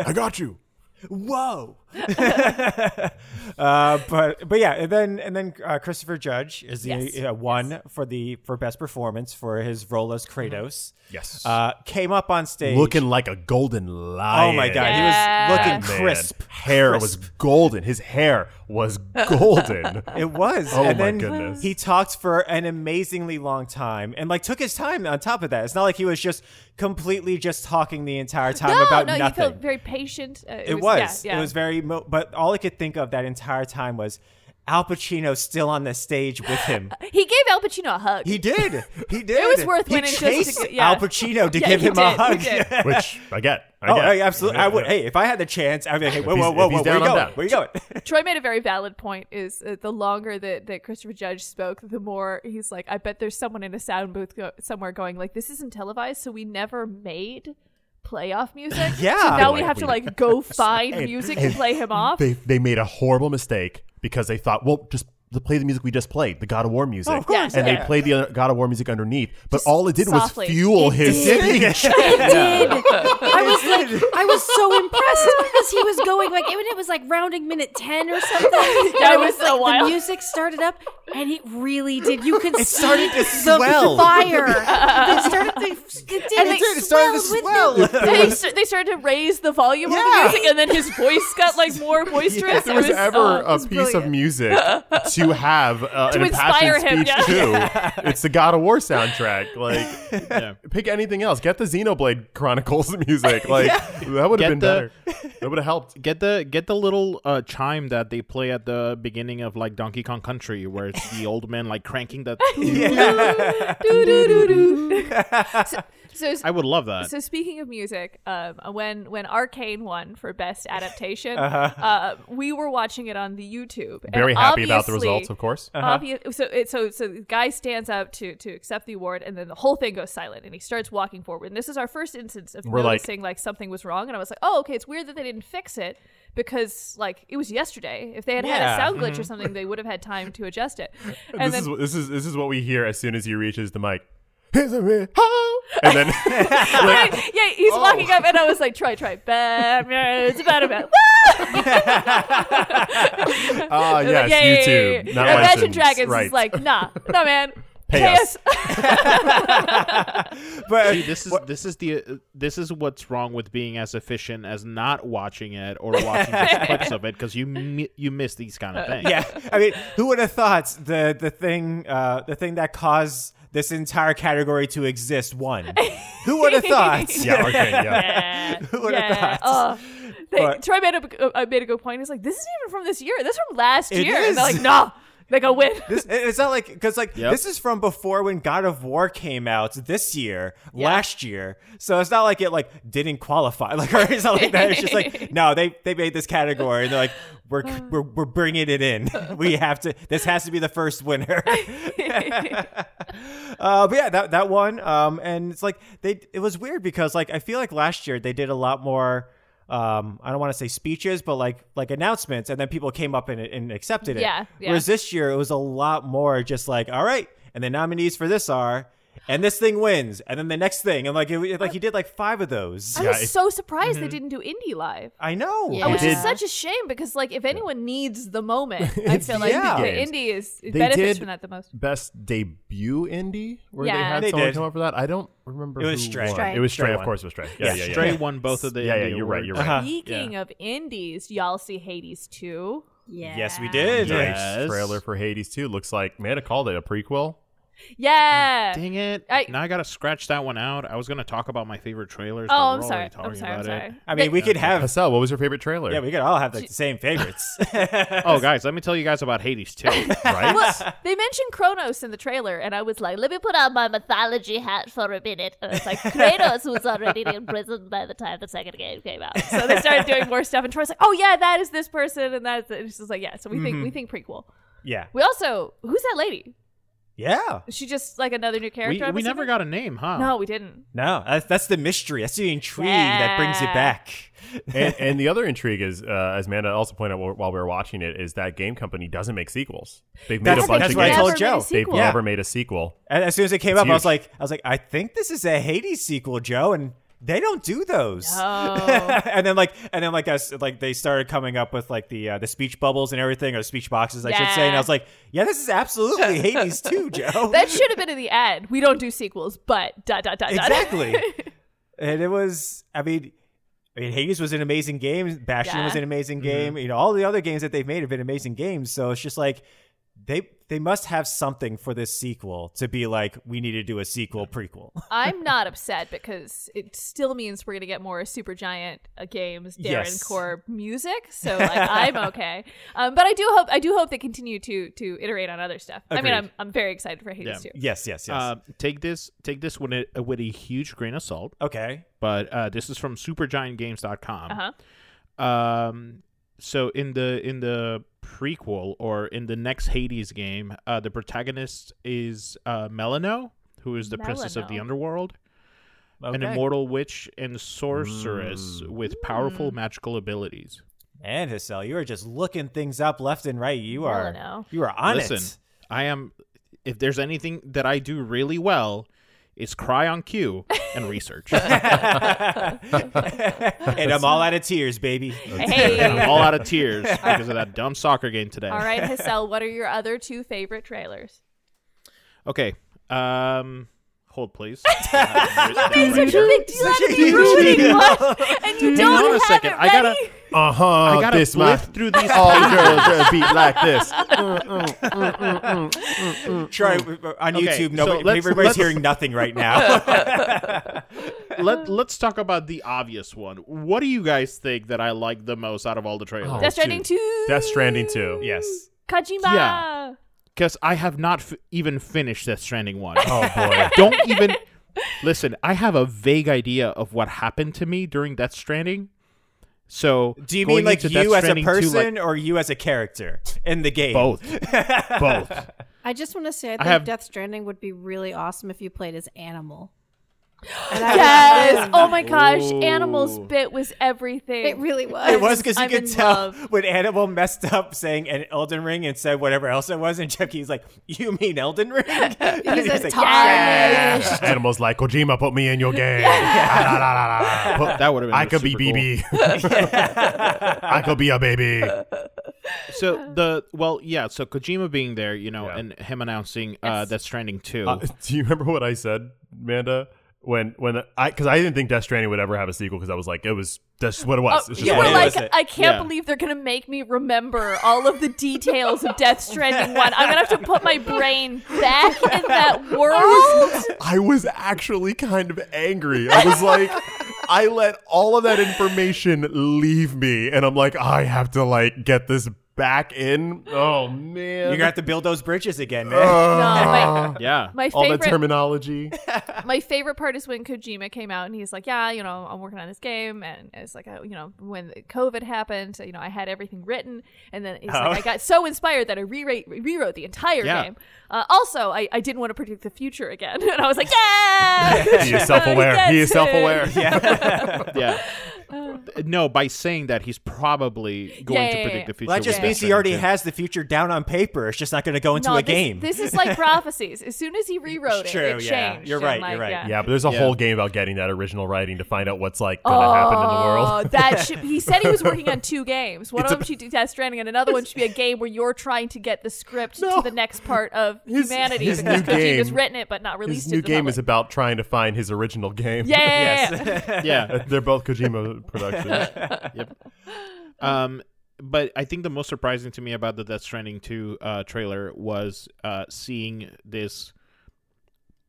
Speaker 3: I got you.
Speaker 2: whoa uh, but but yeah and then and then uh, christopher judge is the
Speaker 4: Yes. Mm-hmm.
Speaker 2: uh, one for the for best performance for his role as kratos
Speaker 3: Yes.
Speaker 2: uh, came up on stage
Speaker 3: Looking like a golden
Speaker 2: oh
Speaker 3: lion.
Speaker 2: my god
Speaker 4: Yeah.
Speaker 2: he was looking
Speaker 3: That man.
Speaker 2: crisp
Speaker 3: Hair
Speaker 2: Crisp.
Speaker 3: was golden. His hair was
Speaker 4: *laughs*
Speaker 3: golden.
Speaker 2: it was
Speaker 3: Oh
Speaker 2: and
Speaker 3: my
Speaker 2: then
Speaker 3: goodness.
Speaker 2: he talked for an amazingly long time and like took his time on top of that it's not like he was just completely just talking the entire time
Speaker 4: no,
Speaker 2: about
Speaker 4: no, you
Speaker 2: nothing
Speaker 4: felt very patient. Uh,
Speaker 2: It was.
Speaker 4: Yeah, yeah.
Speaker 2: It was very. Mo- but all I could think of that entire time was Al Pacino still on the stage with him.
Speaker 4: he gave Al Pacino a hug.
Speaker 2: He did.
Speaker 4: *laughs*
Speaker 2: He did.
Speaker 4: was worth
Speaker 2: he
Speaker 4: winning just to
Speaker 2: chased
Speaker 4: get- yeah.
Speaker 2: Al Pacino to
Speaker 4: Yeah,
Speaker 2: give
Speaker 4: he
Speaker 2: him a
Speaker 4: did, he
Speaker 2: hug.
Speaker 4: did.
Speaker 2: *laughs*
Speaker 3: Which I get. I
Speaker 2: Oh,
Speaker 3: get.
Speaker 2: hey, absolutely! I would. Hey, if I had the chance, I'd be like, "Hey, whoa,
Speaker 3: he's-
Speaker 2: whoa, whoa,
Speaker 3: if he's
Speaker 2: whoa! Where you
Speaker 3: down, I'm
Speaker 2: going?
Speaker 3: down.
Speaker 2: Where you
Speaker 4: *laughs*
Speaker 2: going?"
Speaker 4: Troy made a very valid point: is uh, the longer that, that Christopher Judge spoke, the more he's like, I bet there's someone in a sound booth go- somewhere going like, this isn't televised, so we never made playoff
Speaker 3: *laughs*
Speaker 4: music.
Speaker 2: Yeah.
Speaker 4: so now we
Speaker 3: Like,
Speaker 4: have to
Speaker 3: we-
Speaker 4: like
Speaker 3: *laughs*
Speaker 4: go find music to
Speaker 3: and
Speaker 4: play him off.
Speaker 3: They they made a horrible mistake because they thought, well, just the- play the music we just played, the God of War music,
Speaker 2: of course,
Speaker 3: and
Speaker 2: yeah.
Speaker 3: they played the other God of War music underneath. But all it did
Speaker 4: softly.
Speaker 3: was fuel
Speaker 6: It
Speaker 3: his
Speaker 6: did.
Speaker 4: *laughs*
Speaker 3: speech.
Speaker 6: It did. I was like, I was so impressed because he was going like, it was like rounding minute ten or something.
Speaker 4: *laughs* That
Speaker 6: And it
Speaker 4: was so
Speaker 6: like,
Speaker 4: wild.
Speaker 6: The music started up, and it really did. You could it
Speaker 2: started to
Speaker 6: the
Speaker 2: swell. *laughs*
Speaker 6: fire. It started to. *laughs* It did.
Speaker 2: And it did. It started to
Speaker 6: swelled with
Speaker 2: swell. *laughs*
Speaker 6: the-
Speaker 4: And they, sta- they started to raise the volume
Speaker 2: Yeah.
Speaker 4: of the music, and then his voice got like
Speaker 3: *laughs*
Speaker 4: more boisterous.
Speaker 3: *laughs* If there was,
Speaker 4: it was
Speaker 3: ever
Speaker 4: oh,
Speaker 3: a piece of
Speaker 4: *laughs*
Speaker 3: music to have uh, an
Speaker 4: inspire
Speaker 3: impassioned
Speaker 4: him,
Speaker 3: speech
Speaker 4: *laughs* yeah.
Speaker 3: to, it's the God of War soundtrack. Like,
Speaker 5: Yeah.
Speaker 3: pick anything else. Get the Xenoblade Chronicles *laughs* music. Like, that would have
Speaker 5: Get
Speaker 3: been
Speaker 5: the-
Speaker 3: better. That would have
Speaker 4: *laughs*
Speaker 3: helped.
Speaker 5: Get the get the little uh, chime that they play at the beginning of like Donkey Kong Country, where it's the old man like cranking
Speaker 4: *laughs*
Speaker 5: that.
Speaker 4: Do-do-do-do. *laughs* so, so
Speaker 5: I would love
Speaker 4: *laughs*
Speaker 5: that.
Speaker 4: So speaking of music, um, when when Arcane won for best
Speaker 3: *laughs*
Speaker 4: adaptation, uh
Speaker 3: Uh-huh.
Speaker 4: we were watching it on the YouTube. and
Speaker 3: Very happy about the
Speaker 4: obviously-
Speaker 3: results, of course.
Speaker 4: Obvious, so it, so so the guy stands up to to accept the award, and then the whole thing goes silent, and he starts walking forward. And this is our first instance of
Speaker 3: We're like-
Speaker 4: noticing like, something was wrong, and I was like, oh okay, it's weird that they didn't fix it because like it was yesterday. If they had had
Speaker 2: Yeah.
Speaker 4: a sound glitch
Speaker 3: Mm-hmm.
Speaker 4: or something, they would have had time to adjust
Speaker 3: *laughs*
Speaker 4: it. And
Speaker 3: this
Speaker 4: then
Speaker 3: is this is this is what we hear as soon as he reaches the mic. Here's a re- ho! And
Speaker 4: *laughs*
Speaker 3: then *laughs* like,
Speaker 4: Right, yeah, he's walking
Speaker 3: Oh.
Speaker 4: up, and I was like, try, try, bad,
Speaker 3: *laughs*
Speaker 4: it's about about.
Speaker 3: ah
Speaker 4: yeah,
Speaker 3: yes,
Speaker 4: yeah, yeah,
Speaker 3: YouTube.
Speaker 4: yeah,
Speaker 3: Not
Speaker 4: yeah. Imagine
Speaker 3: lessons.
Speaker 4: Dragons
Speaker 3: right.
Speaker 4: is like,
Speaker 3: *laughs*
Speaker 4: nah, no man,
Speaker 3: Pay
Speaker 4: pay
Speaker 3: us.
Speaker 4: us.
Speaker 2: *laughs*
Speaker 3: *laughs*
Speaker 2: But
Speaker 5: See, this is this is the uh, this is what's wrong with being as efficient as not watching it
Speaker 3: *laughs*
Speaker 5: or
Speaker 4: *laughs*
Speaker 5: watching just clips of it because you mi- you miss these kind
Speaker 4: Uh,
Speaker 5: of things.
Speaker 2: yeah, I mean, who would have thought the the thing uh, the thing that caused this entire category to exist?
Speaker 4: *laughs*
Speaker 2: One. Who would have thought?
Speaker 3: yeah, okay, yeah.
Speaker 4: Yeah,
Speaker 2: would've
Speaker 4: yeah.
Speaker 2: thought?
Speaker 4: Oh. They,
Speaker 2: But-
Speaker 4: Troy made a, uh, made a good point. He's like, this isn't even from this year. This is from last
Speaker 2: It
Speaker 4: year. And they're
Speaker 2: is.
Speaker 4: like, nah, They go win.
Speaker 2: This and it's not like because like
Speaker 5: Yep.
Speaker 2: this is from before when God of War came out this year,
Speaker 4: Yeah.
Speaker 2: last year. So it's not like it like didn't qualify. *laughs* Like or it's not like that. It's just
Speaker 4: *laughs*
Speaker 2: like no, they they made this category and they're like we're we're we're bringing it in. *laughs* We have to. This has to be the first
Speaker 4: *laughs*
Speaker 2: winner. *laughs* uh, but yeah, that that one. Um, and it's like they it was weird because like I feel like last year they did a lot more. Um, I don't want to say speeches, but like like announcements, and then people came up and, and accepted it.
Speaker 4: Yeah, yeah.
Speaker 2: Whereas this year it was a lot more just like, all right, and the nominees for this are, and this thing wins, and then the next thing, and like it, like he did like five of
Speaker 4: *laughs*
Speaker 2: those.
Speaker 4: I
Speaker 3: Yeah, Mm-hmm.
Speaker 4: was
Speaker 3: it's-
Speaker 4: so surprised they didn't do Indie Live.
Speaker 2: I know.
Speaker 4: Oh, Which
Speaker 3: did-
Speaker 4: is such a shame because, like, if anyone needs the
Speaker 3: *laughs*
Speaker 4: moment, I
Speaker 3: It's
Speaker 4: feel like
Speaker 2: video
Speaker 4: the
Speaker 3: games.
Speaker 4: indie is it
Speaker 3: They
Speaker 4: benefits
Speaker 3: did-
Speaker 4: from that the most.
Speaker 3: Best debut indie where they
Speaker 4: Yeah.
Speaker 3: had
Speaker 2: They
Speaker 3: someone
Speaker 2: did.
Speaker 3: come up for that. I don't remember.
Speaker 2: It was
Speaker 3: who
Speaker 2: Stray.
Speaker 3: won.
Speaker 6: Stray.
Speaker 3: It was Stray.
Speaker 2: Stray
Speaker 3: of
Speaker 2: won.
Speaker 3: course, it was Stray. Yeah, yeah, yeah.
Speaker 5: Stray
Speaker 3: yeah.
Speaker 5: won both of the.
Speaker 3: Yeah, yeah,
Speaker 5: indie
Speaker 3: you're right, you're
Speaker 5: awards.
Speaker 2: right.
Speaker 4: Speaking of indies, y'all see Hades 2.
Speaker 6: Yeah.
Speaker 2: Yes, we did.
Speaker 5: Yeah.
Speaker 3: Nice trailer for Hades 2 looks like man, I called it a prequel.
Speaker 4: Yeah.
Speaker 5: Dang it!
Speaker 4: I-
Speaker 5: now I gotta scratch that one out. I was gonna talk about my favorite trailers. but
Speaker 4: Oh,
Speaker 5: we're
Speaker 4: I'm sorry.
Speaker 5: already Talking
Speaker 4: I'm sorry. I'm
Speaker 5: about it.
Speaker 4: sorry.
Speaker 2: I mean, we could
Speaker 3: *laughs*
Speaker 2: have.
Speaker 3: Hassel, what was your favorite trailer?
Speaker 2: Yeah, we could all have like the same favorites. *laughs*
Speaker 5: Oh, guys, let me tell you guys about Hades too.
Speaker 4: *laughs*
Speaker 3: right.
Speaker 4: Well, they mentioned Kronos in the trailer, and I was like, let me put on my mythology hat for a minute. And it's like, Kratos was already in prison by the time the second game came out. So they started doing more stuff, and Troy's like, oh, yeah, that is this person, and that's it. It's just like, yeah, so we think we think prequel.
Speaker 2: yeah,
Speaker 4: We also, who's that lady?
Speaker 2: yeah.
Speaker 4: Is she just like another new
Speaker 5: we
Speaker 4: character? I'm
Speaker 5: we never
Speaker 4: assuming?
Speaker 5: got a name, huh?
Speaker 4: No, we didn't.
Speaker 2: No, that's, that's the mystery. That's the intrigue that brings it
Speaker 4: Yeah.
Speaker 2: back.
Speaker 3: and, and the other intrigue is, uh, as Amanda also pointed out while- while we were watching it, is that game company doesn't make sequels. They've made
Speaker 2: That's-
Speaker 3: a bunch
Speaker 2: that's
Speaker 3: of
Speaker 2: what I
Speaker 3: games.
Speaker 2: told
Speaker 4: Never made a
Speaker 2: Joe. They've
Speaker 3: They've
Speaker 4: sequel.
Speaker 3: never made a sequel.
Speaker 2: And as soon as it came
Speaker 3: It's
Speaker 2: up, I was
Speaker 3: huge.
Speaker 2: like, I was like, I think this is a Hades sequel, Joe, and they don't do those.
Speaker 4: Oh.
Speaker 2: *laughs* and then like, and then like us, like they started coming up with like the uh, the speech bubbles and everything, or speech boxes, I should say. And I
Speaker 4: Yeah.
Speaker 2: was like, yeah, this
Speaker 4: *laughs*
Speaker 2: is absolutely Hades too, Joe.
Speaker 4: That should have been in the ad. We don't do sequels, but dot, dot, dot, dot. *laughs*
Speaker 2: exactly. and it was, I mean. I mean, Hades was an amazing game. Bastion
Speaker 4: Yeah.
Speaker 2: was an amazing
Speaker 3: Mm-hmm.
Speaker 2: game. You know, all the other games that they've made have been amazing games. So it's just like they they must have something for this sequel to be like, we need to do a sequel prequel.
Speaker 4: I'm not upset because it still means we're gonna get more super giant uh, games, Darren
Speaker 2: Yes.
Speaker 4: Core music.
Speaker 5: *laughs*
Speaker 4: So like I'm okay, um, but I do hope I do hope they continue to to iterate on other stuff. I
Speaker 2: Agreed.
Speaker 4: mean, I'm I'm very excited for Hades too.
Speaker 2: Yes, yes, yes.
Speaker 5: Uh, take this, take this with a, with a huge grain of salt.
Speaker 2: okay.
Speaker 5: But uh, this is from SuperGiantGames.com.
Speaker 4: Uh huh.
Speaker 5: Um, so in the in the prequel or in the next Hades game, uh, the protagonist is uh, Melano, who is the princess of the
Speaker 4: Melano.
Speaker 5: underworld, an
Speaker 2: Okay. Mm.
Speaker 5: immortal witch and sorceress with powerful
Speaker 4: Mm.
Speaker 5: magical abilities.
Speaker 2: And Hassel, you are just looking things up left and right. You are
Speaker 5: *laughs*
Speaker 4: Melano.
Speaker 2: you are on
Speaker 5: Listen,
Speaker 2: it.
Speaker 5: I am. If there's anything that I do really well, it's cry on cue
Speaker 2: *laughs*
Speaker 5: and research.
Speaker 2: and I'm all out of tears, baby.
Speaker 5: I'm
Speaker 4: Hey.
Speaker 5: all out of tears because of that dumb soccer game today.
Speaker 4: All right, Hassel, what are your other two favorite
Speaker 5: *laughs*
Speaker 4: trailers?
Speaker 5: Okay. Um,
Speaker 2: *laughs*
Speaker 5: hold please. Hang
Speaker 4: Such a big deal out of me ruining one, *laughs* and you don't
Speaker 5: on a
Speaker 4: have
Speaker 5: second.
Speaker 4: it
Speaker 5: I gotta.
Speaker 4: ready?
Speaker 3: Uh huh.
Speaker 5: I gotta
Speaker 3: this
Speaker 5: lift
Speaker 3: month. *laughs*
Speaker 5: through these.
Speaker 3: All girls are beat like this.
Speaker 2: *laughs* Try on
Speaker 5: Okay,
Speaker 2: YouTube.
Speaker 5: so
Speaker 2: Nobody,
Speaker 5: let's-
Speaker 2: everybody's
Speaker 5: let's-
Speaker 2: hearing nothing right now.
Speaker 5: *laughs* Let Let's talk about the obvious one. What do you guys think that I like the most out of all the trailers?
Speaker 3: Oh.
Speaker 4: Death Stranding two.
Speaker 3: *laughs* Death Stranding 2.
Speaker 5: *laughs*
Speaker 2: yes.
Speaker 4: Kojima.
Speaker 5: Yeah. Because I have not f- even finished Death Stranding one.
Speaker 3: Oh, boy.
Speaker 5: *laughs* Don't even. Listen, I have a vague idea of what happened to me during Death Stranding. So,
Speaker 2: Do you
Speaker 5: going
Speaker 2: mean like
Speaker 5: into Death
Speaker 2: you as a
Speaker 5: Stranding 2, like,
Speaker 2: person or you as a character in the game? *laughs*
Speaker 5: both, both.
Speaker 6: I just want to say I think
Speaker 5: have-
Speaker 6: Death Stranding would be really awesome if you played as Animal. And I-
Speaker 4: Yes. Oh my gosh.
Speaker 5: Ooh.
Speaker 4: Animals bit was everything.
Speaker 6: It really was.
Speaker 2: It was because you
Speaker 4: I'm
Speaker 2: could
Speaker 4: in
Speaker 2: tell
Speaker 4: love.
Speaker 2: when Animal messed up saying an Elden Ring and said whatever else it was, and Chucky's like, "You mean Elden
Speaker 4: *laughs*
Speaker 2: Ring?" *laughs* He's,
Speaker 6: He's a
Speaker 2: like,
Speaker 6: tarnished.
Speaker 3: Animals like Kojima, put me in your game. Ah,
Speaker 5: *laughs*
Speaker 3: la, la, la, la. Put-
Speaker 5: That would've been
Speaker 3: I could be
Speaker 5: super cool.
Speaker 3: BB. *laughs* I could be a
Speaker 5: *laughs*
Speaker 3: baby.
Speaker 5: So the well, yeah. So Kojima being there, you know,
Speaker 3: Yeah.
Speaker 5: and him announcing uh,
Speaker 4: Yes.
Speaker 5: Death Stranding two.
Speaker 3: Uh, do you remember what I said, Amanda? When when I because I didn't think Death Stranding would ever have a sequel because I was like it was that's what it was.
Speaker 4: Oh,
Speaker 3: It's just
Speaker 4: you
Speaker 2: yeah.
Speaker 3: what
Speaker 4: were
Speaker 3: it
Speaker 2: Yeah.
Speaker 4: like,
Speaker 3: was.
Speaker 2: Yeah.
Speaker 4: I can't
Speaker 5: Yeah.
Speaker 4: believe they're gonna make me remember all of the details of Death Stranding One. I'm gonna have to put my brain back in that world.
Speaker 3: *laughs* I was actually kind of angry. I was like, I let all of that information leave me, and I'm like, I have to like get this back in. Oh man,
Speaker 2: You're gonna have to build those bridges again, man.
Speaker 4: No, my,
Speaker 5: *laughs*
Speaker 4: *laughs*
Speaker 5: *laughs* Yeah.
Speaker 4: my
Speaker 3: all that
Speaker 4: favorite *laughs*
Speaker 3: terminology.
Speaker 4: my favorite part is when Kojima came out and he's like, "Yeah, you know, I'm working on this game," and it's like, uh, you know, when COVID happened, you know, I had everything written, and then he's like, I got so inspired that I rewrite, rewrote the entire
Speaker 5: Yeah.
Speaker 4: game. Uh, also, I, I didn't want to predict the future again, *laughs* and I was like, "Yeah,
Speaker 3: He is self-aware. He is self-aware.
Speaker 5: yeah. No, by saying that he's probably going
Speaker 4: uh. Yeah,
Speaker 5: to
Speaker 4: yeah,
Speaker 5: predict
Speaker 4: yeah.
Speaker 5: the future.
Speaker 2: Well, that just
Speaker 5: with
Speaker 2: means he
Speaker 5: Destiny
Speaker 2: already
Speaker 5: too.
Speaker 2: has the future down on paper. It's just not going to go into
Speaker 4: no,
Speaker 2: a
Speaker 4: this,
Speaker 2: game.
Speaker 4: This is
Speaker 2: *laughs*
Speaker 4: like prophecies. As soon as he rewrote it,
Speaker 2: True,
Speaker 4: it
Speaker 2: yeah.
Speaker 4: changed.
Speaker 2: You're
Speaker 4: and,
Speaker 2: right, you're
Speaker 4: like,
Speaker 2: right.
Speaker 4: Yeah.
Speaker 3: Yeah, but there's a
Speaker 5: Yeah.
Speaker 3: whole game about getting that original writing to find out what's like gonna happen in the world.
Speaker 4: Oh, *laughs* that should, he said he was working on two games. One
Speaker 3: It's
Speaker 4: of them
Speaker 3: a-
Speaker 4: should do Death Stranding, and another one should be a game where you're trying to get the script
Speaker 3: No.
Speaker 4: to the next part of
Speaker 3: His-
Speaker 4: humanity
Speaker 3: his
Speaker 4: because
Speaker 3: new
Speaker 4: Kojima's
Speaker 3: game-
Speaker 4: written it but not released.
Speaker 3: *laughs* His
Speaker 4: it
Speaker 3: new
Speaker 4: to the
Speaker 3: game
Speaker 4: public.
Speaker 3: is about trying to find his original game.
Speaker 4: yeah.
Speaker 2: *laughs*
Speaker 5: Yeah.
Speaker 3: *laughs* They're both
Speaker 4: *laughs*
Speaker 3: Kojima productions.
Speaker 5: Um, but I think the most surprising to me about the Death Stranding 2 uh, trailer was uh, seeing this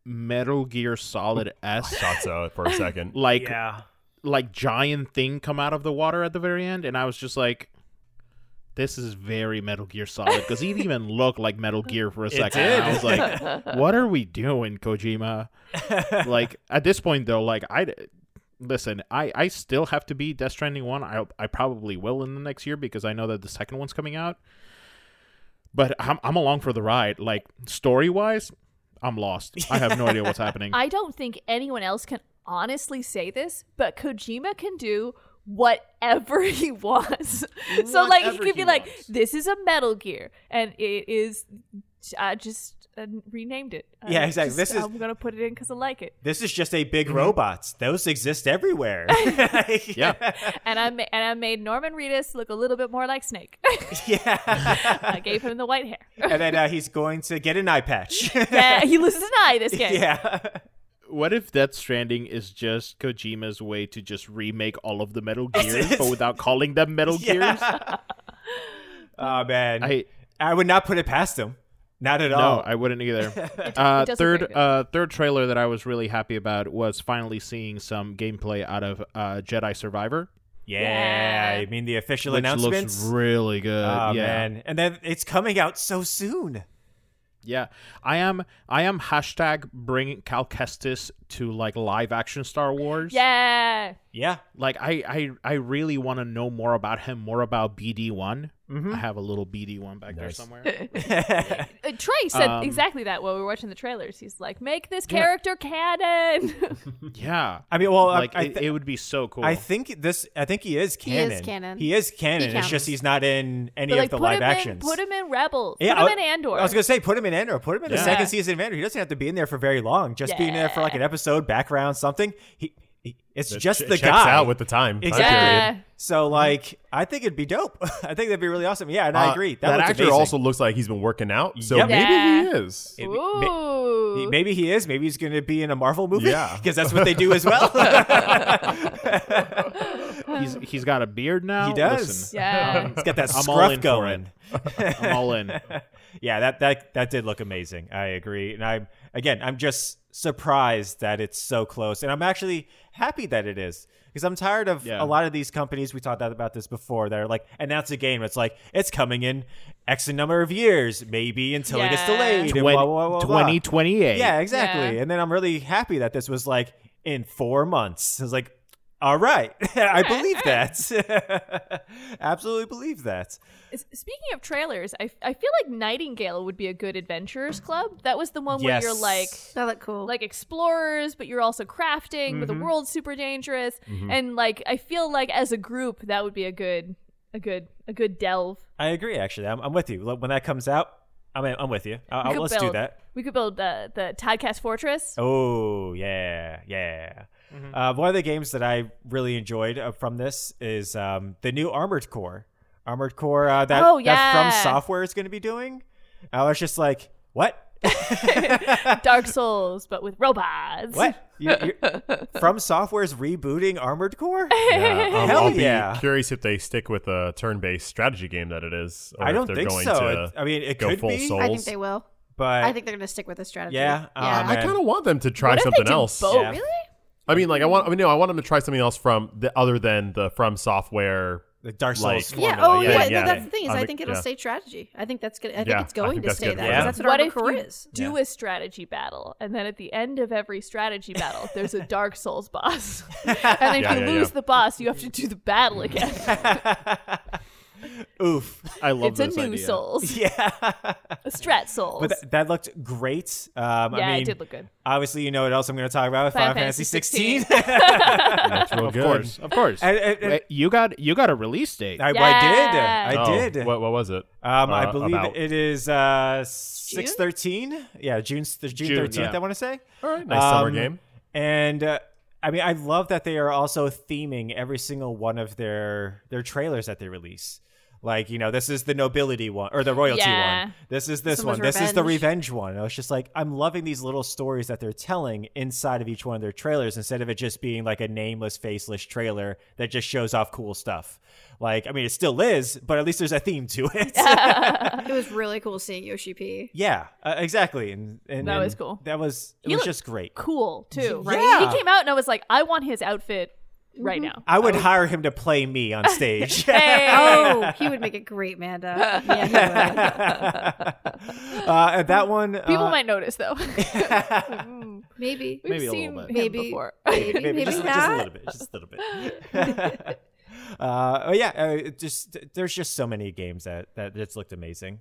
Speaker 5: Metal Gear Solid S
Speaker 3: Thought so for a second.
Speaker 5: like
Speaker 2: yeah.
Speaker 5: like giant thing come out of the water at the very end, and I was just like, "This is very Metal Gear Solid" because he didn't even look like Metal Gear for a second. And I
Speaker 4: *laughs*
Speaker 5: was like, "What are we doing, Kojima?" like at this point, though, like I listen, I I still have to be Death Stranding one. I I probably will in the next year because I know that the second one's coming out. But I'm I'm along for the ride. Like story wise, I'm lost. I have no idea what's happening.
Speaker 4: I don't think anyone else can honestly say this, but Kojima can do whatever *laughs* he wants. so like he
Speaker 5: Whatever
Speaker 4: could be
Speaker 5: he
Speaker 4: like,
Speaker 5: wants.
Speaker 4: "This is a Metal Gear," and it is. I just uh, renamed it. I
Speaker 2: Yeah, exactly.
Speaker 4: just-
Speaker 2: This is-
Speaker 4: I'm gonna put it in because I like it,
Speaker 2: This is just a big robots. Those
Speaker 4: *laughs*
Speaker 2: exist everywhere. *laughs*
Speaker 5: yeah,
Speaker 4: and I ma- and I made Norman Reedus look a little bit more like Snake. *laughs*
Speaker 2: yeah.
Speaker 4: I gave him the white hair.
Speaker 2: and then uh, he's going to get an eye patch.
Speaker 4: yeah, *laughs* he loses an eye this game.
Speaker 2: *laughs* yeah.
Speaker 5: What if Death Stranding is just Kojima's way to just remake all of the Metal Gears, but without calling them Metal Gears?
Speaker 2: Oh man, I,
Speaker 5: I
Speaker 2: would not put it past him. Not at
Speaker 5: no,
Speaker 2: all.
Speaker 5: I wouldn't
Speaker 2: *laughs*
Speaker 5: either. Uh,
Speaker 4: does look
Speaker 5: third,
Speaker 4: very good.
Speaker 5: uh, third trailer that I was really happy about was finally seeing some gameplay out of uh, Jedi Survivor,
Speaker 2: yeah,
Speaker 4: Yeah.
Speaker 2: I mean the official
Speaker 5: which
Speaker 2: announcements.
Speaker 5: looks really good.
Speaker 2: oh
Speaker 5: yeah,
Speaker 2: man, and then it's coming out so soon.
Speaker 5: yeah. I am, I am hashtag bring Cal Kestis to like live action Star Wars.
Speaker 4: Yeah.
Speaker 2: Yeah,
Speaker 5: like I I, I really want to know more about him, more about BD one.
Speaker 2: Mm-hmm.
Speaker 5: I have a little BD one back
Speaker 2: *laughs*
Speaker 5: there somewhere.
Speaker 4: Uh, Trey said
Speaker 5: Um,
Speaker 4: exactly that while we were watching the trailers. He's like, "Make this character canon." *laughs*
Speaker 5: yeah,
Speaker 2: I mean, well, I-
Speaker 5: like
Speaker 2: I,
Speaker 5: it,
Speaker 2: thi-
Speaker 5: it would be so cool.
Speaker 2: I think this. I think he is
Speaker 6: is
Speaker 2: canon.
Speaker 6: canon.
Speaker 2: He is canon.
Speaker 6: He
Speaker 2: it's just
Speaker 6: counts.
Speaker 2: he's not in any
Speaker 4: But,
Speaker 2: of
Speaker 4: like,
Speaker 2: the
Speaker 4: put
Speaker 2: live
Speaker 4: him
Speaker 2: actions.
Speaker 4: In, put him in Rebels.
Speaker 2: Yeah,
Speaker 4: put
Speaker 2: I-
Speaker 4: him in Andor.
Speaker 2: I was gonna say, put him in Andor. Put him in the
Speaker 5: Yeah.
Speaker 2: second
Speaker 4: Yeah.
Speaker 2: season of Andor. He doesn't have to be in there for very long. Just being there for like an episode, background, something. He, he it's
Speaker 3: It
Speaker 2: just
Speaker 3: ch-
Speaker 2: the
Speaker 3: checks
Speaker 2: guy.
Speaker 3: out with the time. time
Speaker 2: Exactly.
Speaker 3: period.
Speaker 4: yeah.
Speaker 2: so like, I think it'd be dope. *laughs* I think that'd be really awesome. Yeah, and I
Speaker 3: Uh,
Speaker 2: agree. That,
Speaker 3: That,
Speaker 2: looks
Speaker 3: actor
Speaker 2: amazing.
Speaker 3: also looks like he's been working out, so
Speaker 2: Yep.
Speaker 3: maybe
Speaker 4: Yeah.
Speaker 3: he is.
Speaker 2: It- ma-
Speaker 4: Ooh.
Speaker 2: Maybe he is. Maybe he's going to be in a Marvel movie. *laughs*
Speaker 3: Yeah.
Speaker 2: because that's what they do as
Speaker 3: *laughs*
Speaker 2: well.
Speaker 5: he's he's got a beard now.
Speaker 2: He does.
Speaker 5: Listen,
Speaker 4: yeah.
Speaker 2: *laughs* He's got that
Speaker 5: *laughs* I'm
Speaker 2: scruff
Speaker 5: all in for
Speaker 2: going.
Speaker 5: it. I'm all
Speaker 2: *laughs*
Speaker 5: in.
Speaker 2: Yeah, that that that did look amazing. I agree, and I'm again, I'm just surprised that it's so close, and I'm actually happy that it is because I'm tired of
Speaker 5: Yeah.
Speaker 2: a lot of these companies. We talked about this before. That are like announce a game, it's like it's coming in X number of years, maybe until it gets
Speaker 4: Yeah.
Speaker 2: delayed. and
Speaker 5: Twen-
Speaker 2: blah, blah, blah, blah.
Speaker 5: 2028.
Speaker 2: Yeah, exactly.
Speaker 4: Yeah.
Speaker 2: And then I'm really happy that this was like in four months. I was like, all right, *laughs* I
Speaker 4: *laughs*
Speaker 2: believe that. *laughs* Absolutely believe that.
Speaker 4: S- Speaking of trailers, I, I feel like Nightingale would be a good adventurers club. That was the one where you're
Speaker 2: Yes.
Speaker 4: like
Speaker 6: That looked cool.
Speaker 4: like explorers, but you're also crafting. But
Speaker 2: Mm-hmm.
Speaker 4: the world's super dangerous, and like I feel like as a group, that would be a good, a good, a good delve.
Speaker 2: I agree. Actually, I'm, I'm with you. Look, When that comes out, I'm I'm with you. I, I,
Speaker 4: could
Speaker 2: let's do
Speaker 4: build.
Speaker 2: that.
Speaker 4: We could build the the Toddcast Fortress.
Speaker 2: Oh yeah, yeah. Uh, one of the games that I really enjoyed uh, from this is um, the new Armored Core. Armored Core uh, that
Speaker 4: Oh,
Speaker 2: that
Speaker 4: yeah.
Speaker 2: From Software is going to be doing. I was just like, what?
Speaker 4: Dark Souls, but with robots.
Speaker 2: Oh. What? You- you- from Software's rebooting Armored Core?
Speaker 3: Yeah,
Speaker 4: *laughs*
Speaker 3: um,
Speaker 2: Hell
Speaker 3: I'll be
Speaker 2: yeah.
Speaker 3: curious if they stick with a turn-based strategy game that it is. Or
Speaker 2: I
Speaker 3: if
Speaker 2: don't
Speaker 3: they're
Speaker 2: think
Speaker 3: going
Speaker 2: so. oh,
Speaker 3: To
Speaker 2: It- I mean, it
Speaker 3: go
Speaker 2: could
Speaker 3: full
Speaker 2: be,
Speaker 3: soul.
Speaker 6: I think they will.
Speaker 2: but
Speaker 6: I think they're going to stick with the strategy.
Speaker 2: Yeah? Ah,
Speaker 3: I
Speaker 2: man.
Speaker 3: kind of want them to try
Speaker 4: What if
Speaker 3: something
Speaker 4: they do
Speaker 3: else.
Speaker 4: Both?
Speaker 2: Yeah.
Speaker 4: Really?
Speaker 3: I mean, like I want. I mean, no, I want them to try something else from the other than the from software
Speaker 2: Like Dark
Speaker 3: Like-
Speaker 2: Souls
Speaker 6: Yeah.
Speaker 2: formula.
Speaker 6: Oh,
Speaker 3: yeah,
Speaker 6: yeah.
Speaker 3: yeah.
Speaker 6: No, that's the thing is,
Speaker 3: I'm
Speaker 6: I
Speaker 3: a-
Speaker 6: think it'll
Speaker 3: yeah.
Speaker 6: stay strategy. I think that's good. I think
Speaker 3: Yeah,
Speaker 6: it's
Speaker 3: I
Speaker 6: going
Speaker 3: think
Speaker 6: to
Speaker 3: that's
Speaker 6: stay
Speaker 3: gonna
Speaker 6: that.
Speaker 3: be
Speaker 6: 'cause
Speaker 2: it.
Speaker 6: That's what,
Speaker 4: what
Speaker 6: our
Speaker 4: if
Speaker 6: core
Speaker 4: you
Speaker 6: is.
Speaker 4: do a strategy battle, and then at the end of every strategy battle, there's
Speaker 2: *laughs*
Speaker 4: a Dark Souls boss, and then
Speaker 3: Yeah,
Speaker 4: if you
Speaker 3: yeah,
Speaker 4: lose
Speaker 3: yeah.
Speaker 4: the boss, you have to do the battle
Speaker 2: Mm-hmm. *laughs*
Speaker 4: again.
Speaker 2: Oof. *laughs*
Speaker 5: I love
Speaker 4: it's a
Speaker 5: this
Speaker 4: new
Speaker 5: idea.
Speaker 4: Souls,
Speaker 2: Yeah.
Speaker 4: a Strat Souls.
Speaker 2: But that, that looked great. Um,
Speaker 4: yeah,
Speaker 2: I mean,
Speaker 4: it did look
Speaker 2: *laughs*
Speaker 4: good.
Speaker 2: obviously, you know what else I'm going to talk about? Final, Fantasy 16. *laughs*
Speaker 3: That's real
Speaker 5: Of
Speaker 3: good.
Speaker 5: course, of course.
Speaker 2: And- and- and-
Speaker 5: Wait, you got you got a release date.
Speaker 2: I, I did. I
Speaker 3: Oh,
Speaker 2: did.
Speaker 3: What, what was it?
Speaker 2: Um, I
Speaker 3: Uh,
Speaker 2: believe
Speaker 3: about-
Speaker 2: it is uh, six thirteen. Yeah, June th- June
Speaker 5: June,
Speaker 2: thirteenth.
Speaker 5: yeah.
Speaker 2: I want to say.
Speaker 3: All right, nice summer
Speaker 2: Um,
Speaker 3: game.
Speaker 2: And uh, I mean, I love that they are also theming every single one of their their trailers that they release. Like you know, this is the nobility one or the royalty
Speaker 4: Yeah.
Speaker 2: one. This is this
Speaker 6: Someone's
Speaker 2: one. This is the
Speaker 6: revenge.
Speaker 2: revenge one. And I was just like, I'm loving these little stories that they're telling inside of each one of their trailers, instead of it just being like a nameless, faceless trailer that just shows off cool stuff. Like, I mean, it still is, but at least there's a theme to it.
Speaker 4: *laughs*
Speaker 6: It was really cool seeing Yoshi P.
Speaker 2: Yeah, uh, exactly. And, and
Speaker 4: That
Speaker 2: and
Speaker 4: was cool.
Speaker 2: That was it
Speaker 4: He
Speaker 2: was
Speaker 4: looked-
Speaker 2: just great.
Speaker 4: Cool too, right?
Speaker 2: Yeah.
Speaker 4: He came out, and I was like, I want his outfit right now.
Speaker 2: I would hire him to play me on stage.
Speaker 4: Hey.
Speaker 2: *laughs*
Speaker 6: Oh, he would make a great Manda. Yeah, he would.
Speaker 2: uh, and that one, uh,
Speaker 6: *laughs*
Speaker 4: People might notice though. *laughs*
Speaker 6: Maybe.
Speaker 4: We've
Speaker 5: Maybe a little
Speaker 4: seen
Speaker 5: bit.
Speaker 4: him
Speaker 6: Maybe.
Speaker 4: before.
Speaker 6: Maybe. Maybe,
Speaker 2: *laughs* maybe, just, just a
Speaker 6: not.
Speaker 2: little bit, *laughs* just a little bit. uh, oh yeah, uh, it just there's just so many games that that just looked amazing.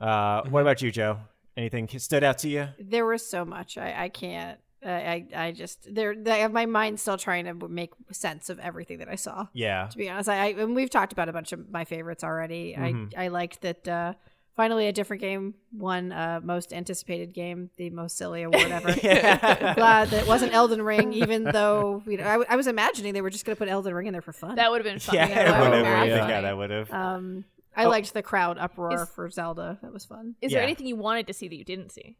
Speaker 2: Uh, What about you, Joe? Anything stood out to you?
Speaker 6: There was so much. I, I can't. I, I, I just there. They, my mind's still trying to make sense of everything that I saw.
Speaker 2: Yeah,
Speaker 6: To be honest, I, I and we've talked about a bunch of my favorites already.
Speaker 2: Mhm.
Speaker 6: I I liked that. Uh, finally, a different game won uh, most anticipated game, the most silly
Speaker 2: *laughs*
Speaker 6: award ever. *laughs* Glad that it wasn't Elden Ring, even though you know I, w- I was imagining they were just going to put Elden Ring in there for fun.
Speaker 4: That would have been fun.
Speaker 2: *laughs* yeah,
Speaker 6: that
Speaker 2: it would
Speaker 6: would've
Speaker 2: have. I
Speaker 6: been
Speaker 2: think
Speaker 6: funny.
Speaker 2: yeah, that would have.
Speaker 6: um, I
Speaker 2: Oh.
Speaker 6: liked the crowd uproar for Zelda. That was fun.
Speaker 4: Is
Speaker 2: Yeah.
Speaker 4: there anything you wanted to see that you didn't see?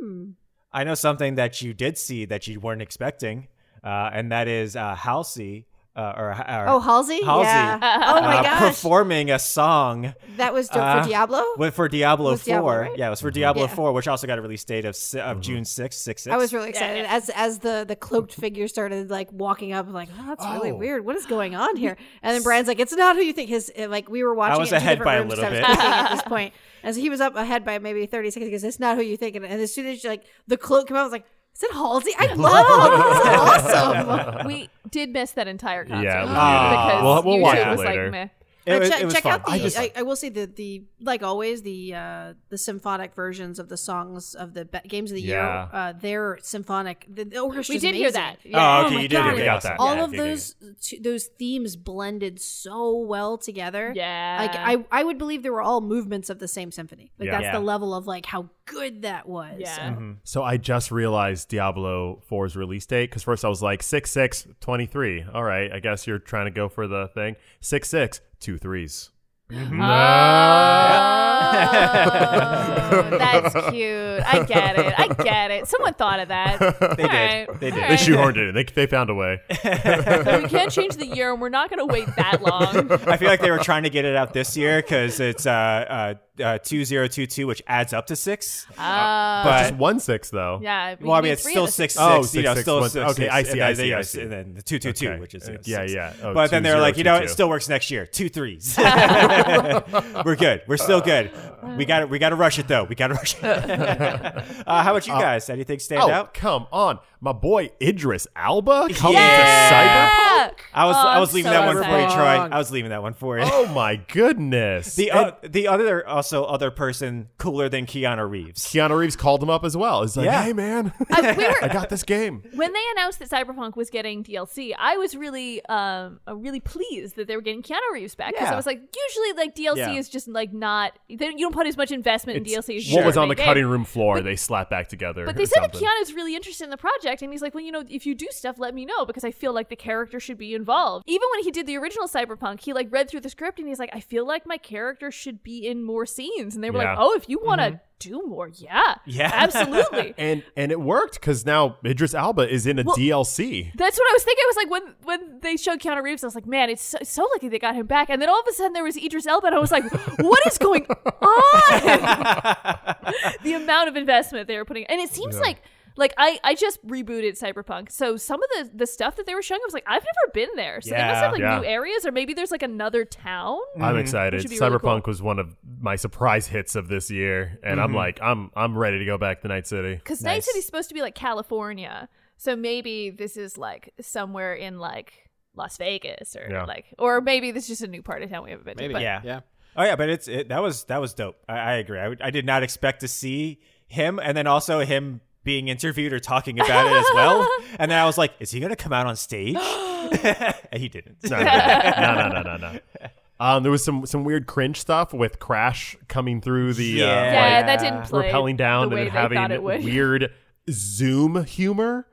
Speaker 6: Hmm.
Speaker 2: I know something that you did see that you weren't expecting, uh, and that is uh, Halsey uh, or, or
Speaker 6: Oh, Halsey.
Speaker 2: Halsey.
Speaker 6: Yeah. oh my
Speaker 2: uh,
Speaker 6: gosh,
Speaker 2: performing a song
Speaker 6: that was dope
Speaker 2: uh,
Speaker 6: for Diablo.
Speaker 2: with, for Diablo
Speaker 6: Was
Speaker 2: 4.
Speaker 6: Diablo, right?
Speaker 2: Yeah, it was for Diablo
Speaker 6: Yeah.
Speaker 2: 4, which also got a release date of, si- of June 6, 6, 6.
Speaker 6: I was really excited
Speaker 4: yeah.
Speaker 6: as as the the cloaked figure started like walking up, like oh, that's really
Speaker 2: Oh.
Speaker 6: weird. What is going on here? And then Brian's like, it's not who you think. His uh, like we were watching.
Speaker 2: was
Speaker 6: it in two
Speaker 2: ahead
Speaker 6: different
Speaker 2: by a
Speaker 6: rooms,
Speaker 2: little
Speaker 6: so I was
Speaker 2: bit.
Speaker 6: peeking at
Speaker 2: *laughs*
Speaker 6: this point, and so he was up ahead by maybe thirty seconds. He goes, it's not who you think. And, and as soon as like the cloak came out, I was like, is it Halsey?
Speaker 2: *laughs*
Speaker 6: I love Halsey.
Speaker 3: *laughs*
Speaker 6: That's awesome.
Speaker 4: *laughs* we did miss that entire concert.
Speaker 3: Yeah, it was
Speaker 2: muted.
Speaker 4: because
Speaker 3: We'll- we'll
Speaker 4: YouTube
Speaker 3: watch it
Speaker 4: was
Speaker 3: later.
Speaker 4: like, meh.
Speaker 2: It
Speaker 6: Uh,
Speaker 2: was-
Speaker 6: check,
Speaker 2: it was
Speaker 6: check
Speaker 2: fun.
Speaker 6: out the.
Speaker 2: I
Speaker 6: I,
Speaker 2: just-
Speaker 6: I, will say the the like always the uh, the symphonic versions of the songs of the be- games of the
Speaker 3: Yeah.
Speaker 6: year. Uh, they're symphonic. The, the orchestra.
Speaker 4: We did hear that.
Speaker 2: Oh,
Speaker 4: Yeah.
Speaker 2: okay,
Speaker 6: my
Speaker 2: you did.
Speaker 6: God.
Speaker 2: it.
Speaker 3: We got that.
Speaker 6: All
Speaker 2: Yeah,
Speaker 6: of
Speaker 2: yeah, yeah, yeah.
Speaker 6: those uh, t- those themes blended so well together.
Speaker 4: Yeah.
Speaker 6: Like I, I would believe they were all movements of the same symphony. Like
Speaker 3: Yeah.
Speaker 6: that's
Speaker 2: Yeah.
Speaker 6: the level of like how good that was.
Speaker 4: Yeah.
Speaker 6: So-
Speaker 2: Mm-hmm.
Speaker 3: So I just realized Diablo 4's release date because first I was like 6 6 23. All right, I guess you're trying to go for the thing. 6 6 two threes.
Speaker 2: Mm-hmm. *laughs* Uh,
Speaker 4: Oh, that's cute. I get it. I get it. Someone thought of that.
Speaker 3: *laughs*
Speaker 4: They
Speaker 2: did. They did. *laughs*
Speaker 3: They shoehorned it in. They, they found a way.
Speaker 4: *laughs* we can't change the year, and we're not going to wait that
Speaker 2: *laughs*
Speaker 4: long.
Speaker 2: I feel like they were trying to get it out this year because it's uh, uh, uh, 2022, which adds up to 6.
Speaker 6: Oh,
Speaker 4: Uh,
Speaker 2: But-
Speaker 3: Just one six though.
Speaker 4: yeah. we
Speaker 2: well, I
Speaker 4: need
Speaker 2: mean, it's
Speaker 4: three
Speaker 2: still
Speaker 4: of us.
Speaker 2: six, six,
Speaker 3: Oh,
Speaker 2: you
Speaker 3: six,
Speaker 2: know,
Speaker 3: six,
Speaker 2: still
Speaker 3: one-
Speaker 2: six.
Speaker 3: okay, I see,
Speaker 2: and
Speaker 3: I
Speaker 2: then-
Speaker 3: see,
Speaker 2: yeah,
Speaker 3: I see.
Speaker 2: And then the two, two, two,
Speaker 3: Okay.
Speaker 2: which is
Speaker 3: Uh,
Speaker 2: six.
Speaker 3: yeah, yeah. Oh,
Speaker 2: but then
Speaker 3: two,
Speaker 2: they're
Speaker 3: zero,
Speaker 2: like, you
Speaker 3: two,
Speaker 2: know,
Speaker 3: two.
Speaker 2: it still works next year. Two threes. *laughs* We're good. We're still good. We got to We got to rush it though. We got
Speaker 4: *laughs*
Speaker 2: to rush it. uh, how about you guys? Anything stand
Speaker 3: Oh,
Speaker 2: out?
Speaker 3: come on. My boy Idris Alba coming to Cyberpunk.
Speaker 4: Yeah.
Speaker 2: I was
Speaker 4: Oh,
Speaker 2: I
Speaker 4: I'm
Speaker 2: was leaving
Speaker 4: so
Speaker 2: that one for you,
Speaker 4: excited.
Speaker 2: Troy. I was leaving that one for you.
Speaker 3: Oh my goodness.
Speaker 2: The uh, the other also other person cooler than Keanu Reeves.
Speaker 3: Keanu Reeves called him up as well. He's like,
Speaker 2: Yeah.
Speaker 3: hey man, *laughs*
Speaker 4: I- Uh, we were-
Speaker 3: I got
Speaker 4: *laughs*
Speaker 3: this game.
Speaker 4: when they announced that Cyberpunk was getting DLC, I was really, um, uh, really pleased that they were getting Keanu Reeves back because
Speaker 2: Yeah.
Speaker 4: I was like, usually like DLC
Speaker 5: Yeah.
Speaker 4: is just like not they, you don't put as much investment in DLC. As you
Speaker 3: What
Speaker 4: do
Speaker 3: was
Speaker 4: in a
Speaker 3: on the
Speaker 4: game.
Speaker 3: cutting room floor? they slapped back together.
Speaker 4: But
Speaker 3: or
Speaker 4: they said
Speaker 3: something.
Speaker 4: that Keanu's really interested in the project, and he's like, well, you know, if you do stuff, let me know because I feel like the character should be involved. Even when he did the original Cyberpunk, he like read through the script and he's like, I feel like my character should be in more scenes, and they were
Speaker 3: Yeah. Mm-hmm.
Speaker 4: like, oh, if you want to do more, yeah,
Speaker 3: *laughs*
Speaker 2: Yeah.
Speaker 4: absolutely.
Speaker 3: and and it worked because now Idris Alba is in a
Speaker 4: Well-
Speaker 3: DLC.
Speaker 4: That's what I was thinking. I was like, when when they showed Keanu Reeves, I was like, man, it's so, so lucky they got him back. And then all of a sudden, there was Idris Elba, and I was like, what is
Speaker 3: *laughs*
Speaker 4: going on? the amount of investment they were putting, and it seems like Like I, I just rebooted Cyberpunk, so some of the the stuff that they were showing, I was like, I've never been there. So they must
Speaker 2: Yeah.
Speaker 4: have like
Speaker 3: Yeah.
Speaker 4: new areas, or maybe there's like another town.
Speaker 2: Mm-hmm.
Speaker 3: I'm excited.
Speaker 4: Which would be really
Speaker 3: Cyberpunk was one of my surprise hits of this year, and
Speaker 2: Mm-hmm.
Speaker 3: I'm like, I'm I'm ready to go back to Night City.
Speaker 4: Because Night
Speaker 2: Nice.
Speaker 4: City's supposed to be like California, so maybe this is like somewhere in like Las Vegas or
Speaker 3: Yeah.
Speaker 4: like, or maybe this is just a new part of town we haven't been to.
Speaker 5: Maybe.
Speaker 4: But
Speaker 2: Yeah.
Speaker 5: Yeah.
Speaker 2: Oh yeah, but it's it, that was that was dope. I, I agree. I, would- I did not expect to see him, and then also him being interviewed or talking about it as
Speaker 4: *gasps* *laughs*
Speaker 2: well. And then I was like, is he gonna come out on stage? and he didn't.
Speaker 3: No, no, no,
Speaker 2: *laughs*
Speaker 3: no, no, no. no. *laughs* Um, there was some some weird cringe stuff with Crash coming through the
Speaker 2: Yeah.
Speaker 3: uh,
Speaker 4: yeah,
Speaker 3: like,
Speaker 4: that didn't play
Speaker 3: rappelling down
Speaker 4: the way
Speaker 3: and
Speaker 4: they thought
Speaker 3: having
Speaker 4: it would.
Speaker 3: weird Zoom humor.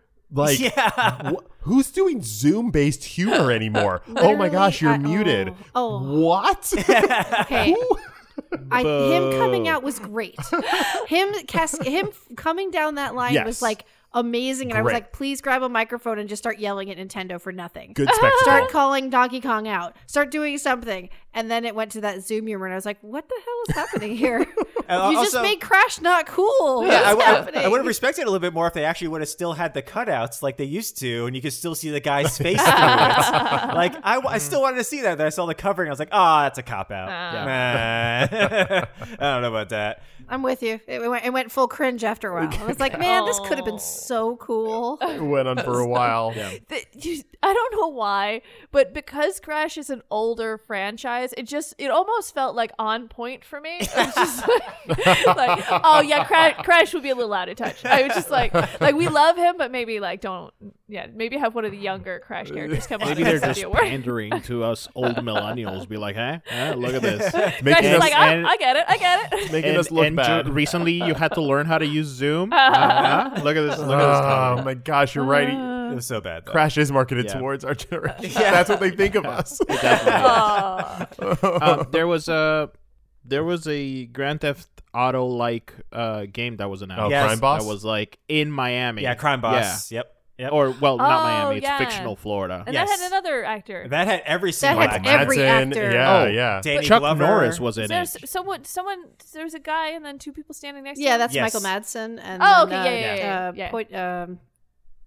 Speaker 4: *laughs*
Speaker 3: Like,
Speaker 2: Yeah.
Speaker 3: wh- who's doing Zoom based humor anymore? oh my
Speaker 6: Literally,
Speaker 3: gosh, you're
Speaker 6: I- oh,
Speaker 4: uh,
Speaker 3: muted.
Speaker 6: oh.
Speaker 3: what?
Speaker 4: *laughs*
Speaker 3: *laughs*
Speaker 6: Okay.
Speaker 2: Mm-hmm.
Speaker 6: I, him coming
Speaker 5: Boo.
Speaker 6: out was great.
Speaker 2: *laughs*
Speaker 6: him cast him f- coming down that line
Speaker 3: Yes.
Speaker 6: was like amazing, and I was
Speaker 3: Great.
Speaker 6: like, please grab a microphone and just start yelling at Nintendo for nothing.
Speaker 3: Good spectacle.
Speaker 6: *laughs*
Speaker 3: *laughs*
Speaker 6: Start calling Donkey Kong out. Start doing something, and then it went to that Zoom humor, and I was like, "What the hell is happening here? you
Speaker 2: *laughs* And
Speaker 6: just
Speaker 2: also-
Speaker 6: made Crash not cool. What is
Speaker 2: I,
Speaker 6: happening?"
Speaker 2: would have respected it a little bit more if they actually would have still had the cutouts like they used to, and you could still see
Speaker 4: *laughs*
Speaker 2: the guy's face through it. Like I, w- I still wanted to see that. Then I saw the cover and I was like, ah, that's a cop out.
Speaker 4: Uh.
Speaker 2: Nah. *laughs* I don't know about that.
Speaker 6: I'm with you. It went, it went full cringe after a while. I was
Speaker 4: *laughs*
Speaker 6: like, "Man, this could have
Speaker 4: Oh.
Speaker 6: been so cool."
Speaker 3: It went on for
Speaker 4: *laughs*
Speaker 3: a while. Yeah.
Speaker 4: that you, I don't know why, but because Crash is an older franchise, it just it almost felt like on point for me. It was just like, *laughs* like, oh yeah, Crash, Crash would be a little out of touch. I was just like, like we love him, but maybe like don't, yeah, maybe have one of the younger Crash characters come on.
Speaker 5: Maybe
Speaker 4: and
Speaker 5: they're
Speaker 4: just
Speaker 5: just
Speaker 4: do it.
Speaker 5: pandering to us old millennials. Be like, hey, eh, look
Speaker 2: *laughs*
Speaker 5: at this.
Speaker 4: Crash
Speaker 5: making
Speaker 4: is
Speaker 5: us-
Speaker 4: like, I,
Speaker 5: and-
Speaker 4: I get it, I get
Speaker 3: *laughs*
Speaker 4: it. *laughs*
Speaker 3: Making us look
Speaker 5: and ju-
Speaker 3: bad.
Speaker 5: recently, you had to learn how to use Zoom. Uh-huh. Look at this. Look at this.
Speaker 3: oh
Speaker 5: comedy.
Speaker 3: my gosh, you're right.
Speaker 4: Uh.
Speaker 2: It was so bad. Though.
Speaker 3: Crash is marketed
Speaker 5: Yeah.
Speaker 3: towards our
Speaker 4: *laughs*
Speaker 3: generation. That's what they think of us.
Speaker 2: *laughs*
Speaker 4: Aw.
Speaker 3: *laughs*
Speaker 5: um, there was a there was a Grand Theft Auto like uh, game that was announced.
Speaker 3: Oh,
Speaker 2: Yes.
Speaker 3: Crime Boss?
Speaker 5: That was like in Miami.
Speaker 2: Yeah, crime boss. Yep.
Speaker 5: Yeah.
Speaker 2: Yep.
Speaker 5: Or well,
Speaker 4: Oh,
Speaker 5: not Miami. It's
Speaker 4: yeah.
Speaker 5: fictional Florida.
Speaker 4: and
Speaker 2: Yes.
Speaker 4: that had another actor.
Speaker 2: that had every
Speaker 6: That
Speaker 2: single
Speaker 6: had
Speaker 2: actor.
Speaker 6: every actor.
Speaker 3: Yeah,
Speaker 5: Oh.
Speaker 3: yeah.
Speaker 2: Danny
Speaker 5: Chuck
Speaker 2: Glover.
Speaker 5: Norris was in
Speaker 4: So there's
Speaker 5: it.
Speaker 4: someone, someone, there's a guy and then two people standing next to
Speaker 6: Yeah,
Speaker 4: him.
Speaker 6: that's
Speaker 2: Yes.
Speaker 6: Michael Madsen and
Speaker 4: Oh,
Speaker 6: then,
Speaker 4: okay, yeah,
Speaker 6: uh,
Speaker 4: yeah, yeah,
Speaker 6: uh,
Speaker 4: yeah.
Speaker 6: Point, um,
Speaker 5: Danny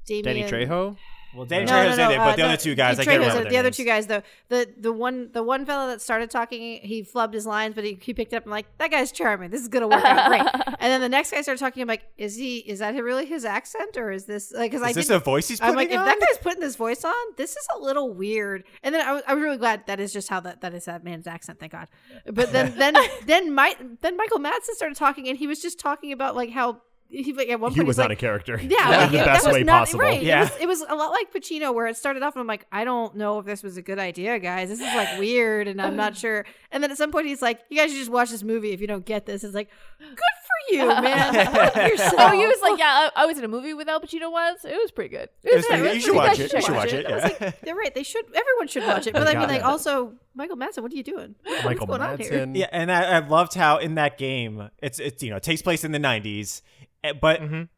Speaker 6: Damien-
Speaker 5: Trejo.
Speaker 2: Well, Danny
Speaker 6: No,
Speaker 2: Trejo's
Speaker 6: no, no,
Speaker 2: in it,
Speaker 6: uh,
Speaker 2: but the
Speaker 6: no,
Speaker 2: other two guys, I
Speaker 6: Danny
Speaker 2: can't
Speaker 6: Trejo's in
Speaker 2: remember
Speaker 6: it.
Speaker 2: their
Speaker 6: The other
Speaker 2: names.
Speaker 6: two guys, though, the the one the one fella that started talking, he flubbed his lines, but he, he picked it up and like that guy's charming. This is gonna work out
Speaker 4: *laughs*
Speaker 6: great. And then the next guy started talking. I'm like, is he is that really his accent or is this like because I
Speaker 2: Is this
Speaker 6: didn't-
Speaker 2: a voice he's
Speaker 6: I'm
Speaker 2: putting
Speaker 6: like, if
Speaker 2: on?
Speaker 6: that guy's putting this voice on, this is a little weird. And then I was, I was really glad that is just how that, that is that man's accent, thank God. But then
Speaker 2: *laughs*
Speaker 6: then then my then Michael Madsen started talking, and he was just talking about like how he like at one
Speaker 3: He
Speaker 6: point
Speaker 3: was
Speaker 6: he's
Speaker 3: not
Speaker 6: like,
Speaker 3: a character.
Speaker 6: yeah,
Speaker 3: in
Speaker 6: like,
Speaker 3: the
Speaker 6: it-
Speaker 3: best
Speaker 6: that was
Speaker 3: way
Speaker 6: not
Speaker 3: possible.
Speaker 6: right.
Speaker 2: Yeah.
Speaker 6: It, was, it was a lot like Pacino, where it started off, and I'm like, I don't know if this was a good idea, guys. This is like weird, and I'm not sure. And then at some point, he's like, "You guys should just watch this movie if you don't get this." It's like, good for you, man.
Speaker 2: *laughs*
Speaker 6: Love yourself.
Speaker 4: Oh, he was like, yeah, I, I was in a movie with Al Pacino once. It was pretty good. It
Speaker 2: was pretty-
Speaker 4: it
Speaker 2: you
Speaker 4: was
Speaker 2: should
Speaker 4: pretty
Speaker 2: watch
Speaker 4: good.
Speaker 2: it. You should watch it.
Speaker 6: I was
Speaker 2: Yeah.
Speaker 6: like, they're right. They should. Everyone should watch it. But I mean,
Speaker 3: God.
Speaker 6: like, also Michael Madsen, what are you doing? *laughs*
Speaker 3: Michael
Speaker 6: What's going on here?
Speaker 3: Madsen.
Speaker 2: Yeah, and I, I loved how in that game it's it's you know it takes place in the '90s, eh, but
Speaker 5: Mhm.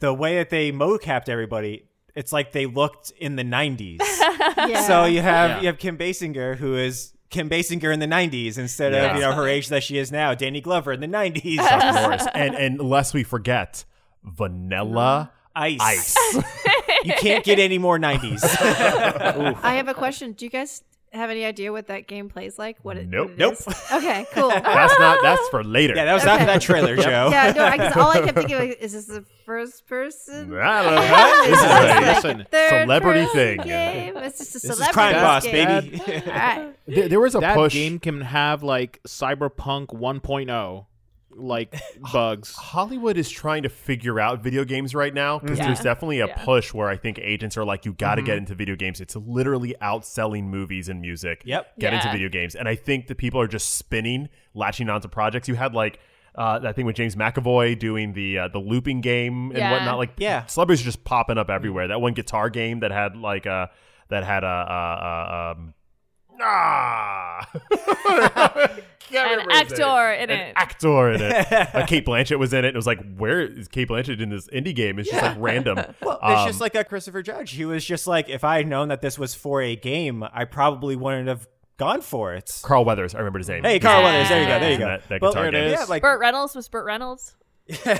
Speaker 2: the way that they mocapped everybody, it's like they looked in the '90s.
Speaker 6: *laughs* Yeah.
Speaker 2: so you have
Speaker 5: Yeah.
Speaker 2: you have Kim Basinger who is Kim Basinger in the '90s instead
Speaker 3: Yeah.
Speaker 2: of you know her age that she is now, Danny Glover in
Speaker 6: *laughs*
Speaker 2: the '90s.
Speaker 3: Chuck Norris. And and lest we forget,
Speaker 6: *laughs*
Speaker 3: Vanilla
Speaker 2: Ice.
Speaker 3: Ice.
Speaker 2: You can't get any more '90s.
Speaker 6: I have a question. Do you guys have any idea what that game plays like? What it?
Speaker 3: Nope.
Speaker 6: what it
Speaker 2: Nope. *laughs*
Speaker 6: is? Okay. Cool.
Speaker 3: that's not. That's for later.
Speaker 2: yeah, that was after
Speaker 6: Okay.
Speaker 2: that trailer, Joe.
Speaker 6: Yeah, no, I, 'cause all I kept thinking like, is this the first *laughs* person?
Speaker 3: I don't know.
Speaker 5: This
Speaker 6: It's
Speaker 5: is a-
Speaker 6: like
Speaker 5: listen,
Speaker 6: the third
Speaker 3: celebrity
Speaker 6: person
Speaker 3: thing.
Speaker 6: Game. It's just a
Speaker 2: This
Speaker 6: celebrity
Speaker 2: is Crime Boss,
Speaker 6: game.
Speaker 2: baby.
Speaker 6: *laughs* All right.
Speaker 3: There, there was a
Speaker 5: that
Speaker 3: push.
Speaker 5: game can have like cyberpunk 1.0 like bugs.
Speaker 3: Hollywood is trying to figure out video games right now because
Speaker 4: Yeah.
Speaker 3: there's definitely a
Speaker 4: Yeah.
Speaker 3: push where I think agents are like, you
Speaker 2: Mm-hmm.
Speaker 3: got to get into video games. It's literally outselling movies and music.
Speaker 2: Yep.
Speaker 3: Get into
Speaker 4: Yeah.
Speaker 3: video games. And I think that people are just spinning, latching onto projects. You had like, uh, that thing with James McAvoy doing the uh, the looping game and
Speaker 4: Yeah.
Speaker 3: whatnot, like
Speaker 2: Yeah. Mm-hmm.
Speaker 3: celebrities are just popping up everywhere. That one guitar game that had like a that had a, a, a um,
Speaker 4: *laughs*
Speaker 3: ah, *laughs* Can't
Speaker 4: An
Speaker 3: remember his
Speaker 4: actor
Speaker 3: name.
Speaker 4: in
Speaker 3: An
Speaker 4: it.
Speaker 3: actor in it. *laughs* uh, Kate Blanchett was in it. And it was like, where is Kate Blanchett in this indie game? It's just like random.
Speaker 2: *laughs* Well, it's
Speaker 3: Um,
Speaker 2: just like a Christopher Judge. He was just like, if I had known that this was for a game, I probably wouldn't have gone for it.
Speaker 3: Carl Weathers. I remember his name.
Speaker 2: Hey, Carl Weathers. There you go. There you go.
Speaker 3: That- that
Speaker 2: Well,
Speaker 3: guitar
Speaker 2: there it
Speaker 3: game.
Speaker 2: is. Yeah, like
Speaker 4: Burt Reynolds was Burt Reynolds.
Speaker 2: *laughs* yeah,
Speaker 3: *laughs* In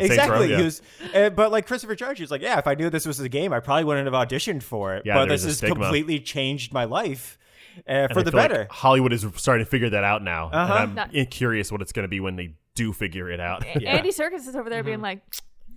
Speaker 3: Saints
Speaker 2: exactly.
Speaker 3: Row, yeah.
Speaker 2: He was, uh, but like Christopher Judge, he was like, yeah, if I knew this was a game, I probably wouldn't have auditioned for it.
Speaker 3: Yeah,
Speaker 2: but this
Speaker 3: there's a
Speaker 2: has
Speaker 3: stigma.
Speaker 2: completely changed my life uh,
Speaker 3: And
Speaker 2: for
Speaker 3: I
Speaker 2: the
Speaker 3: feel like
Speaker 2: better.
Speaker 3: Hollywood is starting to figure that out now,
Speaker 2: Uh-huh.
Speaker 3: and I'm
Speaker 4: Not-
Speaker 3: i- curious what it's going to be when they do figure it out.
Speaker 4: Andy Circus is over there being like,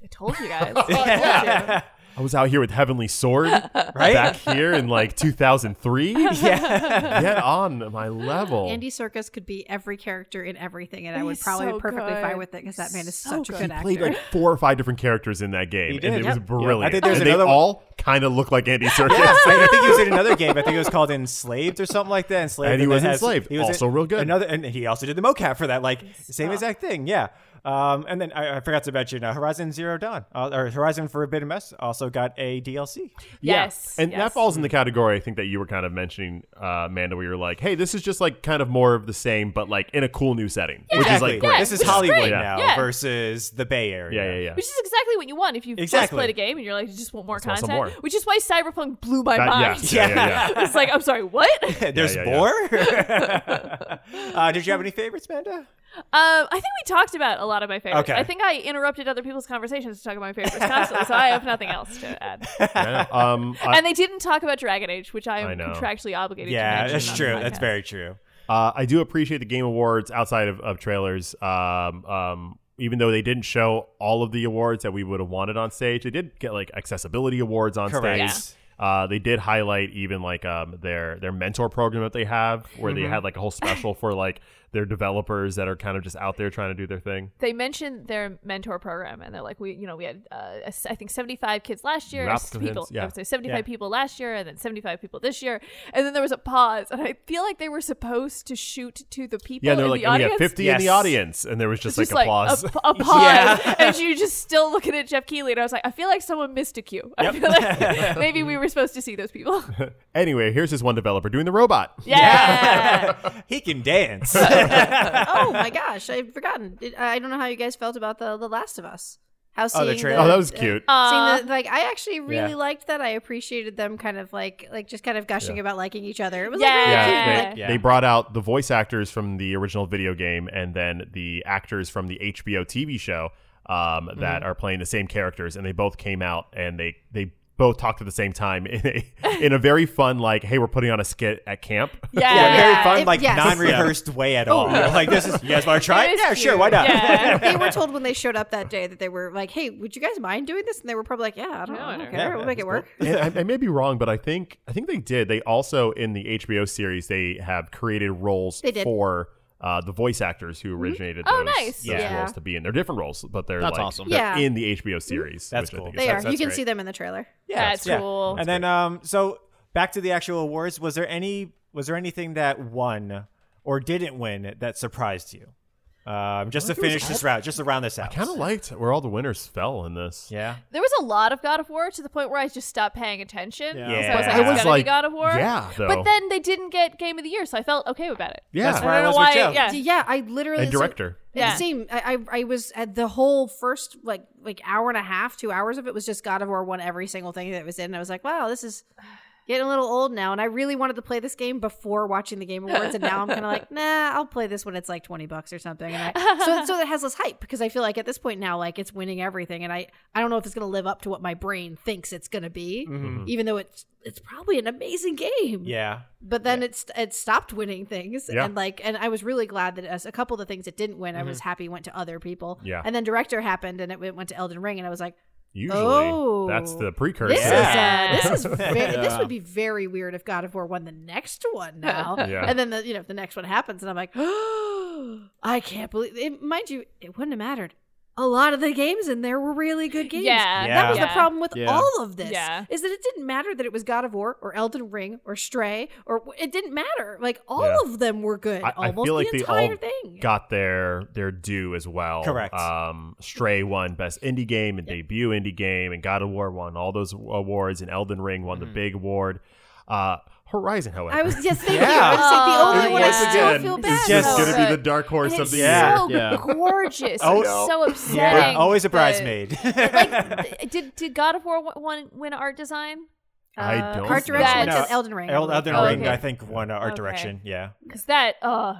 Speaker 4: I told you guys.
Speaker 3: "Oh,
Speaker 2: *laughs* yeah.
Speaker 3: I was out here with Heavenly Sword
Speaker 2: *laughs* Right?
Speaker 3: back here in like 2003.
Speaker 2: *laughs* yeah.
Speaker 3: Get on my level.
Speaker 6: Andy Circus could be every character in everything, and I would
Speaker 4: He's
Speaker 6: probably
Speaker 4: so
Speaker 6: be perfectly
Speaker 4: good.
Speaker 6: fine with it because that man is
Speaker 4: So
Speaker 6: such a
Speaker 4: good.
Speaker 6: good
Speaker 3: he played
Speaker 6: actor.
Speaker 3: like four or five different characters in that game,
Speaker 2: He
Speaker 3: and
Speaker 2: did.
Speaker 3: it was
Speaker 2: Yep.
Speaker 3: brilliant.
Speaker 2: Yeah. I think there's
Speaker 3: and they
Speaker 2: another one-
Speaker 3: all kind of look
Speaker 2: *laughs*
Speaker 3: like Andy Serkis.
Speaker 2: Like, I think he was in another game. I think it was called Enslaved or something like that. Enslaved,
Speaker 3: And he
Speaker 2: that
Speaker 3: was
Speaker 2: has-
Speaker 3: Enslaved. Also real good.
Speaker 2: Another, and he also did the mocap for that, like
Speaker 4: Oh.
Speaker 2: same exact thing. Yeah. Um, and then I, I forgot to mention uh, Horizon Zero Dawn uh, or Horizon Forbidden West also got a DLC.
Speaker 3: Yeah.
Speaker 4: Yes,
Speaker 3: And that
Speaker 4: yes.
Speaker 3: falls in the category I think that you were kind of mentioning, uh, Amanda, where you're like, hey, this is just like kind of more of the same, but like in a cool new setting. Which is like
Speaker 2: Exactly.
Speaker 3: great.
Speaker 2: this is
Speaker 4: which is
Speaker 2: Hollywood
Speaker 4: great.
Speaker 2: now
Speaker 4: Yeah.
Speaker 2: versus the Bay Area.
Speaker 3: Yeah, yeah, yeah.
Speaker 4: Which is exactly what you want if you've just
Speaker 2: Exactly.
Speaker 4: played a game and you're like, you just want more
Speaker 3: want some
Speaker 4: content.
Speaker 3: more.
Speaker 4: Which is why Cyberpunk blew my
Speaker 3: That-
Speaker 4: mind.
Speaker 3: yeah, yeah,
Speaker 4: *laughs*
Speaker 3: yeah,
Speaker 4: it's like, I'm sorry, what? um,
Speaker 2: There's
Speaker 3: yeah, yeah.
Speaker 2: more. *laughs*
Speaker 3: *laughs*
Speaker 2: uh, did you have any favorites, Amanda?
Speaker 4: Um, I think we talked about a lot of my favorites.
Speaker 2: Okay.
Speaker 4: I think I interrupted other people's conversations to talk about my favorites constantly, so I have nothing else to add.
Speaker 3: yeah. yeah. *laughs* Um, I-
Speaker 4: and they didn't talk about Dragon Age, which I
Speaker 3: I
Speaker 4: am
Speaker 3: know.
Speaker 4: contractually obligated to
Speaker 2: Yeah,
Speaker 4: mention.
Speaker 2: that's
Speaker 4: on
Speaker 2: true.
Speaker 4: the
Speaker 2: That's
Speaker 4: podcast.
Speaker 2: very true.
Speaker 3: Uh, I do appreciate the Game Awards outside of, of trailers. Um, um, even though they didn't show all of the awards that we would have wanted on stage, they did get like accessibility awards on
Speaker 2: Correct.
Speaker 3: stage. Uh, they did highlight even like um, their their mentor program that they have, where they had like a whole special for like their developers that are kind of just out there trying to do their thing.
Speaker 4: They mentioned their mentor program, and they're like, we, you know, we had, uh, a s- I think, seventy-five kids last year.
Speaker 3: Rapid
Speaker 4: people,
Speaker 3: kids, yeah.
Speaker 4: I would say seventy-five
Speaker 2: Yeah.
Speaker 4: people last year, and then seventy-five people this year, and then there was a pause, and I feel like they were supposed to shoot to the people
Speaker 3: Yeah, and
Speaker 4: Oh, in
Speaker 3: they're
Speaker 4: the
Speaker 3: like, and we
Speaker 4: audience.
Speaker 3: have fifty in the
Speaker 2: Yes.
Speaker 3: audience, and there was
Speaker 4: It's
Speaker 3: just,
Speaker 4: just
Speaker 3: like
Speaker 4: like
Speaker 3: applause.
Speaker 4: a, p-
Speaker 2: *laughs*
Speaker 4: a pause,
Speaker 2: Yeah.
Speaker 4: and you just still looking at Jeff Keeley, and I was like, I feel like someone missed a cue. I feel
Speaker 2: *laughs*
Speaker 4: like maybe we were supposed to see those people.
Speaker 3: *laughs* anyway, here's this one developer doing
Speaker 4: *laughs*
Speaker 3: the robot.
Speaker 4: Yeah. *laughs*
Speaker 2: He can dance.
Speaker 3: *laughs*
Speaker 6: oh my gosh, I've forgotten. It- I don't know how you guys felt about the The Last of Us. How seeing uh,
Speaker 2: the trailer.
Speaker 3: Oh, that was cute.
Speaker 4: Aw.
Speaker 6: Seeing the, like I actually really
Speaker 2: Yeah.
Speaker 6: liked that. I appreciated them kind of like like just kind of gushing about liking each other. It was like
Speaker 4: Yeah.
Speaker 6: very cute.
Speaker 3: Yeah,
Speaker 4: Yeah.
Speaker 3: They,
Speaker 2: Yeah.
Speaker 3: they brought out the voice actors from the original video game and then the actors from the HBO TV show um,
Speaker 4: Mm-hmm.
Speaker 3: that are playing the same characters, and they both came out and they they both talked at the same time in a, *laughs* in a very fun like, hey, we're putting on a skit at camp.
Speaker 4: yeah.
Speaker 2: yeah, very fun,
Speaker 6: If-
Speaker 2: like
Speaker 6: yes.
Speaker 2: non-rehearsed way at all. Like this is you guys want to try?
Speaker 4: It
Speaker 2: it?
Speaker 4: is
Speaker 2: *laughs* Yeah, sure.
Speaker 4: cute.
Speaker 2: Why
Speaker 4: *laughs*
Speaker 2: not?
Speaker 4: Yeah.
Speaker 6: they
Speaker 3: *laughs*
Speaker 6: were told when they showed up that day that they were like, "Hey, would you guys mind doing this?" And they were probably like, "Yeah, I don't,
Speaker 4: No,
Speaker 6: I don't
Speaker 4: no.
Speaker 6: care. we'll make it work." *laughs*
Speaker 3: And I, I may be wrong, but I think I think they did. They also in the HBO series they have created roles
Speaker 6: They did. Mm-hmm.
Speaker 3: for. Uh, the voice actors who originated
Speaker 4: Oh,
Speaker 3: those,
Speaker 4: nice.
Speaker 3: those
Speaker 6: Yeah.
Speaker 3: roles to be in. They're different roles, but they're
Speaker 5: That's
Speaker 3: like
Speaker 5: awesome.
Speaker 3: they're
Speaker 6: Yeah.
Speaker 3: in the HBO series.
Speaker 2: That's
Speaker 3: which I
Speaker 2: cool.
Speaker 3: think is
Speaker 6: They are.
Speaker 2: That's-
Speaker 6: You can
Speaker 2: that's
Speaker 6: see
Speaker 2: great.
Speaker 6: them in the trailer.
Speaker 4: That's cool.
Speaker 2: And then um so back to the actual awards, was there any was there anything that won or didn't win that surprised you? Um just to finish this round, just to round this out.
Speaker 3: kind of liked where all the winners fell in this.
Speaker 2: Yeah.
Speaker 4: There was a lot of God of War to the point where I just stopped paying attention.
Speaker 5: Yeah.
Speaker 4: So
Speaker 2: Yeah.
Speaker 4: I was like, it's
Speaker 2: I was
Speaker 4: gotta
Speaker 3: like,
Speaker 4: be God of War.
Speaker 3: yeah, though.
Speaker 4: But then they didn't get Game of the Year, so I felt okay about it.
Speaker 3: Yeah,
Speaker 2: That's
Speaker 4: I
Speaker 2: Where I
Speaker 4: don't know
Speaker 2: was
Speaker 4: why.
Speaker 2: with Joe.
Speaker 4: Yeah.
Speaker 6: Yeah, I literally
Speaker 3: and director.
Speaker 4: Yeah.
Speaker 6: Yeah. Same. I, I I was at the whole first like like hour and a half, two hours of it was just God of War one every single thing that was in. I was like, wow, this is getting a little old now. And I really wanted to play this game before watching the Game Awards, and now I'm kind of like, nah, I'll play this when it's like twenty bucks or something. And I, so so it has less hype because I feel like at this point now, like it's winning everything, and I I don't know if it's gonna live up to what my brain thinks it's gonna be,
Speaker 3: Mm-hmm.
Speaker 6: even though it's it's probably an amazing game
Speaker 2: Mm-hmm. Yeah.
Speaker 6: but then it's it stopped winning things
Speaker 3: Yeah.
Speaker 6: and like and i was really glad that as a couple of the things it didn't win i was happy went to other people
Speaker 3: Mm-hmm. Yeah.
Speaker 6: and then director happened and it went- went to elden ring and i was like
Speaker 3: Usually,
Speaker 6: Oh.
Speaker 3: that's the precursor.
Speaker 6: this
Speaker 3: *laughs*
Speaker 4: Yeah.
Speaker 6: is uh, this is ve- this
Speaker 5: Yeah.
Speaker 6: would be very weird if god of war won the next one now
Speaker 3: Yeah.
Speaker 6: and then the you know the next one happens and i'm like *gasps* i can't believe it mind you it wouldn't have mattered a lot of the games in there were really good games
Speaker 4: Yeah.
Speaker 2: Yeah.
Speaker 6: that was
Speaker 4: Yeah.
Speaker 6: the problem with
Speaker 5: Yeah.
Speaker 6: all of this
Speaker 4: Yeah.
Speaker 6: is that it didn't matter that it was God of War or Elden Ring or Stray or it didn't matter. Like all
Speaker 3: Yeah.
Speaker 6: of them were good.
Speaker 3: I, I
Speaker 6: almost
Speaker 3: feel like
Speaker 6: the
Speaker 3: they
Speaker 6: entire
Speaker 3: all
Speaker 6: thing.
Speaker 3: got their their due as well.
Speaker 2: Correct.
Speaker 3: Um, Stray won best indie game and debut indie game, and God of War won all those awards, and Elden Ring won
Speaker 6: Mm-hmm.
Speaker 3: the big award. Uh, Horizon, however, *laughs*
Speaker 6: I was yes, thank you.
Speaker 2: Yeah.
Speaker 6: I was like the only
Speaker 4: Oh,
Speaker 6: one
Speaker 4: yeah.
Speaker 6: I still
Speaker 4: Again,
Speaker 6: feel
Speaker 4: it's
Speaker 6: bad.
Speaker 2: just
Speaker 6: about.
Speaker 2: gonna
Speaker 3: be the dark horse
Speaker 4: And
Speaker 3: of
Speaker 4: it's
Speaker 3: the
Speaker 2: year. *laughs*
Speaker 4: So
Speaker 5: Yeah.
Speaker 4: gorgeous.
Speaker 2: Oh,
Speaker 4: it's
Speaker 2: no.
Speaker 4: so upsetting.
Speaker 2: Always a
Speaker 4: that-
Speaker 2: bridesmaid.
Speaker 4: *laughs* like, *laughs* th- did, did God of War w- won- win art design? Uh,
Speaker 3: I don't
Speaker 6: Art
Speaker 3: know.
Speaker 6: direction
Speaker 4: No.
Speaker 6: to Elden Ring. I
Speaker 2: El-
Speaker 6: believe.
Speaker 2: *laughs* Elden
Speaker 4: Oh,
Speaker 2: Ring,
Speaker 4: okay.
Speaker 2: I think, won art
Speaker 4: Okay.
Speaker 2: direction. Yeah.
Speaker 4: Because that, uh,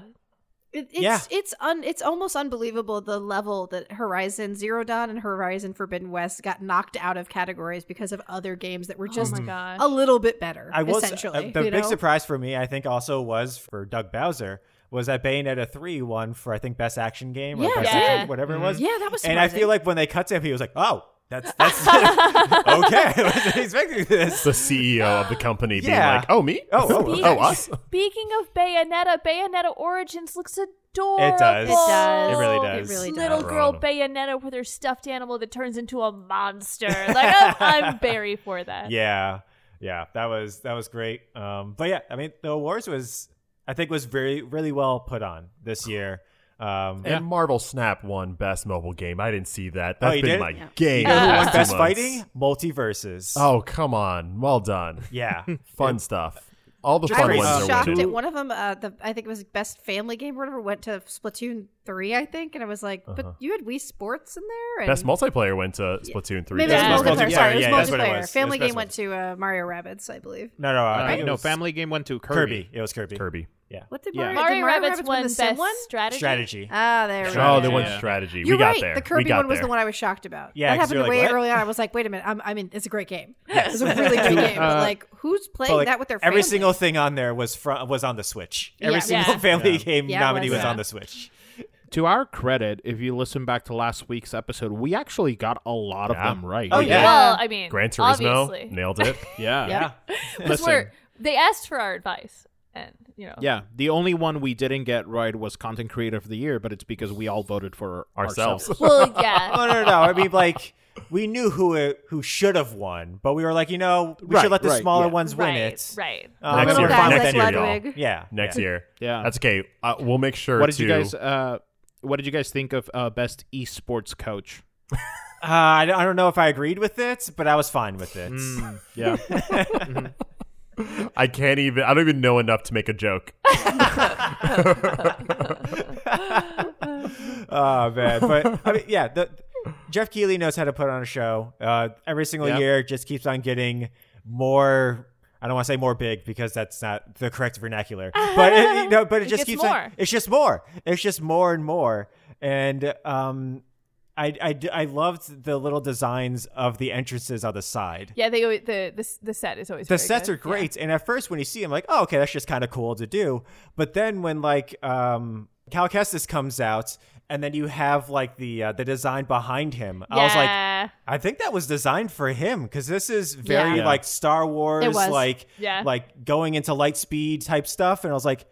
Speaker 6: It, it's
Speaker 2: Yeah.
Speaker 6: it's un, it's almost unbelievable the level that Horizon Zero Dawn and Horizon Forbidden West got knocked out of categories because of other games that were just
Speaker 4: oh my gosh.
Speaker 6: a little bit better.
Speaker 2: I was uh,
Speaker 6: essentially
Speaker 2: the
Speaker 6: you
Speaker 2: big
Speaker 6: know?
Speaker 2: surprise for me. I think also was for Doug Bowser was that Bayonetta three won for I think best action game or
Speaker 6: Yeah,
Speaker 2: best
Speaker 4: it
Speaker 2: action-
Speaker 4: did.
Speaker 2: whatever it
Speaker 5: Mhm.
Speaker 2: was.
Speaker 6: Yeah, that was.
Speaker 2: and I
Speaker 6: surprising.
Speaker 2: feel like when they cut to him, he was like, "Oh, that's that's *laughs* okay. *laughs* I wasn't expecting
Speaker 3: *laughs*
Speaker 2: this."
Speaker 3: The CEO of the company
Speaker 2: Yeah.
Speaker 3: being like, "Oh me?
Speaker 2: Oh, oh,
Speaker 4: Speaking-
Speaker 3: oh us?
Speaker 4: Speaking of Bayonetta, Bayonetta Origins looks adorable.
Speaker 2: does. It
Speaker 6: does.
Speaker 2: It really does.
Speaker 6: It really does.
Speaker 4: Little girl Bayonetta with her stuffed animal that turns into a monster. Like I'm, I'm
Speaker 2: *laughs*
Speaker 4: Barry for that.
Speaker 2: oh. yeah yeah that was that was great um but yeah i mean the awards was i think was very really well put on this year um
Speaker 3: And Marvel Snap won Best Mobile Game. I didn't see that.
Speaker 2: Oh,
Speaker 3: That's
Speaker 2: you
Speaker 3: been
Speaker 2: did?
Speaker 3: my
Speaker 6: Yeah.
Speaker 2: you
Speaker 3: game.
Speaker 2: know who
Speaker 3: the
Speaker 2: won
Speaker 3: past two
Speaker 2: best
Speaker 3: months.
Speaker 2: fighting multiverses
Speaker 3: Oh come on! Well done.
Speaker 2: yeah
Speaker 3: Fun stuff. All the
Speaker 2: Just
Speaker 6: I
Speaker 3: fun
Speaker 2: great
Speaker 6: was
Speaker 3: ones
Speaker 2: stuff.
Speaker 3: are
Speaker 6: shocked
Speaker 3: winning.
Speaker 6: at one of them. Uh, the I think it was best family game or whatever went to Splatoon three, I think, and I was like,
Speaker 3: Uh-huh.
Speaker 6: "But you had Wii Sports in there." And
Speaker 3: Best multiplayer went to Splatoon three.
Speaker 6: Maybe
Speaker 4: Yeah.
Speaker 6: it was
Speaker 4: Best
Speaker 6: multiplayer.
Speaker 2: multiplayer,
Speaker 6: Sorry, it was
Speaker 2: yeah, that's what it
Speaker 6: multiplayer.
Speaker 2: was.
Speaker 6: Family
Speaker 2: It was
Speaker 6: game went
Speaker 2: best
Speaker 6: to uh, Mario Rabbits, I believe.
Speaker 2: no no
Speaker 5: Uh,
Speaker 2: i think it
Speaker 5: no,
Speaker 2: was
Speaker 5: Family Game went to
Speaker 2: kirby.
Speaker 5: Kirby.
Speaker 2: it was kirby,
Speaker 3: Kirby.
Speaker 6: What did
Speaker 5: Yeah.
Speaker 6: Mario,
Speaker 4: Mario
Speaker 6: did Mario
Speaker 4: Rabbits
Speaker 6: Rabbits win
Speaker 4: won
Speaker 6: the
Speaker 4: best
Speaker 6: Sim one?
Speaker 4: strategy.
Speaker 2: strategy
Speaker 6: Ah, there we
Speaker 3: Oh,
Speaker 6: go.
Speaker 3: they won
Speaker 5: Yeah.
Speaker 3: strategy.
Speaker 6: You're
Speaker 3: we got
Speaker 6: right.
Speaker 3: there.
Speaker 6: The
Speaker 3: we
Speaker 6: Kirby
Speaker 3: got
Speaker 6: one was
Speaker 3: there.
Speaker 6: the one I was shocked about.
Speaker 2: Yeah,
Speaker 6: that
Speaker 2: 'cause you
Speaker 6: happened
Speaker 2: were
Speaker 6: way
Speaker 2: like, what?
Speaker 6: early on. I was like, "Wait a minute! I'm, I mean, it's a great game. It's a
Speaker 2: *laughs*
Speaker 6: really great game, but
Speaker 5: uh,
Speaker 6: like, who's playing
Speaker 2: But, like,
Speaker 6: that with their family?
Speaker 2: every single thing on there was from was on the switch every
Speaker 6: Yeah.
Speaker 2: single
Speaker 4: Yeah.
Speaker 2: family
Speaker 5: Yeah.
Speaker 2: game
Speaker 6: Yeah, it
Speaker 2: nominee
Speaker 6: was.
Speaker 2: was,
Speaker 6: Yeah.
Speaker 2: on the switch
Speaker 5: To our credit, if you listen back to last week's episode, we actually got a lot
Speaker 3: Yeah.
Speaker 5: of them right.
Speaker 2: Oh,
Speaker 5: We
Speaker 2: yeah.
Speaker 5: did.
Speaker 4: Well, I mean,
Speaker 3: Gran Turismo
Speaker 4: obviously.
Speaker 3: nailed it.
Speaker 6: *laughs*
Speaker 5: Yeah.
Speaker 2: yeah
Speaker 4: Because we're they asked for our advice, and you know,
Speaker 5: Yeah, the only one we didn't get right was content creator of the year, but it's because we all voted for
Speaker 3: Ourselves.
Speaker 2: *laughs*
Speaker 5: ourselves.
Speaker 4: well,
Speaker 2: oh
Speaker 4: yeah,
Speaker 2: no no no i mean like we knew who it, who should have won but we were like you know we
Speaker 5: Right,
Speaker 2: should let the
Speaker 5: right,
Speaker 2: smaller
Speaker 5: yeah.
Speaker 2: ones win
Speaker 4: right,
Speaker 2: it
Speaker 4: right.
Speaker 2: Um,
Speaker 3: Next
Speaker 2: and
Speaker 3: year.
Speaker 2: we're fine with
Speaker 3: Next
Speaker 2: that.
Speaker 3: year, y'all.
Speaker 2: yeah
Speaker 3: Next
Speaker 2: yeah.
Speaker 3: year.
Speaker 5: Yeah.
Speaker 3: That's okay. Uh, we'll make sure
Speaker 5: what did
Speaker 3: to
Speaker 5: you guys? Uh, what did you guys think of uh, best esports coach?
Speaker 2: Uh, I don't I don't know if I agreed with it, but I was fine with it.
Speaker 3: Hmm.
Speaker 5: *laughs* yeah,
Speaker 3: I can't even. I don't even know enough to make a joke.
Speaker 2: *laughs* Oh man, but I mean, yeah, the, Jeff Keeley knows how to put on a show. Uh, every single
Speaker 5: Yeah.
Speaker 2: year, just keeps on getting more. I don't want to say more big because that's not the
Speaker 4: *laughs*
Speaker 2: correct vernacular, but it, you know, but it,
Speaker 4: It
Speaker 2: just
Speaker 4: gets
Speaker 2: keeps
Speaker 4: more.
Speaker 2: on. It's just more. It's just more and more, and um. I, I, d- I loved the little designs of the entrances on the side.
Speaker 4: Yeah, they always, the, the the set is always
Speaker 2: the
Speaker 4: very
Speaker 2: sets
Speaker 4: good.
Speaker 2: are great and at first when you see them like oh okay that's just kind of cool to do but then when like um cal kestis comes out and then you have like the uh, the design behind him i was like
Speaker 4: Yeah.
Speaker 2: i think that was designed for him because this is very
Speaker 5: Yeah.
Speaker 2: like star wars
Speaker 6: It was.
Speaker 2: like
Speaker 4: Yeah.
Speaker 2: like going into light speed type stuff and i was like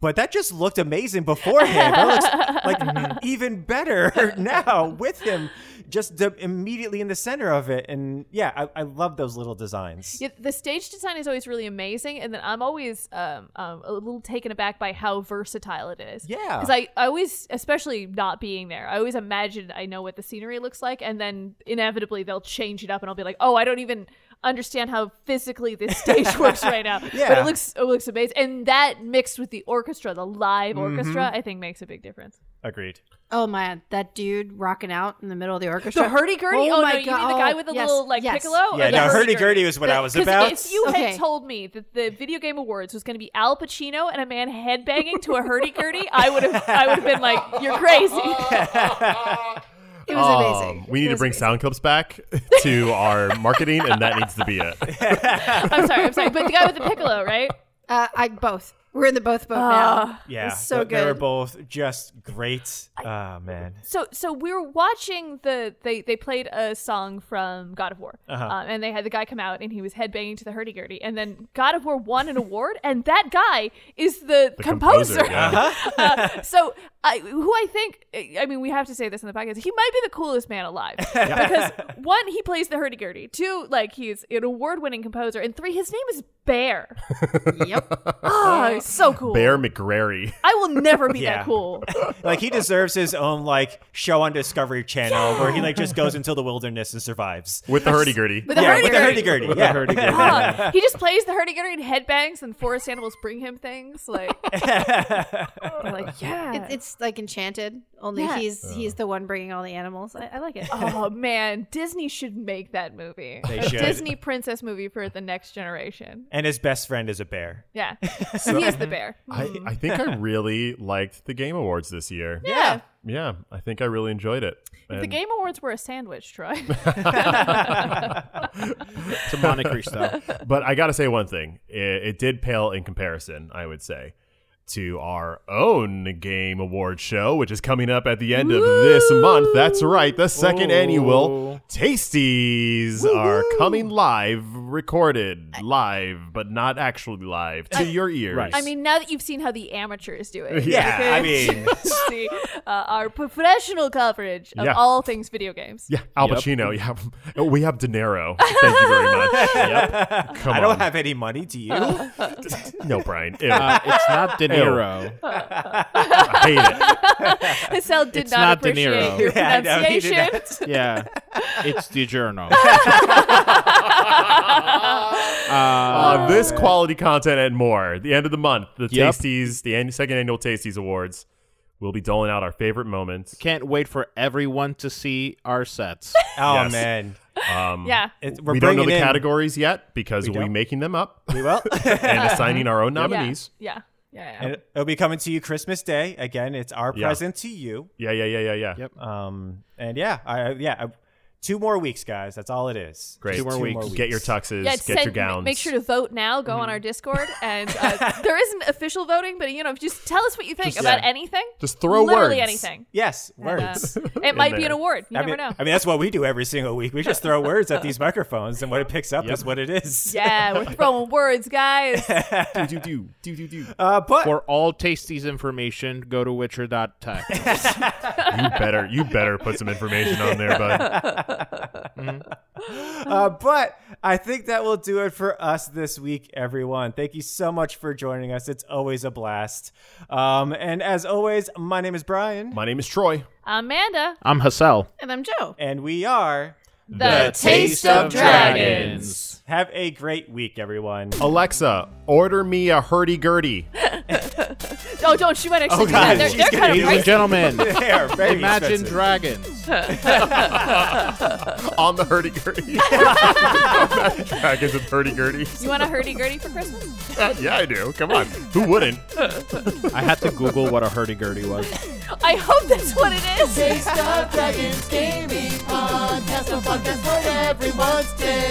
Speaker 2: but that just looked amazing beforehand. That looks like even better *laughs* now with him just d- immediately in the center of it. And yeah, I, I love those little designs.
Speaker 4: Yeah, the stage design is always really amazing, and then I'm always um, um, a little taken aback by how versatile it is.
Speaker 2: Yeah.
Speaker 4: because I, I always, especially not being there, I always imagine I know what the scenery looks like, and then inevitably they'll change it up, and I'll be like, oh, I don't even understand how physically
Speaker 2: *laughs*
Speaker 4: this stage works right now. but
Speaker 2: Yeah.
Speaker 4: it looks it looks amazing, and that mixed with the orchestra, the live orchestra,
Speaker 2: Mm-hmm.
Speaker 4: I think makes a big difference.
Speaker 2: Agreed.
Speaker 6: Oh man, that dude rocking out in the middle of the orchestra.
Speaker 4: The hurdy gurdy.
Speaker 6: Oh
Speaker 4: Oh,
Speaker 6: my
Speaker 4: no, you mean
Speaker 6: God.
Speaker 4: the guy with the
Speaker 6: Yes,
Speaker 4: little like
Speaker 6: yes.
Speaker 4: piccolo? or
Speaker 2: Yeah,
Speaker 4: the
Speaker 2: no, hurdy gurdy
Speaker 4: hurdy-gurdy?
Speaker 2: was what
Speaker 4: *laughs*
Speaker 2: I was
Speaker 4: Because
Speaker 2: about.
Speaker 4: If you
Speaker 6: Okay.
Speaker 4: had told me that the video game awards was going to be Al Pacino and a man headbanging to a hurdy gurdy, I would have, I would have been like, "You're
Speaker 2: *laughs*
Speaker 4: crazy."
Speaker 6: It was
Speaker 3: Um,
Speaker 6: amazing.
Speaker 3: We need
Speaker 6: It
Speaker 3: to
Speaker 6: was
Speaker 3: bring
Speaker 6: amazing.
Speaker 3: sound clips back *laughs* to our marketing, and that needs to be it.
Speaker 6: *laughs*
Speaker 4: I'm sorry, I'm sorry, but the guy with the piccolo, right?
Speaker 6: Uh, I both. We're in the both boat
Speaker 4: Ah.
Speaker 6: now.
Speaker 2: yeah,
Speaker 6: It's so
Speaker 2: th- They were
Speaker 6: good.
Speaker 2: both just great. Ah
Speaker 6: *laughs*
Speaker 2: man.
Speaker 4: So, so we were watching the they they played a song from God of War, um, and they had the guy come out and he was headbanging to the hurdy gurdy, and then God of War won an award, and that guy is the,
Speaker 3: The
Speaker 4: composer.
Speaker 3: yeah.
Speaker 4: *laughs* Uh, so I, who I think, I mean, we have to say this in the podcast. He might be the coolest man alive *laughs* because one, he plays the hurdy gurdy. Two, like he's an award-winning composer, and three, his name is Bear.
Speaker 3: *laughs*
Speaker 6: Yep.
Speaker 4: Oh, it's so cool.
Speaker 3: Bear McGrary.
Speaker 4: I will never be
Speaker 2: Yeah.
Speaker 4: that cool.
Speaker 2: Like he deserves his own like show on Discovery Channel where he like just goes into the wilderness and survives.
Speaker 3: with the hurdy gurdy.
Speaker 4: With the
Speaker 2: yeah,
Speaker 4: hurdy
Speaker 2: with the
Speaker 4: gurdy.
Speaker 2: hurdy gurdy.
Speaker 5: With the
Speaker 2: Yeah.
Speaker 5: hurdy-gurdy.
Speaker 4: Ah, he just plays the hurdy gurdy and headbangs, and forest animals bring him things. Like, I'm like yeah.
Speaker 6: It's, it's like Enchanted, only
Speaker 4: Yeah.
Speaker 6: he's
Speaker 3: Uh.
Speaker 6: he's the one bringing all the animals. I, I like it.
Speaker 4: oh man, Disney should make that movie.
Speaker 2: They
Speaker 4: a
Speaker 2: should.
Speaker 4: Disney princess movie for the next generation.
Speaker 2: and his best friend is a bear.
Speaker 4: Yeah. So, he is was the bear.
Speaker 3: I, I think
Speaker 6: *laughs*
Speaker 3: I really liked the Game Awards this year. Yeah,
Speaker 4: Yeah.
Speaker 3: I think I really enjoyed it.
Speaker 4: If the
Speaker 3: And-
Speaker 4: Game Awards were a sandwich, Troy.
Speaker 5: It's a Monte Cristo.
Speaker 3: but I got to say one thing. It, it did pale in comparison, I would say, to our own Game Award show, which is coming up at the end of this month. That's right, the second
Speaker 5: Ooh.
Speaker 3: annual Tasties are coming live, recorded live, but not actually live to your ears.
Speaker 5: Right.
Speaker 4: *laughs* I mean, now that you've seen how the amateurs do it, you
Speaker 3: Yeah,
Speaker 2: I
Speaker 4: could
Speaker 2: mean-
Speaker 4: *laughs* see uh, our professional coverage of
Speaker 3: Yeah.
Speaker 4: all things video games.
Speaker 3: Yeah, Al
Speaker 5: Yep.
Speaker 3: Pacino. Yeah, *laughs* Oh, we have De Niro. Thank you very much. *laughs* Yep. Come
Speaker 2: I don't
Speaker 3: on.
Speaker 2: have any money.
Speaker 3: *laughs*
Speaker 2: Do you?
Speaker 3: no, Brian. Ew,
Speaker 5: Uh, it's not *laughs* De Niro.
Speaker 3: I hate
Speaker 4: *laughs*
Speaker 3: it.
Speaker 4: Sal did
Speaker 5: It's
Speaker 4: not,
Speaker 5: not De
Speaker 4: appreciate
Speaker 5: Niro.
Speaker 4: your
Speaker 2: Yeah, I know, he did
Speaker 4: pronunciation.
Speaker 5: Yeah, it's DiGiorno.
Speaker 3: Uh, this quality content and more. The end of the month, the
Speaker 5: Yep.
Speaker 3: Tasties, the annu- second annual Tasties Awards. We'll be doling out our favorite moments.
Speaker 5: Can't wait for everyone to see our sets.
Speaker 2: Oh
Speaker 3: Yes.
Speaker 2: man,
Speaker 4: *laughs*
Speaker 3: Um,
Speaker 4: yeah.
Speaker 2: It's- we're
Speaker 3: we don't know
Speaker 2: bringing
Speaker 3: the
Speaker 2: in-
Speaker 3: categories yet because we'll be
Speaker 2: don't.
Speaker 3: making
Speaker 2: *laughs*
Speaker 3: them up
Speaker 2: We
Speaker 3: *laughs*
Speaker 2: will.
Speaker 3: and assigning our own
Speaker 4: yeah.
Speaker 3: nominees.
Speaker 4: Yeah. Yeah. yeah.
Speaker 2: and it'll be coming to you Christmas Day again. It's our
Speaker 3: Yeah.
Speaker 2: present to you.
Speaker 3: Yeah, yeah, yeah, yeah, yeah.
Speaker 5: Yep.
Speaker 2: Um, and yeah, I yeah, I, two more weeks, guys. That's all it is.
Speaker 3: Great.
Speaker 5: Two more weeks.
Speaker 3: Get your tuxes.
Speaker 4: Yeah,
Speaker 3: get
Speaker 4: send-
Speaker 3: your
Speaker 4: ma-
Speaker 3: gowns.
Speaker 4: Make sure to vote now. Go on our Discord, and uh, there isn't official voting, but you know, just tell us what you think
Speaker 3: Just-
Speaker 4: about
Speaker 3: yeah.
Speaker 4: anything.
Speaker 3: Just throw
Speaker 4: literally
Speaker 3: words.
Speaker 4: anything.
Speaker 2: Yes,
Speaker 4: And, uh,
Speaker 2: words.
Speaker 4: it might be
Speaker 3: there.
Speaker 4: an award. You
Speaker 2: I
Speaker 4: never
Speaker 2: mean,
Speaker 4: know.
Speaker 2: *laughs* I mean, that's what we do every single week. We just throw words
Speaker 4: *laughs*
Speaker 2: at these microphones, and what it picks up is what it is.
Speaker 4: yeah, we're throwing words, guys.
Speaker 3: *laughs* do do do do do do.
Speaker 2: Uh, but
Speaker 5: For all Tasty's information, go to Witcher.tech.
Speaker 3: You better you better put some information on there, bud.
Speaker 2: Uh, but I think that will do it for us this week, everyone. Thank you so much for joining us. It's always a blast. Um, and as always, my name is Brian,
Speaker 3: My name is Troy.
Speaker 4: Amanda,
Speaker 5: I'm Hassel.
Speaker 6: And I'm Joe.
Speaker 2: and we are.
Speaker 4: the,
Speaker 5: Taste of Dragons.
Speaker 2: Have a great week, everyone.
Speaker 3: Alexa, order me a hurdy gurdy.
Speaker 4: Oh, don't she might actually
Speaker 2: Oh,
Speaker 4: do
Speaker 2: God,
Speaker 4: that. They're,
Speaker 2: she's
Speaker 4: they're
Speaker 2: gonna
Speaker 4: kind
Speaker 5: Ladies
Speaker 4: of
Speaker 2: do
Speaker 4: pricey.
Speaker 5: and
Speaker 2: *laughs*
Speaker 5: gentlemen,
Speaker 2: They are *laughs* very
Speaker 5: imagine
Speaker 2: expensive.
Speaker 5: dragons.
Speaker 3: on the hurdy *laughs* gurdy. Dragons with hurdy gurdy.
Speaker 4: You want a hurdy gurdy for Christmas?
Speaker 3: yeah, I do. Come on. Who wouldn't?
Speaker 5: I had to Google what a hurdy-gurdy was.
Speaker 4: I hope that's what it is.
Speaker 1: Taste of Dragons Gaming Podcast, a podcast for everyone's taste.